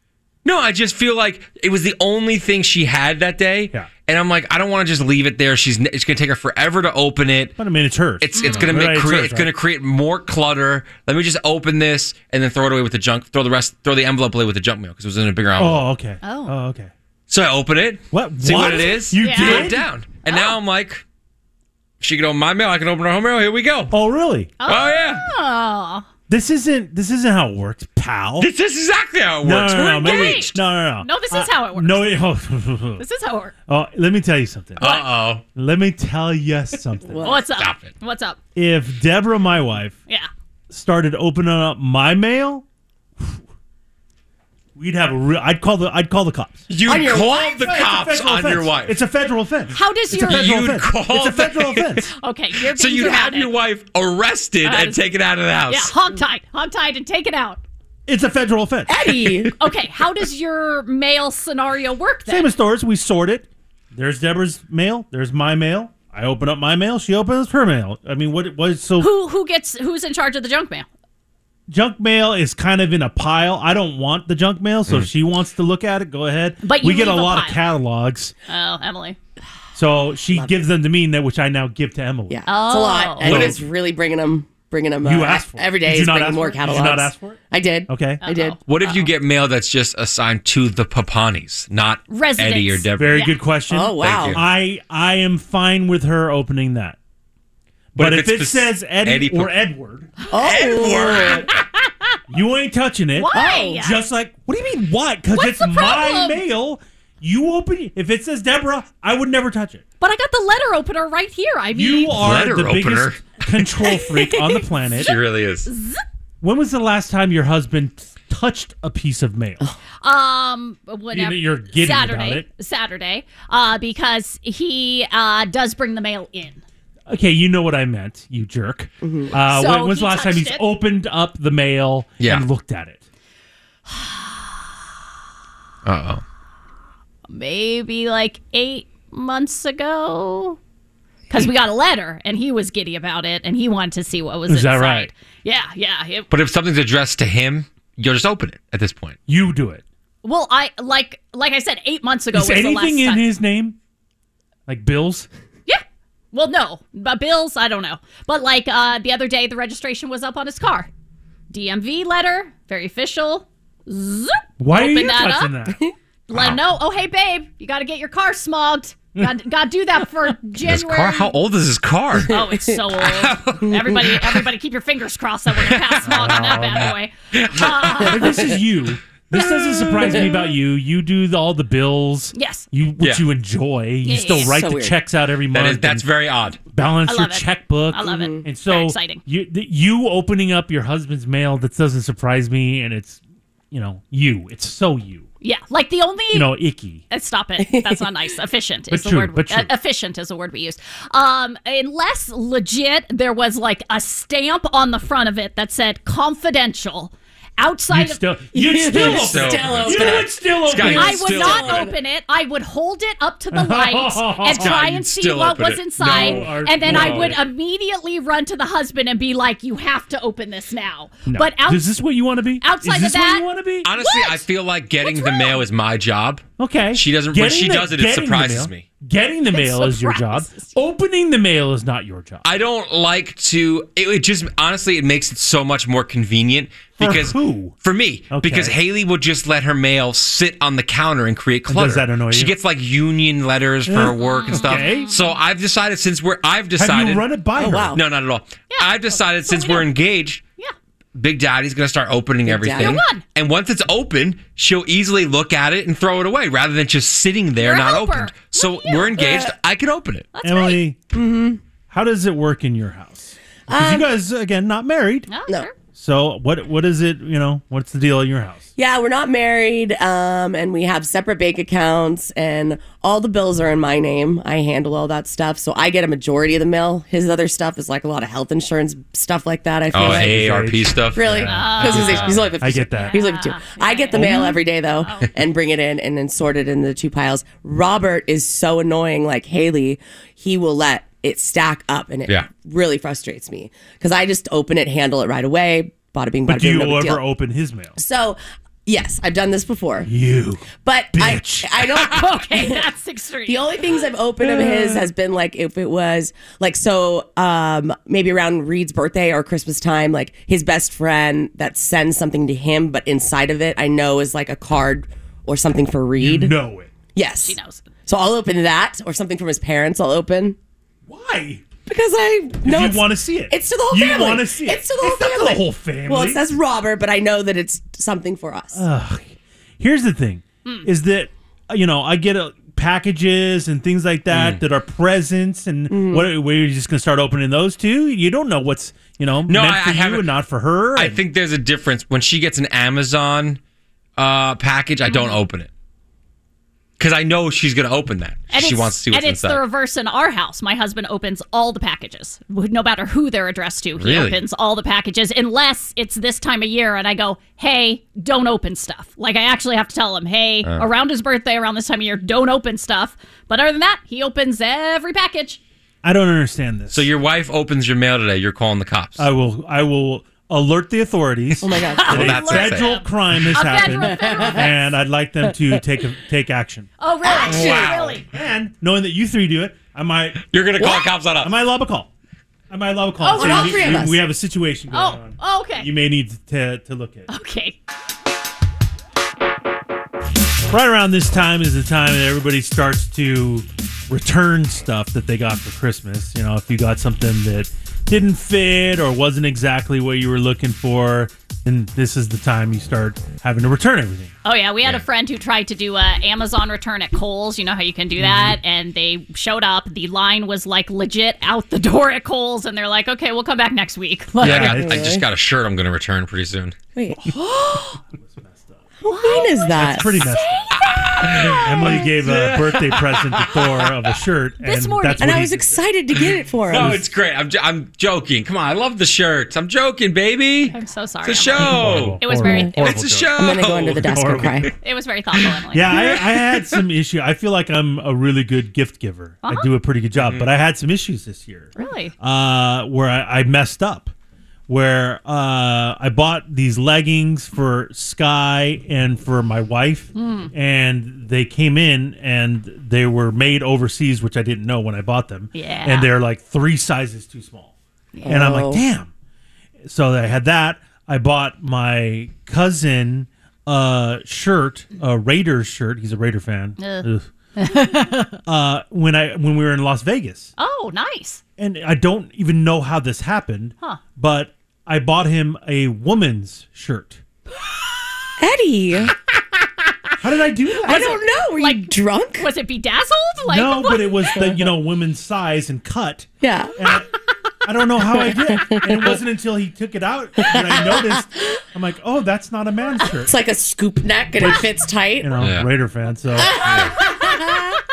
D: No, I just feel like it was the only thing she had that day.
C: Yeah.
D: And I'm like, I don't want to just leave it there. She's it's gonna take her forever to open it.
C: But I mean, it's hers.
D: It's it's gonna
C: Hmm. Right,
D: make
C: it's
D: create
C: hers,
D: it's gonna
C: right.
D: create more clutter. Let me just open this and then throw it away with the junk. Throw the rest. Throw the envelope away with the junk mail because it was in a bigger envelope.
C: Oh, okay.
E: Oh.
C: Oh, okay.
D: So I open it.
C: What?
D: See what,
C: What?
D: it is.
C: You
E: Yeah.
D: Put it
C: did?
D: down. And now I'm like, she can open my mail. I can open her home mail. Here we go. Oh,
C: Oh, really?
D: yeah.
E: oh,
C: This isn't. This isn't how it works, pal.
D: This is exactly how it
C: no,
D: works.
C: no, no,
D: We're
C: no, maybe-
D: engaged.
C: no, no, no.
E: No, this is how it works.
C: Uh, No, it, oh,
E: this is how it works.
C: oh, let me tell you something.
D: Uh oh.
C: Let me tell you something.
E: What's up?
D: Stop it.
E: What's up?
C: if Deborah, my wife,
E: Yeah.
C: started opening up my mail, we'd have a real. I'd call the. I'd call the cops.
D: You
F: On your
D: called
C: It's
D: the
C: a
D: cops
C: federal
D: on your
C: offense.
D: wife.
C: It's a federal offense.
E: How does
C: it's
E: your-
C: a federal
D: You'd
C: offense.
D: call
C: It's a federal
D: the-
C: offense.
E: Okay, you're being
D: So you
E: dramatic.
D: had your wife arrested
E: Uh,
D: and taken out of the house.
E: Yeah, hogtied, hogtied, and take it out.
C: It's a federal offense.
F: Eddie,
E: Okay, how does your mail scenario work then?
C: Same as stores. We sort it. There's Deborah's mail. There's my mail. I open up my mail. She opens her mail. I mean, what was so
E: who who gets who's in charge of the junk mail?
C: junk mail is kind of in a pile. I don't want the junk mail, so if she wants to look at it. Go ahead.
E: But you
C: we get a
E: leave a
C: lot of
E: pile.
C: catalogs,
E: Oh, Emily.
C: so she gives them to me, now- which I now give to Emily.
F: yeah, it's a lot, and
C: Oh. What
F: it's really bringing them, bringing them. Uh,
C: You asked for it.
F: every
C: Did
F: day.
C: you
F: Is
C: not
F: bringing
C: ask
F: more
C: for it? Did you
F: catalogs.
C: not ask for it?
F: I did.
C: Okay.
F: I did.
D: What if you get mail that's just assigned to the Papanis, not
E: Residents.
D: Eddie or Deborah?
C: Very
E: Yeah.
C: good question.
F: Oh wow.
D: you.
C: I I am fine with her opening that. But, if, it
D: spec-
C: says Eddie,
D: Eddie
C: or
D: Pap-
C: Edward,
F: Oh,
C: you ain't touching it.
E: Why? Oh.
C: Just like what do you mean? What? Because
E: What's
C: it's
E: the
C: my
E: problem?
C: mail. You open it. If it says Deborah, I would never touch it.
E: But I got the letter opener right here. I mean,
C: You are
D: Letter
C: the
D: opener.
C: biggest control freak on the planet.
D: She really is.
C: When was the last time your husband t- touched a piece of mail?
E: um, whatever.
C: You- you're giddy about
E: Saturday,
C: it.
E: Saturday, uh, because he uh does bring the mail in.
C: Okay, you know what I meant, you jerk. Uh,
E: So
C: when was the
E: he
C: last time
E: touched
C: he's
E: it?
C: opened up the mail
D: Yeah.
C: and looked at it?
D: Uh oh.
E: Maybe like eight months ago. Because we got a letter and he was giddy about it and he wanted to see what was
C: Is that
E: inside.
C: right?
E: Yeah, yeah. It-
D: But if something's addressed to him, you'll just open it at this point.
C: You do it.
E: well, I like like I said, eight months ago
C: Is
E: was the last
C: anything in
E: time.
C: his name? Like bills?
E: Yeah. Well, no, but bills, I don't know. But like uh, the other day, the registration was up on his car. DMV letter, very official. Zoop.
C: Why are
E: Open
C: you
E: that
C: touching that?
E: Let him know. Oh, hey, babe, you got to get your car smogged. Got got to do that for
D: This
E: January.
D: car, how old is this car?
E: Oh, it's so old. everybody, everybody, keep your fingers crossed that we're gonna pass smog on that bad boy. Uh,
C: Like, this is you. This doesn't surprise me about you. You do the- all the bills.
E: yes.
C: You which
D: Yeah.
C: you enjoy. You
E: yeah,
C: still
E: yeah.
C: write
F: So
C: the
F: weird.
C: checks out every month.
D: that is, that's
C: and
D: very odd.
C: balance
E: I
C: your
E: love it.
C: checkbook.
E: I love it.
C: And Mm-hmm. so
E: Very exciting.
C: You th- you opening up your husband's mail that doesn't surprise me, and it's you know you. It's so you.
E: Yeah. Like the only
C: You know icky.
E: Uh, Stop it. That's not nice. Efficient is
C: But
E: the
C: true,
E: word.
C: but true.
E: uh, efficient is the word we use. Um, unless legit, there was like a stamp on the front of it that said confidential. Outside
C: You'd
E: of,
C: still you'd still
D: You'd
C: open
D: still
C: it.
D: open
C: You would still
D: Scott,
C: open
D: you'd
C: it.
E: I would
D: still
E: not
D: open
E: open it.
D: it.
E: I would hold it up to the light and
C: Scott,
E: try
D: you'd
E: and see
D: still
E: what
D: open
E: was
D: it.
E: inside,
C: No, Art,
E: and then I
C: no.
E: would immediately run to the husband and be like, "You have to open this now."
C: No.
E: But out-
C: is this what you want to be? is
E: outside of
C: this what
E: that-
C: you want to be?
D: Honestly,
E: What?
D: I feel like getting
E: What's
D: the
E: wrong?
D: mail is my job.
C: Okay.
D: She doesn't- when she does it, it
C: getting
D: surprises
C: mail-
D: me.
C: Getting the mail is your job.
E: surprises
C: Opening the mail is not your job.
D: I don't like to. It, it just honestly, it makes it so much more convenient
C: For
D: because
C: who?
D: for me,
C: Okay.
D: because Haley will just let her mail sit on the counter and create
C: And
D: clutter.
C: does that annoy
D: She
C: you?
D: gets like union letters for her work and stuff.
C: Okay.
D: So I've decided since we're I've
C: Have
D: decided
C: you run it by
F: Oh,
C: her?
F: wow.
D: No, not at all. I've decided since we're engaged.
E: Yeah.
D: Big Daddy's gonna start opening everything,
F: Daddy.
E: You're one.
D: and once it's open, she'll easily look at it and throw it away rather than just sitting there
E: You're a
D: not
E: helper.
D: opened. So
E: Look at you.
D: we're engaged. I can open it.
E: That's Mm-hmm. right.
C: Emily, how does it work in your house? Because you guys, again, not married.
E: Um, No,
F: No.
E: Oh, sure.
C: So what what is it? You know, what's the deal in your house?
F: Yeah, we're not married, um, and we have separate bank accounts, and all the bills are in my name. I handle all that stuff, so I get a majority of the mail. His other stuff is like a lot of health insurance stuff like that. I
D: Oh,
F: feel like
D: AARP stuff.
F: really because he's, he's only 52.
C: I get that.
F: He's only 52. I get the mail every day though, and bring it in and then sort it into the two piles. Robert is so annoying, like Haley. He will let it stack up, and it
D: Yeah.
F: really frustrates me because I just open it, handle it right away. Bada bing, bada
C: But do
F: bing,
C: you
F: no big
C: ever
F: deal.
C: open his mail?
F: So, yes, I've done this before,
C: You.
F: but I,
C: Bitch.
F: I don't.
E: Okay, that's extreme.
F: The only things I've opened of his has been like if it was like so um maybe around Reed's birthday or Christmas time, like his best friend that sends something to him, but inside of it I know is like a card or something for Reed.
C: Know it.
F: Yes.
E: He knows.
F: So I'll open that or something from his parents I'll open.
C: Why?
F: Because I know
C: you
F: it's-
C: want to see it.
F: it's to the whole
C: you
F: family.
C: want to see it.
F: It's to the whole
C: it's
F: family.
C: Not to the whole family.
F: Well, it says Robert, but I know that it's something for us.
C: Here's the thing:
F: Hmm.
C: is that uh, you know I get uh, packages and things like
F: Hmm.
C: that that are presents, and what are, we're just gonna start opening those too. You don't know what's you know
D: No,
C: meant
D: I- I
C: for you
D: haven't-
C: and not for her.
D: I
C: and-
D: think there's a difference when she gets an Amazon uh, package. I
E: Mm-hmm.
D: don't open it because I know she's going to open that. she
E: it's-
D: wants to see what's
E: And it's
D: inside.
E: the reverse in our house. My husband opens all the packages, no matter who they're addressed to. He
D: Really?
E: opens all the packages, unless it's this time of year and I go, hey, don't open stuff. Like, I actually have to tell him, hey,
D: Uh.
E: around his birthday, around this time of year, don't open stuff. But other than that, he opens every package.
C: I don't understand this.
D: so your wife opens your mail today. You're calling the cops.
C: I will. I will alert the authorities.
F: oh my god.
D: Well, that's insane.
C: federal crime has
E: A
C: happened,
E: federal- federal offense.
C: and I'd like them to take a, take action.
E: Oh, really? Really?
C: And knowing that you three do it, I might
D: You're going to call the cops on
C: I
D: us.
C: might lob a call. I might lob a call.
F: Oh, we're
C: Say,
F: all
C: we-
F: three of
C: we,
F: us.
C: we have a situation going
E: Oh,
C: on.
E: oh, okay.
C: You may need to to look at. it.
E: Okay.
C: Right around this time is the time that everybody starts to return stuff that they got for Christmas. You know, if you got something that didn't fit or wasn't exactly what you were looking for, then this is the time you start having to return everything.
E: Oh yeah, we had a friend who tried to do a Amazon return at Kohl's. You know how you
C: Mm-hmm.
E: can do that, and they showed up. The line was like legit out the door at Kohl's, and they're like, "Okay, we'll come back next week." Like,
D: Yeah, I, got-
C: it's-
D: I just got a shirt I'm going to return pretty soon.
F: Wait. What line is that?
C: Pretty messed up. Emily gave a birthday present to Thor of a shirt,
E: This
C: and
E: morning.
C: that's
F: and
C: what
F: I
C: he
F: was
C: did.
F: excited to get it
C: Oh,
F: for him.
D: No, Oh, it's great. I'm, j- I'm joking. Come on. I love the shirts. I'm joking, baby.
E: I'm so sorry.
D: It's a
E: Emily.
D: show.
E: It was
C: Horrible,
E: very-
C: horrible
D: It's a
C: joke.
D: show.
F: I'm gonna go under the desk and cry.
E: It was very thoughtful, Emily.
C: Yeah, I, I had some issue. I feel like I'm a really good gift giver. I do a pretty good job, but I had some issues this year
E: Really?
C: uh, where I, I messed up. Where uh, I bought these leggings for Sky and for my wife, and they came in and they were made overseas, which I didn't know when I bought them.
E: Yeah.
C: and they're like three sizes too small, and I'm
F: Oh.
C: like, damn so I had that. I bought my cousin a shirt, a Raiders shirt. He's a Raider fan. Ugh. uh, when I when we were in Las Vegas,
E: Oh, nice.
C: and I don't even know how this happened,
E: Huh.
C: but I bought him a woman's shirt.
F: Eddie, I
C: How did I do that?
F: don't know. Were you
E: like-
F: drunk?
E: Was it bedazzled? Like,
C: no,
E: what-
C: but it was the you know women's size and cut.
F: Yeah.
C: And I, I don't know how I did. it. And it wasn't until he took it out that I noticed. I'm like, oh, that's not a man's shirt.
F: It's like a scoop neck and it fits tight.
C: you know,
D: Yeah.
C: Raider fan. So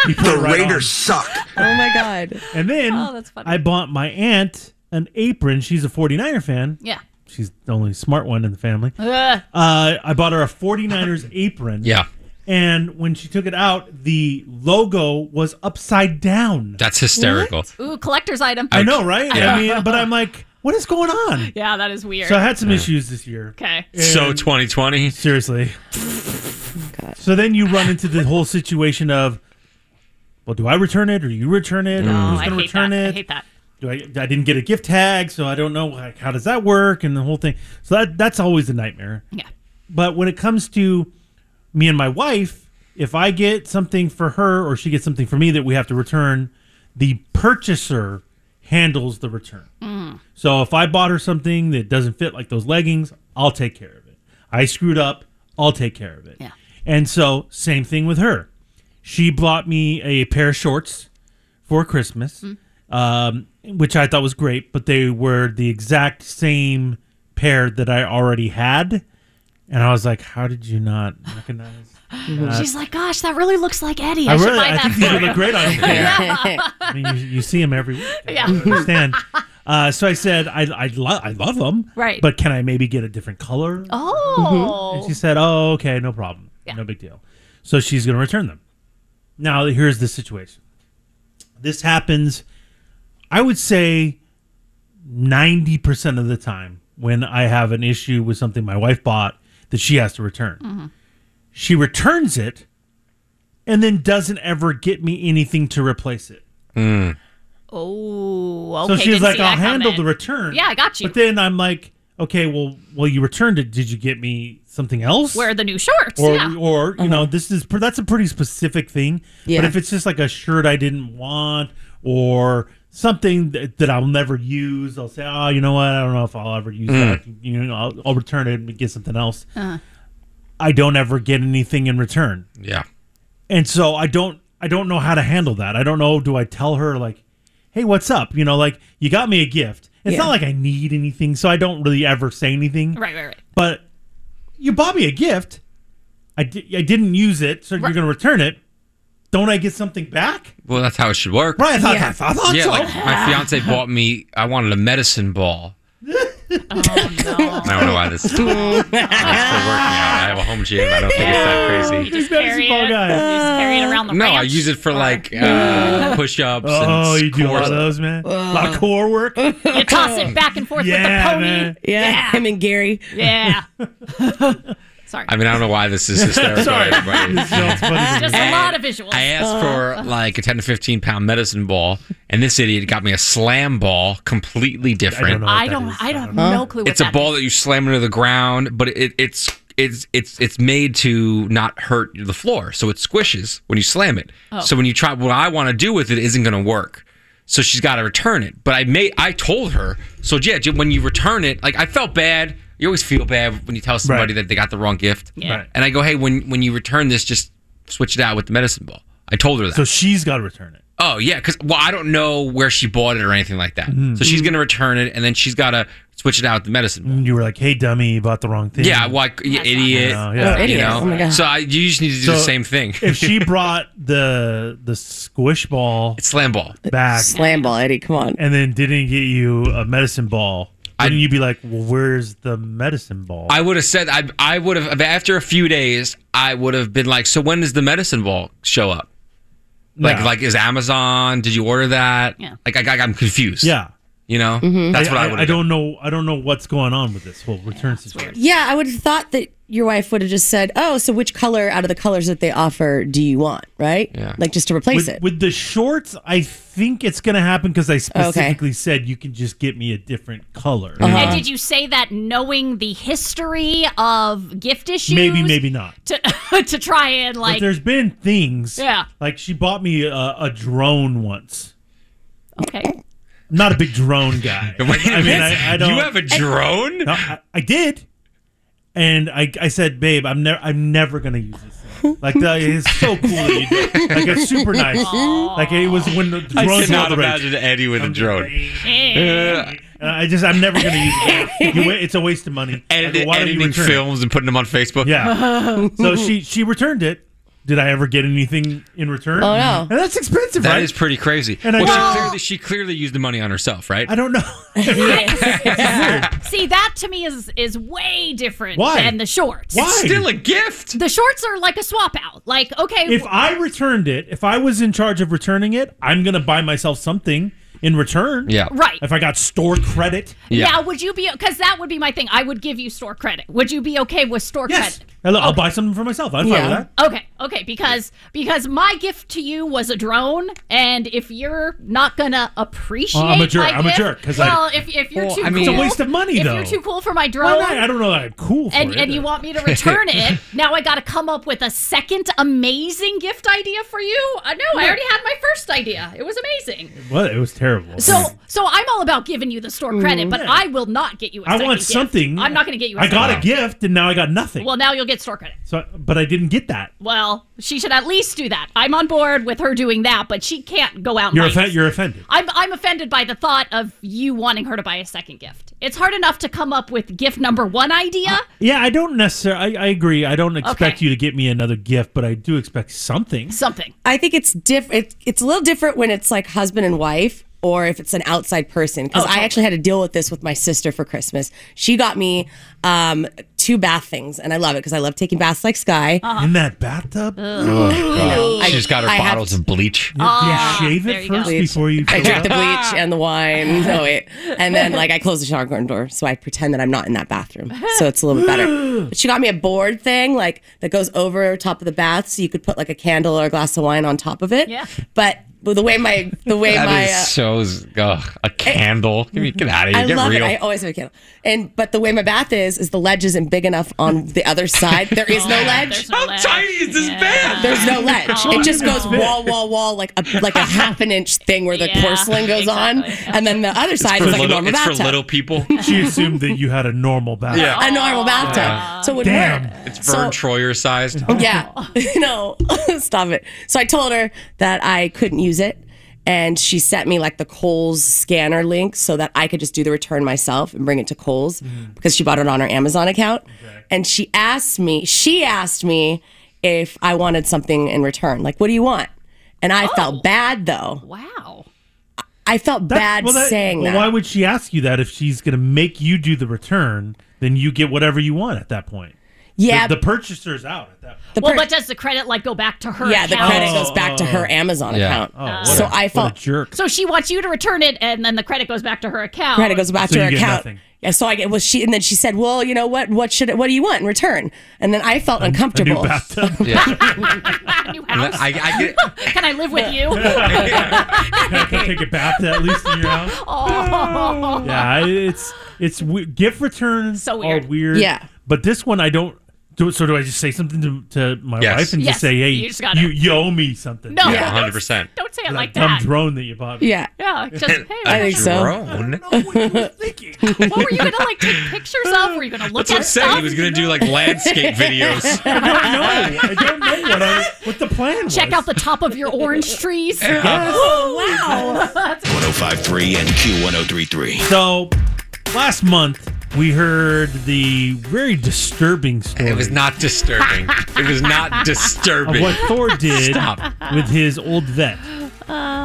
C: He put it
J: The
C: right on.
J: Raiders suck.
F: Oh my god.
C: And then
E: Oh, that's funny.
C: I bought my aunt an apron. She's a 49er fan.
E: Yeah.
C: She's the only smart one in the family. Uh,
E: Ugh.
C: I bought her a 49ers apron.
D: Yeah.
C: And when she took it out, the logo was upside down.
D: That's hysterical.
E: Ooh, collector's item.
C: I know, right?
D: Yeah.
C: I mean, but I'm like, what is going on?
E: Yeah, that is weird.
C: So I had some issues this year.
E: okay.
D: So 2020.
C: Seriously.
F: that.
C: So then you run into the whole situation of, well, do I return it or you return it? or
E: Oh,
C: who's
E: I
C: going to
E: hate
C: return
E: that.
C: it?
E: I hate that.
C: Do I, I didn't get a gift tag, so I don't know like, how does that work and the whole thing. So that that's always a nightmare.
E: Yeah.
C: But when it comes to me and my wife, if I get something for her or she gets something for me that we have to return, the purchaser handles the return. So if I bought her something that doesn't fit, like those leggings, I'll take care of it. I screwed up, I'll take care of it.
E: Yeah.
C: And so same thing with her. She bought me a pair of shorts for Christmas, um, which I thought was great, but they were the exact same pair that I already had. And I was like, how did you not recognize?
E: She's like, gosh, that really looks like Eddie.
C: Uh,
E: I,
C: I
E: should
C: really,
E: buy
C: I
E: that
C: think
E: for
C: these would
E: you.
C: look great on you. I mean, you, you see them every week. I
E: Yeah.
C: don't understand. Uh, so I said, I, I, lo- I love them.
E: Right.
C: But can I maybe get a different color?
E: Oh,
C: And she said, "Oh, okay, no problem,
E: Yeah.
C: no big deal." So she's going to return them. Now here's the situation. This happens, I would say, ninety percent of the time when I have an issue with something my wife bought that she has to return.
E: Mm-hmm.
C: She returns it, and then doesn't ever get me anything to replace it.
E: oh,
C: Mm-hmm. So
E: okay.
C: she's
E: didn't
C: like,
E: see
C: "I'll
E: that
C: handle the
E: coming."
C: return."
E: Yeah, I got you.
C: But then I'm like, "Okay, well, well, you returned it. Did you get me something else?"
E: Wear the new shorts.
C: or
E: yeah.
C: or you know this is pr- that's a pretty specific thing
F: Uh-huh. Yeah.
C: but if it's just like a shirt i didn't want or something that, that i'll never use i'll say oh you know what i don't know if i'll ever use that you know I'll, I'll return it and get something else
F: Uh-huh.
C: i don't ever get anything in return
D: Yeah.
C: and so i don't i don't know how to handle that i don't know do i tell her like hey what's up you know like you got me a gift it's
F: Yeah.
C: not like i need anything so i don't really ever say anything
E: right, right, right.
C: but you bought me a gift. I, di- I didn't use it, so you're going to return it. Don't I get something back?
D: Well, that's how it should work.
C: Right? I thought, I thought, I thought
D: Yeah,
C: so.
D: like my fiance bought me. I wanted a medicine ball.
E: No.
D: I don't know why this is still working out. I have a home gym. I don't think it's that
E: You
D: crazy.
E: just carry
C: Basketball
E: it.
C: guy.
E: You just carry it around the
D: No,
E: ranch.
D: I use it for like uh, push-ups.
C: oh,
D: and
C: you do a lot
D: scores.
C: of those, man. a lot of core work. yeah,
E: You toss it back and forth with the pony.
C: man.
F: Yeah, him and Gary.
E: Yeah. Sorry.
D: I mean, I don't know why this is hysterical. Sorry, everybody.
C: That's funny.
E: Just a lot of visuals.
D: I asked for like a 10 to 15 pound medicine ball, and this idiot got me a slam ball, completely different.
C: know what
E: I
C: that
E: don't.
C: is.
E: I don't have no clue. What
D: It's a
E: that
D: ball
E: is.
D: that you slam into the ground, but it, it's it's it's it's made to not hurt the floor, so it squishes when you slam it.
E: Oh.
D: So when you try, what I want to do with it isn't going to work. So she's got to return it. But I made I told her. So yeah, j- when you return it, like I felt bad. You always feel bad when you tell somebody
C: Right.
D: that they got the wrong gift.
E: Yeah.
C: Right.
D: And I go, hey, when when you return this, just switch it out with the medicine ball. I told her that.
C: So she's got to return it.
D: Oh yeah, because well, I don't know where she bought it or anything like that.
C: Mm-hmm.
D: So
E: Mm-hmm.
D: she's gonna return it, and then she's gotta switch it out with the medicine. ball.
C: And you were like, hey, dummy, you bought the wrong thing.
D: Yeah, well, I, you idiot.
C: not- Yeah, yeah.
D: You
F: Idiot.
D: know.
F: Oh, my God.
D: So I, you just need to do the
C: So
D: same thing.
C: if she brought the the squish ball
D: it's slam ball.
C: back
F: Slam ball, Eddie. Come on.
C: and then didn't get you a medicine ball,
D: I-
C: wouldn't you be like, well, where's the medicine ball?
D: I would have said I I would have after a few days I would have been like, so when does the medicine ball show up? Like
C: No.
D: like is Amazon? Did you order that?
E: Yeah.
D: Like I, I I'm confused.
C: yeah.
D: You know.
F: Mm-hmm.
D: That's what I, would.
C: I, don't know. I don't know what's going on with this whole return situation.
F: Yeah, I would have thought that your wife would have just said, "Oh, so which color out of the colors that they offer do you want?" Right?
D: Yeah.
F: Like just to replace
C: With,
F: it.
C: with the shorts, I think it's going to happen because I specifically said you can just get me a different color.
E: And did you say that knowing the history of gift issues?
C: Maybe, maybe not.
E: To, to try and
C: But
E: like.
C: there's been things.
E: Yeah.
C: Like she bought me a, a drone once.
E: Okay.
C: I'm not a big drone guy.
D: Wait a
C: I mean,
D: minute.
C: I, I don't.
D: You have a drone?
C: No, I, I did. And I, I said, babe, I'm never, I'm never gonna use this. Thing. Like that is so cool. That you did. Like it's super nice. Like it was when the
D: I
C: drones were
D: cannot
C: all the rage.
D: imagine Eddie with a drone.
E: Eh.
C: And I just, I'm never going to use it. You wa- it's a waste of money. I
D: Edit,
C: go, why don't you
D: editing
C: return it?
D: films and putting them on Facebook.
C: Yeah. so she she returned it. Did I ever get anything in return?
F: Oh, no.
C: And that's expensive,
D: That
C: right?
D: is pretty crazy.
C: And I
D: well,
C: just-
D: she, clearly, she clearly used the money on herself, right?
C: I don't know.
E: See, that to me is is way different
C: Why?
E: than the shorts.
C: Why?
D: Still a gift.
E: The shorts are like a swap out. Like, okay,
C: if I returned it, if I was in charge of returning it, I'm going to buy myself something in return.
D: Yeah.
E: right.
C: If I got store credit.
D: Yeah.
E: Now, would you be because that would be my thing? I would give you store credit. Would you be okay with store
C: Yes.
E: credit?
C: Hello, I'll buy something for myself. I'm fine
F: Yeah.
C: with that.
E: Okay, okay, because because my gift to you was a drone, and if you're not gonna appreciate,
C: Oh, I'm a jerk,
E: my
C: I'm a
E: gift-
C: jerk, 'cause I-
E: well, if, if you're
D: Well,
E: too,
D: I mean-
E: cool,
D: It's a
C: waste of money,
E: If
C: though.
E: you're too cool for my drone,
C: Why not? I don't know that I'm cool for
E: and
C: it.
E: and you want me to return it, now I got to come up with a second amazing gift idea for you. Uh, no, I already had my first idea. It was amazing.
C: Well, it was terrible.
E: So so I'm all about giving you the store credit, but I will not get you. a
C: I
E: second
C: want
E: gift.
C: something.
E: I'm not gonna get you. I
C: I got a gift, and now I got nothing.
E: Well, now you'll get store credit.
C: so, but I didn't get that.
E: Well, she should at least do that. I'm on board with her doing that, but she can't go out. And
C: You're
E: buy-
C: offen- you're offended.
E: I'm I'm offended by the thought of you wanting her to buy a second gift. It's hard enough to come up with gift number one idea.
F: Uh,
C: Yeah, I don't necessarily. I, I agree. I don't expect
E: Okay.
C: you to get me another gift, but I do expect something.
E: Something.
F: I think it's diff. It, it's a little different when it's like husband and wife, or if it's an outside person. Because I actually had to deal with this with my sister for Christmas. She got me um, two bath things, and I love it because I love taking baths like Sky.
E: Uh-huh.
C: In that bathtub,
F: I-
D: Uh, She's got her
F: I have Oh,
D: bottles
F: to-
D: of bleach.
C: you shave
E: there
C: it
E: you
C: first
E: go.
C: before you.
F: I drink the bleach and the wine. No wait, and then like I close the shower curtain door, so I pretend that I'm not in that bathroom. So it's a little bit better. But she got me a board thing like that goes over top of the bath, so you could put like a candle or a glass of wine on top of it.
E: Yeah.
F: But but the way my the way
D: That
F: my
D: is
F: uh,
D: so ugh, a candle. Give me- Get out of here.
F: I
D: Get
F: love
D: real.
F: it. I always have a candle. And but the way my bath is, is the ledge isn't big enough on the other side. There is no ledge.
E: There's no
D: How
E: leg.
D: tiny is this bath?
F: There's no ledge.
E: Oh,
F: it just
E: no.
F: goes wall, wall, wall, like a like a half an inch thing where the
E: Yeah,
F: porcelain goes on,
E: exactly.
F: and then the other side
D: for
F: is like a
D: little,
F: normal
D: it's for
F: bathtub.
D: little people.
C: She assumed that you had a normal bathtub.
D: Yeah.
F: a normal bathtub, so it would
C: Damn.
F: work.
D: It's Vern Troyer sized.
F: Yeah, no, stop it. So I told her that I couldn't use it, and she sent me like the Kohl's scanner link so that I could just do the return myself and bring it to Kohl's
C: Mm-hmm.
F: because she bought it on her Amazon account. And she asked me, she asked me if I wanted something in return, like, "What do you want?" And I felt bad though.
E: Wow.
F: I felt bad
C: well, Oh. that-
F: saying
C: well,
F: that.
C: Why would she ask you that if she's going to make you do the return? Then you get whatever you want at that point.
F: yeah,
C: The, the purchaser's out at that. point.
F: the
E: Well,
F: per-
E: but does the credit like go back to her?
F: yeah, the
E: account?
F: credit
D: Oh.
F: goes back to her Amazon
D: Yeah.
F: account.
C: Oh, what
F: so
C: a-
F: I
C: what
F: felt
C: a jerk.
E: So she wants you to return it, and then the credit goes back to her account.
F: credit goes back
C: So
F: to her
C: you get
F: account.
C: nothing.
F: Yeah, so I get well. She and then she said, "Well, you know what? What should? What do you want in return?" And then I felt
C: A new
F: uncomfortable.
C: bathtub.
E: New
D: I,
E: house.
D: I get.
E: Can I live with you?
C: I can take a bath at least in your house.
E: Oh,
C: Yeah, I- it's it's we- gift returns
E: So weird.
C: are weird.
F: Yeah.
C: but this one I don't. Do, so do I just say something to, to my
D: Yes.
C: wife and
E: Yes,
C: just say, "Hey,
E: you
C: you,
E: just gotta-
C: you owe me something."
E: no,
D: Yeah,
E: don't-
D: 100%.
E: Don't say it
C: that
E: like
C: dumb
E: that.
C: drone that you bought. me. Oh,
F: Yeah,
E: Yeah, just hey.
D: I
F: think so.
D: Drone.
E: What were you gonna like take pictures of? Were you gonna look
D: That's what
E: at
D: I'm saying.
E: stuff?
D: He was gonna do like landscape videos.
C: I don't know. I don't know what, I, what the plan was.
E: Check out the top of your orange trees.
F: wow.
J: 1053 and Q1033.
C: So last month we heard the very disturbing story
D: It was not disturbing. It was not
C: of
D: disturbing.
C: what Thor did
D: Stop.
C: with his old vet.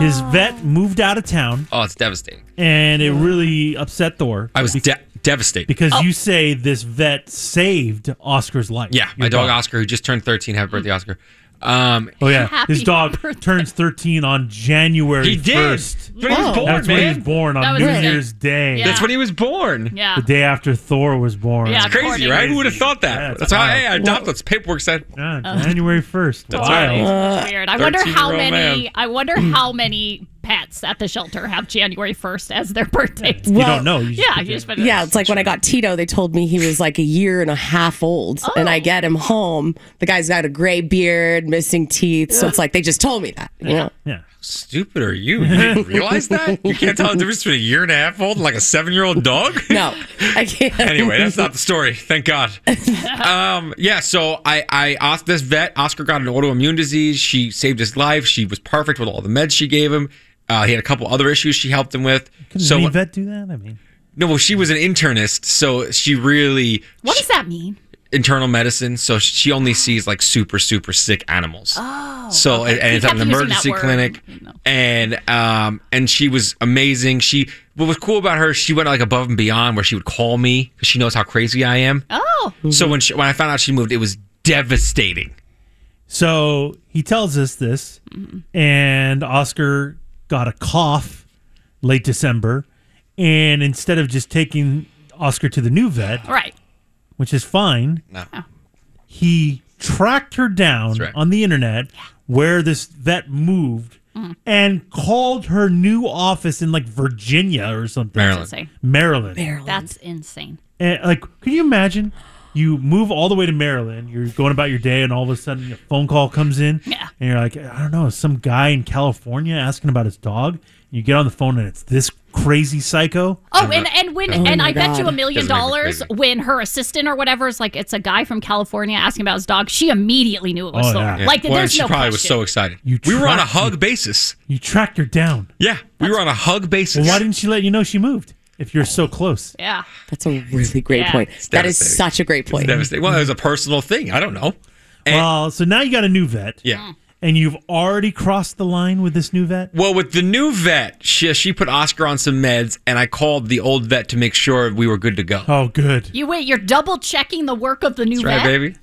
C: His vet moved out of town,
D: Oh, it's devastating.
C: and it really upset Thor
D: I was de- devastated.
C: because you say this vet saved Oscar's life.
D: yeah, my
C: Your
D: dog Oscar, who just turned 13, happy birthday, Oscar. Um,
C: Oh yeah,
E: Happy
C: his dog
E: birthday.
C: turns 13 on January
D: he did.
C: 1st.
D: When he was born,
C: That's
D: man.
C: when he was born
E: That
C: on
E: was
C: New
E: insane.
C: Year's Day.
E: Yeah.
D: That's when he was born.
E: yeah.
C: The day after Thor was born.
E: Yeah.
D: Crazy,
E: Crazy.
D: right? Who would have thought that?
C: Yeah, it's
D: That's why hey,
C: wild.
D: I adopted. It's paperwork said.
C: Yeah,
E: Uh-huh.
C: January 1st.
D: That's
C: Wild.
D: right.
E: It's weird. I wonder how
D: 13-year-old
E: many.
D: man.
E: I wonder how many pets at the shelter have January first as their birthday. date.
C: You
F: Well,
C: don't know. You just
E: Yeah,
C: put
E: you
C: the-
E: just put it-
F: Yeah, it's like when I got Tito, they told me he was like a year and a half old, and I get him home. The guy's got a gray beard, missing teeth, so it's like they just told me that. You know?
C: Yeah.
D: Stupid are you? You didn't realize that? You can't tell the difference between a year and a half old and like a seven year old dog?
F: No, I can't.
D: anyway, that's not the story. Thank God. Um, yeah, so I, I asked this vet. Oscar got an autoimmune disease. She saved his life. She was perfect with all the meds she gave him. Uh, he had a couple other issues she helped him with.
C: Can
D: so
C: any vet do that? I mean,
D: no, well, she was an internist, so she really
E: What does that mean?
D: internal medicine. So she
E: Ah.
D: only sees like super super sick animals. Oh, so and- and
E: You
D: it's at an
E: kept using that
D: emergency
E: word,
D: clinic,
E: you know.
D: and um and she was amazing. She what was cool about her, she went like above and beyond where she would call me because she knows how crazy I am.
E: Oh,
D: So when she, when I found out she moved, it was devastating.
C: so he tells us this, and Oscar got a cough late December, and instead of just taking Oscar to the new vet,
E: right.
C: which is fine,
D: No.
C: he tracked her down
D: right.
C: on the internet where this vet moved and called her new office in like Virginia or something.
D: Maryland.
E: Say.
C: Maryland.
E: That's insane.
C: And, like, can you imagine? You move all the way to Maryland. You're going about your day, and all of a sudden, a phone call comes in,
E: Yeah.
C: and you're like, I don't know, some guy in California asking about his dog. You get on the phone, and it's this crazy psycho.
E: Oh, and and when and I bet you a million
D: Doesn't make me
E: dollars
D: crazy.
E: when her assistant or whatever is like it's a guy from California asking about his dog. She immediately knew it was
C: Oh,
E: Thor.
C: yeah.
E: Like
D: well, and
E: there's
D: she
E: no
D: probably was
E: question.
D: so excited.
C: You
D: we were on a
C: tracked
D: hug
C: me.
D: basis.
C: You tracked her down.
D: Yeah, we were on a hug basis.
C: Well, why didn't she let you know she moved if you're so close?
E: yeah.
F: That's a really great
E: Yeah.
F: point.
E: It's
F: That is
D: devastating.
F: such a great point.
D: Devastating. Well, it was a personal thing. I don't know. And-
C: Well, so now you got a new vet.
D: Yeah.
C: And you've already crossed the line with this new vet.
D: Well, with the new vet, she, she put Oscar on some meds, and I called the old vet to make sure we were good to go.
C: Oh, good.
E: You wait. You're double checking the work of the new
D: That's right,
E: vet?
D: baby.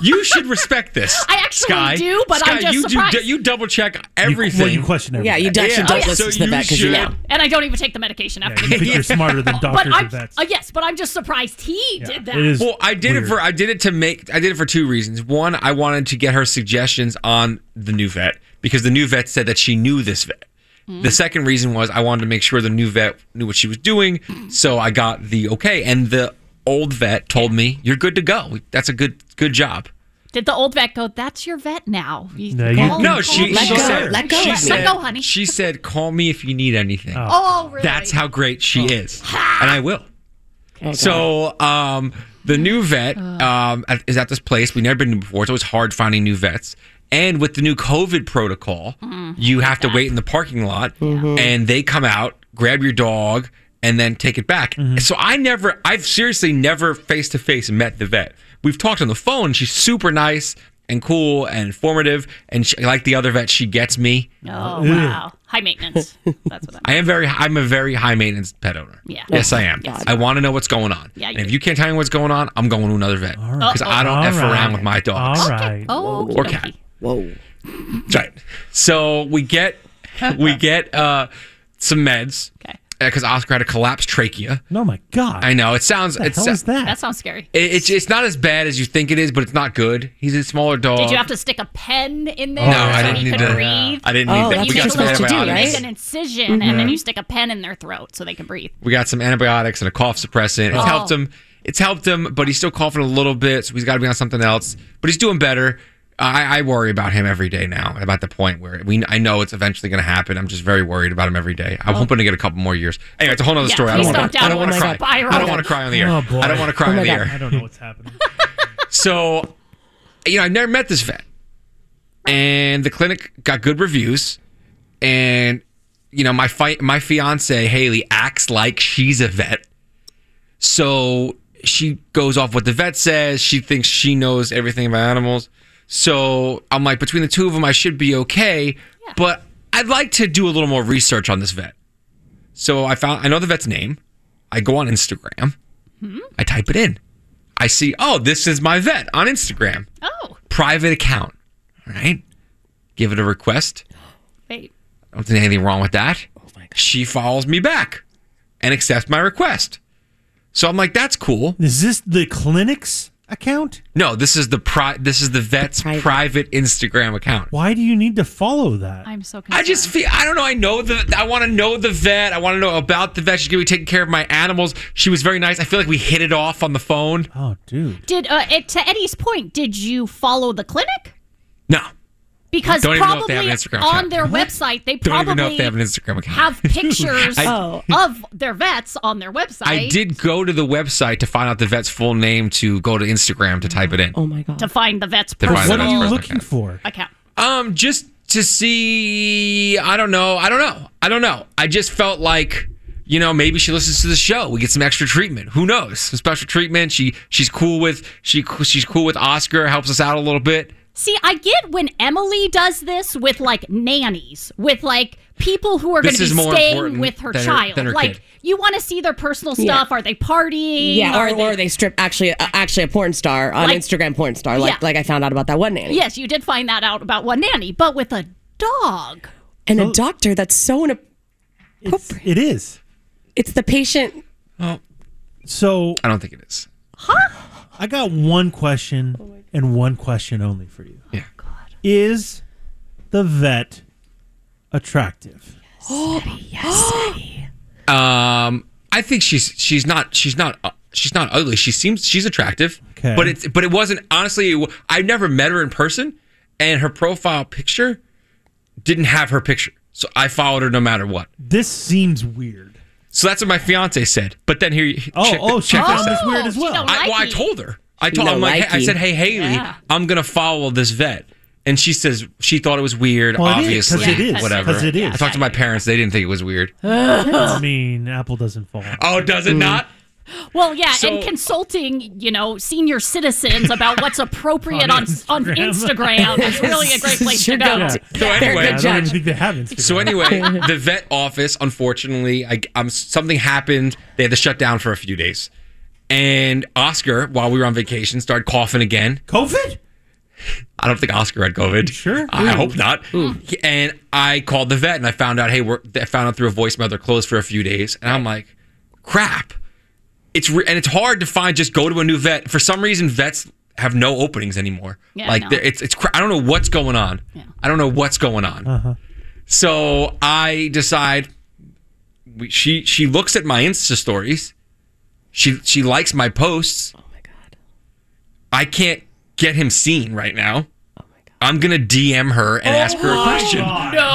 D: You should respect this.
E: I actually
D: Sky.
E: do, but
D: Sky,
E: I'm just
D: you
E: surprised.
D: Do, you double check
C: You-
D: everything.
C: Well, you question everything.
F: yeah, you actually
D: Yeah.
F: don't
D: Oh, yeah.
F: listen
D: So
F: to the
D: you
F: vet because you
D: should.
F: know.
E: And I don't even take the medication
C: Yeah,
E: after.
C: you think you're smarter than
E: but
C: doctors
E: I'm
C: and vets.
E: uh, yes, but I'm just surprised he did that.
C: It is
D: Well, I did
C: weird.
D: it for I did it to make I did it for two reasons. One, I wanted to get her suggestions on the new vet because the new vet said that she knew this vet.
F: Hmm.
D: The second reason was I wanted to make sure the new vet knew what she was doing, so I got the okay. And the old vet told me, "You're good to go. That's a good good job."
E: Did the old vet go? That's your vet now. You
C: No, you-
E: call-
D: No,
E: call
D: she,
E: him.
D: she
F: Oh, go.
D: said,
F: Let go,
D: she
F: honey.
D: said,
E: Let go, honey.
D: She said, "Call me if you need anything."
E: Oh, really?
D: That's how great she
F: Oh.
D: is, and I will. so, um, the new vet um, at- is at this place we've never been to before. It's always hard finding new vets, and with the new COVID protocol, you have to wait in the parking lot, and they come out, grab your dog, and then take it back. So I never, I've seriously never face to face met the vet. We've talked on the phone. She's super nice and cool and informative, and she, like the other vet, she gets me.
E: Oh, wow. High maintenance. That's what I meant.
D: I am very. I'm a very high maintenance pet owner.
E: Yeah.
D: Yes, I am. I want to know what's going on.
E: Yeah,
D: and
E: you
D: if
E: do.
D: you can't tell me what's going on, I'm going to another vet because I don't
C: All
D: f
C: right.
D: around with my dogs.
C: All right.
E: Oh,
D: Or
E: okey-dokey.
D: cat. That's right. So we get we get uh, some meds.
E: Okay.
D: Because Oscar had a collapsed trachea.
C: No, my God.
D: I know it sounds.
C: What
D: it's
C: the hell is that?
E: That sounds scary.
D: it- it's it's not as bad as you think it is, but it's not good. He's a smaller dog.
E: Did you have to stick a pen in there?
C: No,
E: so
D: I
E: he
D: didn't need
E: could
D: to. uh,
E: breathe.
D: I didn't
F: Oh,
D: need that.
F: that's
D: We
F: what
D: got
F: you're
D: some
F: supposed to do,
D: antibiotics.
F: right?
E: Make an incision, and
C: Mm-hmm.
E: then you stick a pen in their throat so they can breathe.
D: We got some antibiotics and a cough suppressant. It's helped him. It's helped him, but he's still coughing a little bit, so he's got to be on something else. But he's doing better. I, I worry about him every day now. About the point where we, I know it's eventually going to happen. I'm just very worried about him every day. I'm hoping to get a couple more years. Anyway, it's a whole other
E: Yeah,
D: story. I don't
E: please
D: want
E: don't
D: to. I don't
E: downward
D: want to cry.
E: spiral.
D: I don't want to cry on the air.
C: Oh, boy.
D: I don't want to cry
F: Oh,
D: on
F: my
D: the
F: God.
D: air.
C: I don't know what's happening.
D: So, you know, I never met this vet, and the clinic got good reviews, and you know, my fight, my fiance Haley acts like she's a vet, so she goes off what the vet says. She thinks she knows everything about animals. So I'm like, between the two of them, I should be okay, but I'd like to do a little more research on this vet. So I found I know the vet's name. I go on Instagram. I type it in. I see, oh, this is my vet on Instagram.
E: Oh,
D: Private account. All right. Give it a request.
E: wait.
D: I don't think anything wrong with that. She follows me back and accepts my request. So I'm like, that's cool.
C: Is this the clinic's account?
D: No, this is the pri- this is the vet's private, Instagram account.
C: Why do you need to follow that?
E: I'm so confused.
D: I just feel I don't know. I know the I want to know the vet. I want to know about the vet. She's gonna be taking care of my animals. She was very nice. I feel like we hit it off on the phone.
C: oh, dude.
E: did. Uh, it, to Eddie's point, did you follow the clinic?
D: No,
E: Because
D: Don't even know if they
E: probably
D: have an Instagram
E: on
D: account.
E: their website, they
D: don't
E: probably
D: even know if they have an Instagram account.
E: have pictures
D: I-
F: Oh.
E: of their vets on their website.
D: I did go to the website to find out the vet's full name to go to Instagram to type it in.
F: Oh my god.
E: to find the vet's
D: To find
E: personal
C: What are you
D: Oh.
C: looking for?
E: account.
D: Um, just to see. I don't know. I don't know. I don't know. I just felt like you know maybe she listens to the show. We get some extra treatment. Who knows? Some special treatment. She she's cool with she she's cool with Oscar. Helps us out a little bit.
E: See, I get when Emily does this with like nannies, with like people who are going
D: This
E: to be
D: is more
E: staying
D: important
E: with her
D: than her-
E: child.
D: than her
E: like
D: kid.
E: you want to see their personal stuff. Are they partying?
F: Yeah,
E: Are
F: or, or they strip actually uh, actually a porn star on
E: Like-
F: Instagram porn star like
E: Yeah.
F: like I found out about that one nanny.
E: yes, you did find that out about one nanny, but with a dog.
F: And a doctor that's so in
C: It's, it is.
F: it's the patient
C: So
D: I don't think it is.
C: I got one question and one question only for you.
D: Yeah.
C: Is the vet attractive?
D: Um, I think she's she's not she's not uh, she's not ugly. She seems she's attractive.
C: Okay.
D: But it's but it wasn't honestly. it wa- I've never met her in person, and her profile picture didn't have her picture, so I followed her no matter what.
C: This seems weird.
D: So that's what my fiance said. But then here,
C: Oh,
D: check,
C: oh, she
D: check this
C: found
D: out.
C: this weird as
E: she
C: well.
E: don't-
D: I, well, I
E: Likey.
D: told her. I told.
F: No,
D: I'm like, I
F: likey.
D: said, hey Haley,
E: Yeah.
D: I'm gonna follow this vet, and she says she thought it was weird.
C: Well, it is, 'cause
D: obviously,
C: it is,
D: whatever.
C: 'cause it is.
D: I talked to my parents; they didn't think it was weird.
C: I mean, Apple doesn't fall.
D: Oh, does
C: Mm.
D: it not?
E: Well, yeah,
D: So-
E: and consulting, you know, senior citizens about what's appropriate on
C: On
E: on
C: Instagram.
E: Instagram is really a great place to go.
C: Yeah. I
D: So anyway,
C: don't even think they have Instagram.
D: So anyway, the vet office, unfortunately, I, um, something happened. They had to shut down for a few days, and Oscar, while we were on vacation, started coughing again.
C: COVID?
D: I don't think Oscar had COVID.
C: Sure?
D: I
C: Ooh.
D: hope not. He- And I called the vet, and I found out. Hey, we're I found out through a voicemail they're closed for a few days, and I'm like, crap. It's re- and it's hard to find. Just go to a new vet. For some reason, vets have no openings anymore.
E: Yeah, I
D: like
E: know.
D: they're- it's it's. Cra- I don't know what's going on. I don't know what's going on. So I decide we, she she looks at my Insta stories. She she likes my posts. Oh my god. I can't get him seen right now. Oh my god. I'm gonna DM her and ask her a question.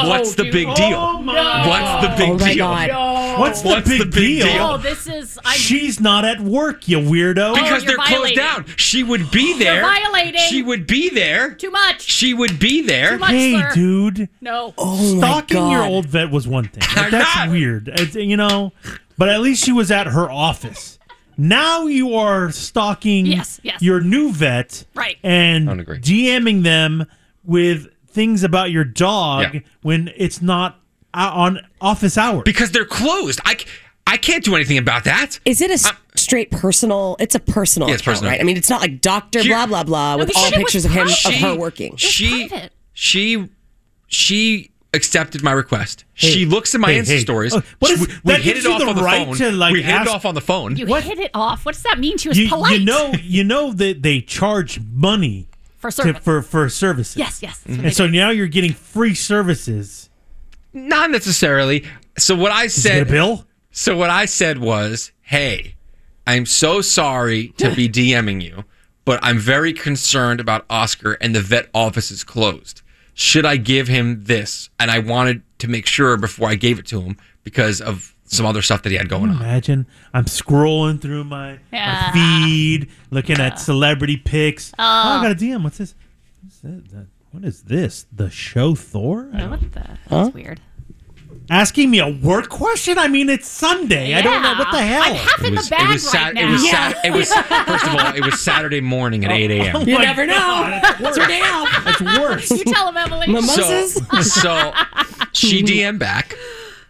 D: What's the big deal?
C: Oh,
D: What's the big
F: Oh my
D: deal?
F: God.
C: What's the
D: What's
C: big,
D: the big
C: deal?
D: deal?
E: Oh, this is I'm
C: She's not at work, you weirdo.
D: Because
E: Oh, you're
D: they're
E: violating.
D: closed down. She would be there.
E: violating.
D: She would be there.
E: too much.
D: She would be there.
E: Too much,
C: hey,
E: sir.
C: dude. Oh.
E: No.
C: Stalking your
F: God.
C: old vet was one thing.
D: I'm
C: Like, that's
D: not.
C: weird. It's, you know, but at least she was at her office. Now you are stalking
E: Yes, yes.
C: your new vet
E: Right.
C: and
D: don't agree.
C: DMing them with things about your dog
D: Yeah.
C: when it's not out on office hours.
D: Because they're closed. I, c- I can't do anything about that.
F: Is it a s- straight personal? It's a personal.
D: Yeah, it's
F: account,
D: personal.
F: Right? I mean, it's not like doctor
D: Here-
F: blah blah blah with
E: because
F: all
E: it was
F: pictures of him
E: private.
F: of her working.
D: She
E: private.
D: she she accepted my request. she looks at my
C: Hey,
D: Insta
C: hey.
D: stories.
C: Oh, what
D: She-
C: is-
D: we
C: that
D: we hit
C: gives
D: it
C: you
D: off
C: the
D: on the
C: right
D: phone.
C: to, like,
D: we hit
C: ask-
D: it off on the phone.
E: You hit it off. What does that mean? She was
C: you,
E: polite
C: you know, you know that they charge money
E: for
C: to,
E: service.
C: for for services.
E: yes, yes. that's what they
C: And so
E: do.
C: now you're getting free services.
D: Not necessarily. So what I
C: Is it a
D: said.
C: bill?
D: So what I said was, "Hey, I'm so sorry to be DMing you, but I'm very concerned about Oscar and the vet office is closed. Should I give him this?" And I wanted to make sure before I gave it to him because of some other stuff that he had going on.
C: Imagine I'm scrolling through my, my
E: Yeah.
C: feed, looking at celebrity pics. Oh, I got a DM. What's this? What's that- that- What is this? The show Thor? I don't-
E: What the? That's weird.
C: Asking me a work question? I mean, it's Sunday. I don't know. What the hell?
E: I'm half in the bag
D: it was
E: right
D: Sat-
E: now.
D: It was, Sat- it was first of all, it was Saturday morning at eight a.m.
C: you
F: never know.
C: It's worse. It's worse.
E: you tell him, Emily.
D: So, so she DM back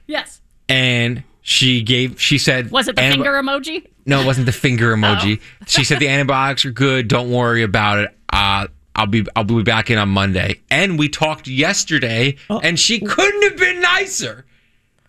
E: yes.
D: and she gave. She said,
E: Was it the
D: "Antibi-
E: finger emoji?
D: No, it wasn't the
C: Oh.
D: finger emoji. She said the antibiotics are good. Don't worry about it. Uh, I'll be I'll be back in on Monday. And we talked yesterday,
C: Oh.
D: and she couldn't have been nicer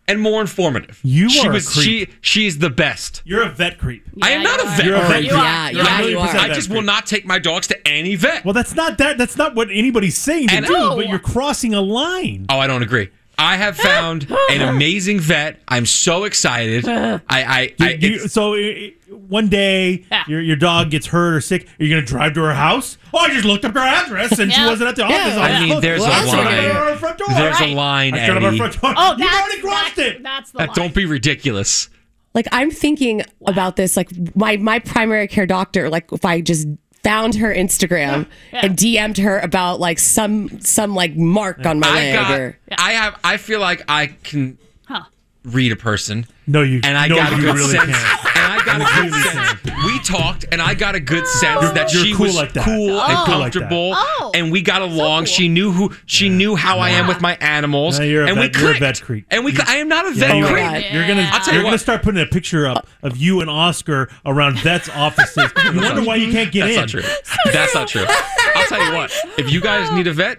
D: and more informative.
C: You
D: she
C: are a
D: was
C: creep.
D: she she's the best.
C: You're a vet creep.
D: I am
E: Yeah,
D: not a
E: you
D: vet.
C: You're a vet
D: creep.
E: You
C: creep.
E: are.
F: yeah,
E: You
F: yeah,
E: are.
F: you
C: You're
F: are.
C: a
D: I
C: vet
D: just
C: creep.
D: will not take my dogs to any vet.
C: Well, that's not that. That's not what anybody's saying to
D: And-
C: do.
D: No.
C: But you're crossing a line.
D: Oh, I don't agree. I have found an amazing vet. I'm so excited. I, I, I
C: You-
D: it's-
C: so i- i- one day
E: Yeah.
C: your your dog gets hurt or sick. Are you gonna drive to her house? Oh, I just looked up her address and she
E: Yeah.
C: wasn't at the office. Oh,
D: I mean,
C: was-
D: there's a
C: I showed up
D: line.
C: at her front door.
D: there's
E: Right.
D: a line,
C: I showed up at her
D: Eddie.
C: front door.
E: Oh,
C: you
E: that's,
C: already crossed
E: that's,
C: it.
E: That's the
D: Uh,
E: line.
D: Don't be ridiculous.
F: Like I'm thinking about this. Like my my primary care doctor. Like if I just found her Instagram and DM'd her about like some some like mark on my
D: I
F: leg.
D: got.
F: or,
D: I have. I feel like I can
E: Huh.
D: read a person,
C: No, you.
D: and I
C: no,
D: got a
C: you
D: good
C: really
D: sense.
C: can't.
D: And I got a
C: You
D: good
C: really
D: sense. We talked, and I got a good sense that
C: you're
D: she
C: cool
D: was
C: like that.
D: cool
C: You're
D: and
C: cool like that.
D: comfortable,
E: Oh.
D: and we got along. She knew who. She knew how I am with my animals,
C: No, you're a
D: and we
C: vet- you're a
D: clicked.
C: vet creep.
D: And we. cl- I am not a vet
C: you
F: Oh,
D: creep.
F: God.
C: are. You're gonna.
D: I'll tell you
C: You're gonna
D: what.
C: start putting a picture up of you and Oscar around vets' offices. You wonder why you can't get
D: That's
C: in.
D: not true. That's not true. I'll tell you what. If you guys need a vet,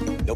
A: No